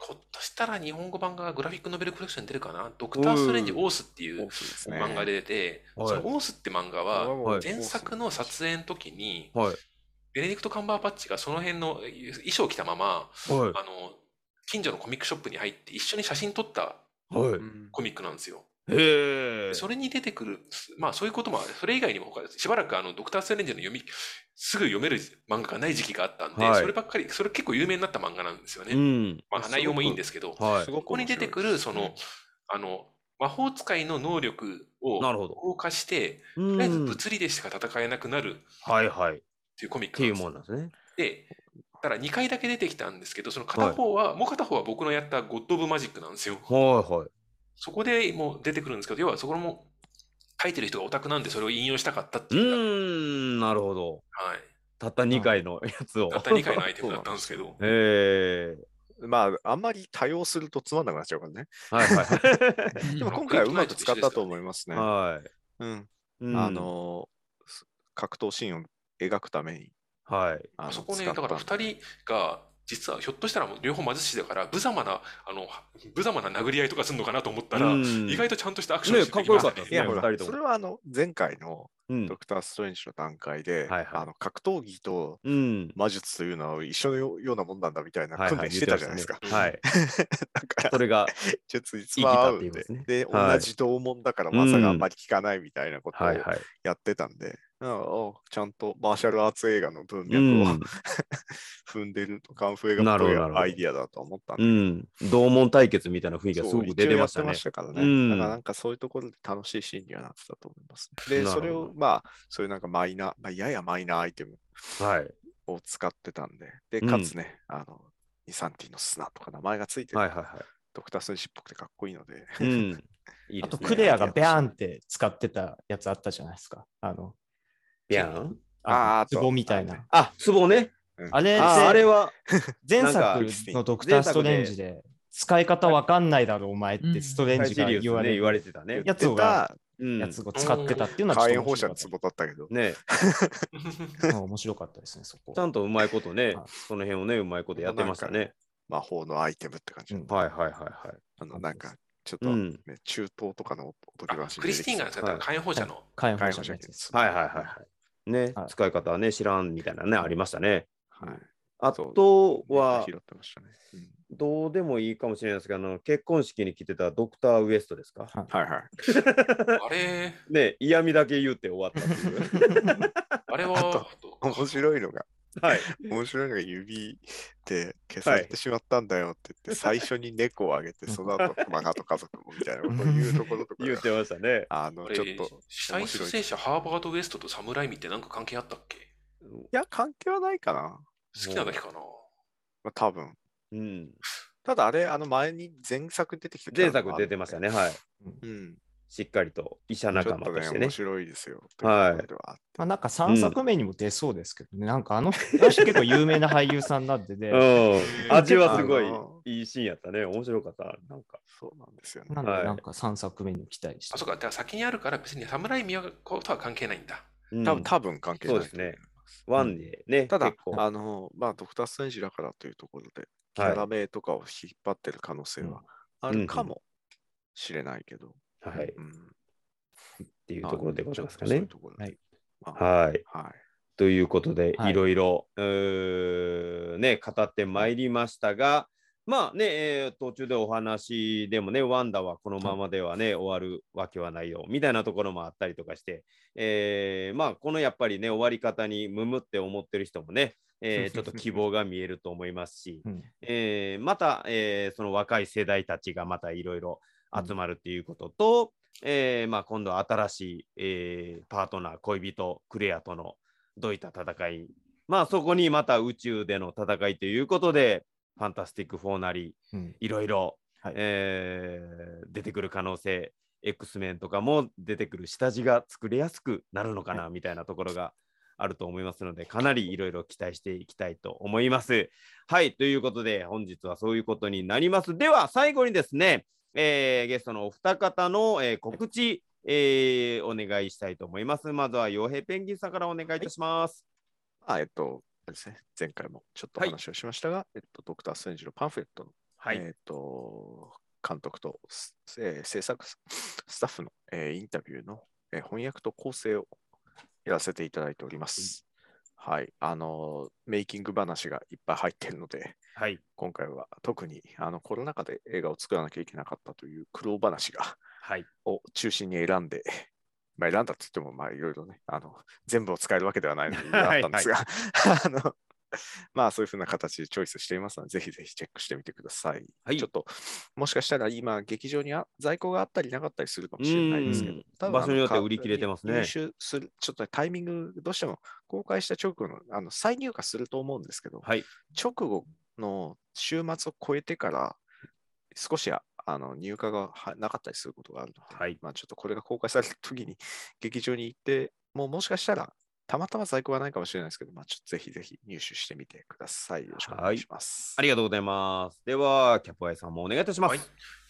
Speaker 5: 今年したら日本語版がグラフィックノベルコレクションに出るかな、ドクター・ストレンジ・オースってい
Speaker 4: オ
Speaker 5: う
Speaker 4: ースですね。
Speaker 5: 漫画で出て、
Speaker 1: はい
Speaker 5: そのオースって漫画
Speaker 4: これ
Speaker 5: は、
Speaker 4: も
Speaker 1: は
Speaker 4: う
Speaker 1: い
Speaker 5: 前作の撮影の時に、
Speaker 1: はい。
Speaker 5: ベネディクト・カンバーパッチがその辺のえー衣装を着たまま、
Speaker 1: はい。
Speaker 5: あの近所のコミックショップに入って一緒に写真撮った
Speaker 1: はい。
Speaker 5: コミックなんですよ。
Speaker 1: へえ。
Speaker 5: それに出てくる、まあそういうこともある、それ以外にも他しばらくあのドクター・ストレンジの読み、すぐ読める漫画がない時期があったんで、
Speaker 1: はい
Speaker 5: そればっかり、それ結構有名になった漫画なんですよね。
Speaker 1: うん。
Speaker 5: まあ内容もいいんですけど、こ
Speaker 1: は
Speaker 4: す
Speaker 1: い。
Speaker 4: ごく
Speaker 5: こに
Speaker 4: 面白
Speaker 5: 出
Speaker 4: い
Speaker 5: てくる、その、あの、魔法使いの能力を
Speaker 1: なるほど。
Speaker 5: 硬化して、
Speaker 1: う
Speaker 5: と
Speaker 1: ん
Speaker 5: りあえず物理でしか戦えなくなるっ
Speaker 1: はいはい。って
Speaker 5: いうコミック
Speaker 1: て
Speaker 5: ないん
Speaker 1: う
Speaker 5: です
Speaker 1: もんなんですね。
Speaker 5: で、ただ2回だけ出てきたんですけど、その片方は、もう片方は僕のやったゴッド・オブ・マジックなんですよ。
Speaker 1: はいはい。
Speaker 5: そこでもう出てくるんですけど、要はそこも書いてる人がオタクなんでそれを引用したかったって
Speaker 1: う
Speaker 5: いう、は
Speaker 1: ーん、なるほど。
Speaker 5: い、
Speaker 1: たった2回のやつを。、
Speaker 5: たった2回のアイテムだったんですけど
Speaker 1: え
Speaker 4: まあ、あんまり多用するとつまんなくなっちゃうからね。
Speaker 1: ー、はいは
Speaker 4: で
Speaker 2: う
Speaker 4: も
Speaker 2: ん
Speaker 4: 今回はうまく使ったと思いますね。
Speaker 1: い。は
Speaker 4: うん。
Speaker 1: い。うん
Speaker 4: あ、の、す格闘シーンを描くために。
Speaker 1: はい。
Speaker 4: あの
Speaker 5: そこね、だ
Speaker 4: 使っ
Speaker 5: か
Speaker 4: たん
Speaker 5: ら2人が、実はひょっとしたらもう両方貧しいだから、無様な、あの、無様な殴り合いとかするのかなと思ったら、
Speaker 1: うん
Speaker 5: 意外とちゃんとしたアクション
Speaker 1: ね
Speaker 5: してできまし
Speaker 1: かっ
Speaker 5: た
Speaker 1: こよかったです
Speaker 4: い
Speaker 1: ね
Speaker 4: や、ほら
Speaker 1: 二、人とも
Speaker 4: それはあの、前回の
Speaker 1: うん
Speaker 4: ド。クター・ストレンジの段階で、
Speaker 1: はいはい
Speaker 4: あの格闘技と
Speaker 1: うん。
Speaker 4: 魔術というのは一緒のようなもんなんだみたいな
Speaker 1: はい
Speaker 4: 訓
Speaker 1: はい
Speaker 4: 練してたじゃないですか。
Speaker 1: 言ってましたねはい。
Speaker 4: だから
Speaker 1: そ、れが、
Speaker 4: 術にま合う
Speaker 1: 生
Speaker 4: ん
Speaker 1: きたって言いま
Speaker 4: で、
Speaker 1: すね
Speaker 4: で、
Speaker 1: はい
Speaker 4: 同じ同門だから技があんまり効かないみたいなことを
Speaker 1: はいはい。
Speaker 4: やってたんで、ああちゃんとマーシャルアーツ映画の文
Speaker 1: う
Speaker 4: 脈を、
Speaker 1: ん。
Speaker 4: 踏んでると、カンフ映画っぽ
Speaker 1: なるほど
Speaker 4: い
Speaker 1: なるほど
Speaker 4: アイディアだと思ったん
Speaker 1: う
Speaker 4: で。
Speaker 1: ん。同門対決みたいな雰囲気
Speaker 4: そ
Speaker 1: が
Speaker 4: う
Speaker 1: すごく出てました
Speaker 4: 一応やってま
Speaker 1: ね。
Speaker 4: したから
Speaker 1: う
Speaker 4: ね。
Speaker 1: ん
Speaker 4: だからなんかそういうところで楽しいシーンにはなってたと思いますね。で、
Speaker 1: なるほ
Speaker 4: そ
Speaker 1: ど
Speaker 4: れをまあ、そういうなんかマイナー、まあ、ややマイナーアイテム
Speaker 1: はい。
Speaker 4: を使ってたんで、で、
Speaker 1: うん
Speaker 4: かつね、あの、イサンティの砂とか名前がついてる、
Speaker 1: はいはいは
Speaker 4: ドクター・スンシっぽくてかっこいいので、
Speaker 1: い。 うん。いいですね
Speaker 6: あとクレアがビャーンって使ってたやつあったじゃないですか。あの、
Speaker 1: ビャーン
Speaker 4: あーあと
Speaker 6: 壺みたいな。
Speaker 1: あ、ツボね。
Speaker 6: あれ、
Speaker 1: あーあれは、
Speaker 6: 前
Speaker 1: なん
Speaker 6: 作
Speaker 4: か
Speaker 6: のドクター・ストレンジで、使い方わかんないだろ、お前っ
Speaker 2: う
Speaker 6: て
Speaker 2: ん
Speaker 6: ストレン
Speaker 1: サ
Speaker 6: ジ
Speaker 1: イシ
Speaker 6: が
Speaker 1: リウス
Speaker 6: 言わ
Speaker 1: ね、
Speaker 6: れ
Speaker 1: 言
Speaker 6: る
Speaker 1: われてたね。
Speaker 6: やつが
Speaker 1: うん。
Speaker 6: やつを使ってたっていうのは
Speaker 4: 火
Speaker 6: ちょ
Speaker 4: 炎
Speaker 6: っと
Speaker 4: 放
Speaker 6: 面
Speaker 4: 射
Speaker 6: 白
Speaker 4: の壺だ
Speaker 6: かった
Speaker 4: ったけど、
Speaker 1: ね。
Speaker 6: うん面白かったですね、そこ
Speaker 1: ち。ゃんとうまいことね
Speaker 6: はい、
Speaker 1: その辺をね、うまいことやってましたね。
Speaker 4: 魔法のアイテムって感じ。
Speaker 6: うん
Speaker 1: はいはいはいはい。
Speaker 4: あの、なんか、ちょっと、
Speaker 1: う
Speaker 4: ね
Speaker 1: ん。
Speaker 4: 中東とかのおと
Speaker 5: あ
Speaker 4: ぎ話に
Speaker 5: クリスティーンが使ったの
Speaker 1: はい
Speaker 5: 火炎放射の、
Speaker 6: 火
Speaker 4: 火
Speaker 6: 炎放
Speaker 4: 炎放
Speaker 6: 射の
Speaker 4: 射
Speaker 6: や
Speaker 4: の
Speaker 6: つ
Speaker 4: や
Speaker 6: で
Speaker 4: つ
Speaker 6: す。
Speaker 1: はいはいはいはい。ね、
Speaker 6: はい
Speaker 1: 使い方はね、知らんみたいなね、ありましたね。
Speaker 4: はい。
Speaker 1: あ
Speaker 4: そう
Speaker 1: とは
Speaker 4: 拾、ってましたね。うん
Speaker 1: どうでもいいかもしれないですけど、あの結婚式に来てたドクター・ウエストですか
Speaker 4: はいはい。
Speaker 5: あれ、
Speaker 1: ね、嫌味だけ言って終わったっていう。
Speaker 5: あ れ
Speaker 4: あと
Speaker 5: は、
Speaker 4: 面白いのが、
Speaker 1: はい。
Speaker 4: 面白いのが指で消されてしまったんだよって言って、最初に猫をあげて、 その後、熊と家族もみたいなことを 言うところとか
Speaker 1: 言っ
Speaker 4: が、
Speaker 1: てましたね。
Speaker 4: あ
Speaker 5: あ
Speaker 4: の、
Speaker 5: れ
Speaker 4: ちょっと、
Speaker 5: 死体蘇生者ハーバード・ウエストとサムライミってなんか関係あったっけ
Speaker 4: いや、関係はないかな。
Speaker 5: 好きなだけかな
Speaker 4: まあ、多分。
Speaker 1: うん。
Speaker 4: ただ、あれ、あの、前に前作出てきたキャ
Speaker 1: 前
Speaker 4: ラで
Speaker 1: 作
Speaker 4: もある
Speaker 1: 出
Speaker 4: んで
Speaker 1: てましたね。はい。
Speaker 4: うん。
Speaker 1: しっかりと医者
Speaker 4: ちょ
Speaker 1: 仲
Speaker 4: っ
Speaker 1: 間と
Speaker 4: とね、
Speaker 1: してね
Speaker 4: 面。白いですよ。
Speaker 1: はい
Speaker 4: とうところではあって
Speaker 6: まあ、なんか3作目にも出そうですけどね、なんかあのあの人結構有名な俳優さんなんでね、
Speaker 1: うん。味はすごい
Speaker 4: あの
Speaker 1: いいシーンやったね。面白かった。なんか。
Speaker 4: そうなんですよね。
Speaker 6: なんでなんか3作目に期待して
Speaker 5: あ、。そうか、だから先にあるから別にサムライミことは関係ないんだ。
Speaker 1: うん
Speaker 4: 多分、多分関係ない。
Speaker 1: そうですね。ワンでね、
Speaker 4: ただ
Speaker 1: 結構、
Speaker 4: あの、まあ、ドクター・ストレンジだからというところで、キ
Speaker 1: はい
Speaker 4: ャラ名とかを引っ張ってる可能性はあるかもしれないけど、
Speaker 1: はい。
Speaker 4: うん
Speaker 1: っていうところでございますかね。
Speaker 6: はい
Speaker 4: は
Speaker 1: はい。
Speaker 4: い。はい。
Speaker 1: ということで、
Speaker 6: はい
Speaker 1: いろいろ、うーね、語ってまいりましたが、まあね、えー途中でお話でもね、ワンダはこのままではね、終わるわけはないよ、みたいなところもあったりとかして、えーまあ、このやっぱりね、終わり方にむむって思ってる人もね、えーちょっと希望が見えると思いますし、
Speaker 6: うん
Speaker 1: えーまた、えーその若い世代たちがまたいろいろ集まるっていうことと、えーまあ、今度は新しい、えーパートナー恋人クレアとのどういった戦いまあそこにまた宇宙での戦いということでファンタスティック4なり
Speaker 6: うん
Speaker 1: いろいろ、
Speaker 6: はい
Speaker 1: えー出てくる可能性 X メンとかも出てくる下地が作れやすくなるのかなみたいなところがあると思いますので、かなりいろいろ期待していきたいと思います。はい、ということで、本日はそういうことになります。では、最後にですね、えーゲストのお二方の、えー告知、えーお願いしたいと思います。まずは、洋平ペンギンさんからお願いいたします。
Speaker 4: まあ、えっと、あれですね、前回もちょっとお話をしましたが、えっと、ドクター・ストレンジのパンフレットの、
Speaker 1: はい、
Speaker 4: えっと、監督と、すえー制作ススタッフの、えーインタビューの、えー翻訳と構成をやらせていただいております。はい、あのー、メイキング話がいっぱい入ってるので、
Speaker 1: はい、
Speaker 4: 今回は特にあのコロナ禍で映画を作らなきゃいけなかったという苦労話が
Speaker 1: はい、
Speaker 4: を中心に選んで、まあ、選んだといっても、まあ、いろいろね、あの、全部を使えるわけではないので、
Speaker 1: は
Speaker 4: あ
Speaker 1: い
Speaker 4: ったんですが、 あの、まあ、そういうふうな形でチョイスしていますので、ぜひぜひチェックしてみてください。
Speaker 1: はい
Speaker 4: ちょっと、もしかしたら今、劇場にあ在庫があったりなかったりするかも
Speaker 1: う
Speaker 4: しれないですけど、
Speaker 1: ん
Speaker 4: 多分
Speaker 1: 場所によって
Speaker 4: あの
Speaker 1: 売り切れてますね
Speaker 4: 入手する、ちょっとタイミング、どうしても公開した直後の、あの、再入荷すると思うんですけど、
Speaker 1: はい、
Speaker 4: 直後の週末を超えてから、少しああの入荷がはなかったりすることがあるので、
Speaker 1: はい
Speaker 4: まあ、ちょっとこれが公開されるときに 劇場に行って、もうもしかしたらたまたま在庫がないかもしれないですけど、まあ、ちょっとぜひぜひ入手してみてください。よろしくお願いします。
Speaker 1: ありがとうございます。では、キャップアイさんもお願いいたします。
Speaker 5: はい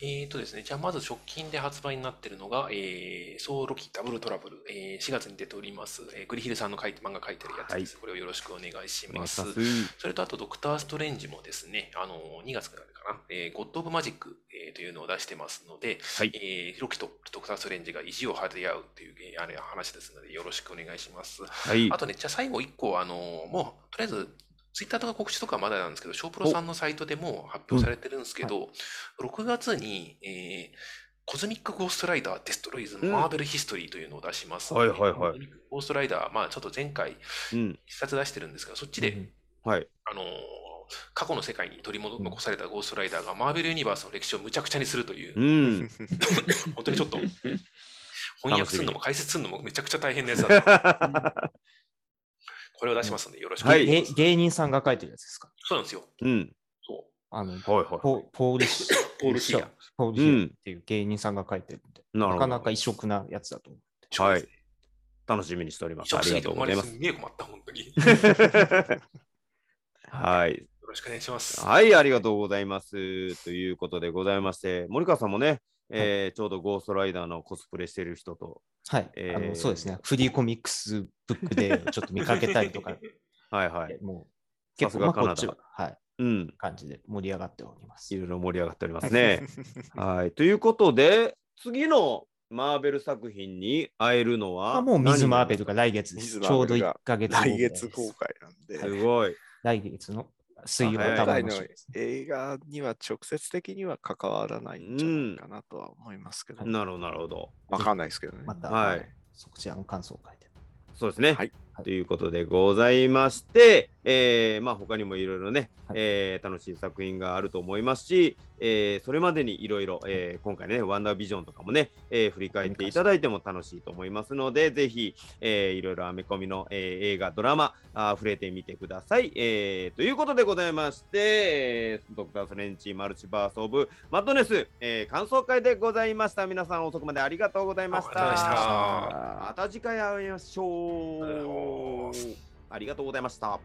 Speaker 5: えーとですね、じゃあまず直近で発売になっているのが、えー、ソウロキダブルトラブル、えー、4月に出ております、えー、グリヒルさんの書いて漫画書いてるやつです、これをよろしくお願いし
Speaker 1: お願
Speaker 5: ま。
Speaker 1: いしますす
Speaker 5: それとあと、ドクター・ストレンジもですね、あの、2月からかな、えーゴッド・オブ・マジック、えーというのを出してますので、
Speaker 1: はい
Speaker 5: えーロキとドクター・ストレンジが意地を張り合うという、えーあれ話ですので、よろしくお願いします。
Speaker 1: はい
Speaker 5: あ、とね、じゃあ最後1個、あの、もう、とりあえず、ツイッターとか告知とかはまだなんですけど、ショープロさんのサイトでもう発表されてるんですけど、6月に、えーコズミック・ゴーストライダー・デストロイズ・
Speaker 1: うん
Speaker 5: マーベル・ヒストリーというのを出します、
Speaker 1: はいはいはい
Speaker 5: コズミック・ゴーストライダー、まあちょっと前回
Speaker 1: うん、
Speaker 5: 一冊出してるんですけど、そっちで、
Speaker 1: はい、
Speaker 5: あのー過去の世界に取り戻残されたゴーストライダーがマーベル・ユニバースの歴史をむちゃくちゃにするという
Speaker 1: う、 ん。
Speaker 5: 本当にち ょっと翻訳するのも解説するのもめちゃくちゃ大変なやつなんで、これを出しますのでよろしくお
Speaker 1: は
Speaker 5: 願
Speaker 1: い
Speaker 5: いし
Speaker 6: 芸
Speaker 5: ます。
Speaker 6: 芸人さんが書いてるやつですか
Speaker 5: そうなんですよ。
Speaker 1: うん、
Speaker 5: そう
Speaker 6: あの
Speaker 1: はいは
Speaker 6: ポポールシ
Speaker 5: ポールシア
Speaker 6: ポールシアっていう芸人さんが書いてるんで、
Speaker 1: い。なる
Speaker 6: な
Speaker 1: ほど。
Speaker 6: かなか異色なやつだと思う。
Speaker 1: はい。楽しみにしておりま
Speaker 5: 移
Speaker 1: す。あ
Speaker 5: 植
Speaker 1: り
Speaker 5: す
Speaker 1: が
Speaker 5: ぎて
Speaker 1: とう
Speaker 5: 生
Speaker 1: ございま
Speaker 5: まれ
Speaker 1: すす。
Speaker 5: んげえ困った、本 当に。よ
Speaker 1: はい。
Speaker 5: ろしくお願いします。
Speaker 1: はい、ありがとうございます。ということでございまして、森川さんもね、えーちょうどゴーストライダーのコスプレしてる人と、
Speaker 6: はい、
Speaker 1: えー
Speaker 6: あのそうですね。フリーコミックスブックでちょっと見かけたりとか、
Speaker 1: はいはい。
Speaker 6: もう
Speaker 1: さ
Speaker 6: 結
Speaker 1: す
Speaker 6: 構、
Speaker 1: が
Speaker 6: まあ、
Speaker 1: カナダ
Speaker 6: こっちは、はい、
Speaker 1: うん、
Speaker 6: 感じで盛り上がっております
Speaker 1: い。ろいろ盛り上がっておりますね。 はい。ということで、次のマーベル作品に会えるの
Speaker 6: ま
Speaker 1: は、
Speaker 6: あ、もう水マーベ
Speaker 1: ル。
Speaker 6: ルが来月です。
Speaker 4: 水マ
Speaker 6: ちょ
Speaker 4: ー
Speaker 6: うど
Speaker 4: ベル
Speaker 6: 1
Speaker 4: が
Speaker 6: ヶ月後ぐら
Speaker 4: 来
Speaker 6: いです
Speaker 4: 月公開なんで、
Speaker 1: すごい。
Speaker 6: 来月の水曜
Speaker 1: はい
Speaker 6: 日
Speaker 4: 今
Speaker 6: 多
Speaker 4: 回
Speaker 6: 分
Speaker 4: の
Speaker 6: 面白いですね
Speaker 4: 映画には直接的には関わらないんじゃないかなとは思いますけど、
Speaker 1: なるほど、なるほど。
Speaker 4: わかんないですけどね。
Speaker 6: また、
Speaker 1: はい
Speaker 6: そちらの感想を書いて。
Speaker 1: そうですね。
Speaker 4: はい
Speaker 1: ということでございまして、えーまあ、他にもいろいろね、
Speaker 6: はい
Speaker 1: えー楽しい作品があると思いますし、えーそれまでにいろいろ今回ね「ワンダービジョン」とかもね、えー振り返っていただいても楽しいと思いますのでぜひいろいろアメコミの、えー映画ドラマあー触れてみてください、えーということでございまして、えードクター・ストレンチマルチバース・オブ・マッドネス、えー感想会でございました皆さん遅くまでありがとうございまし
Speaker 5: ありがとうございました
Speaker 1: た。
Speaker 5: あ
Speaker 1: また次回会いましょう。ありがとうございました。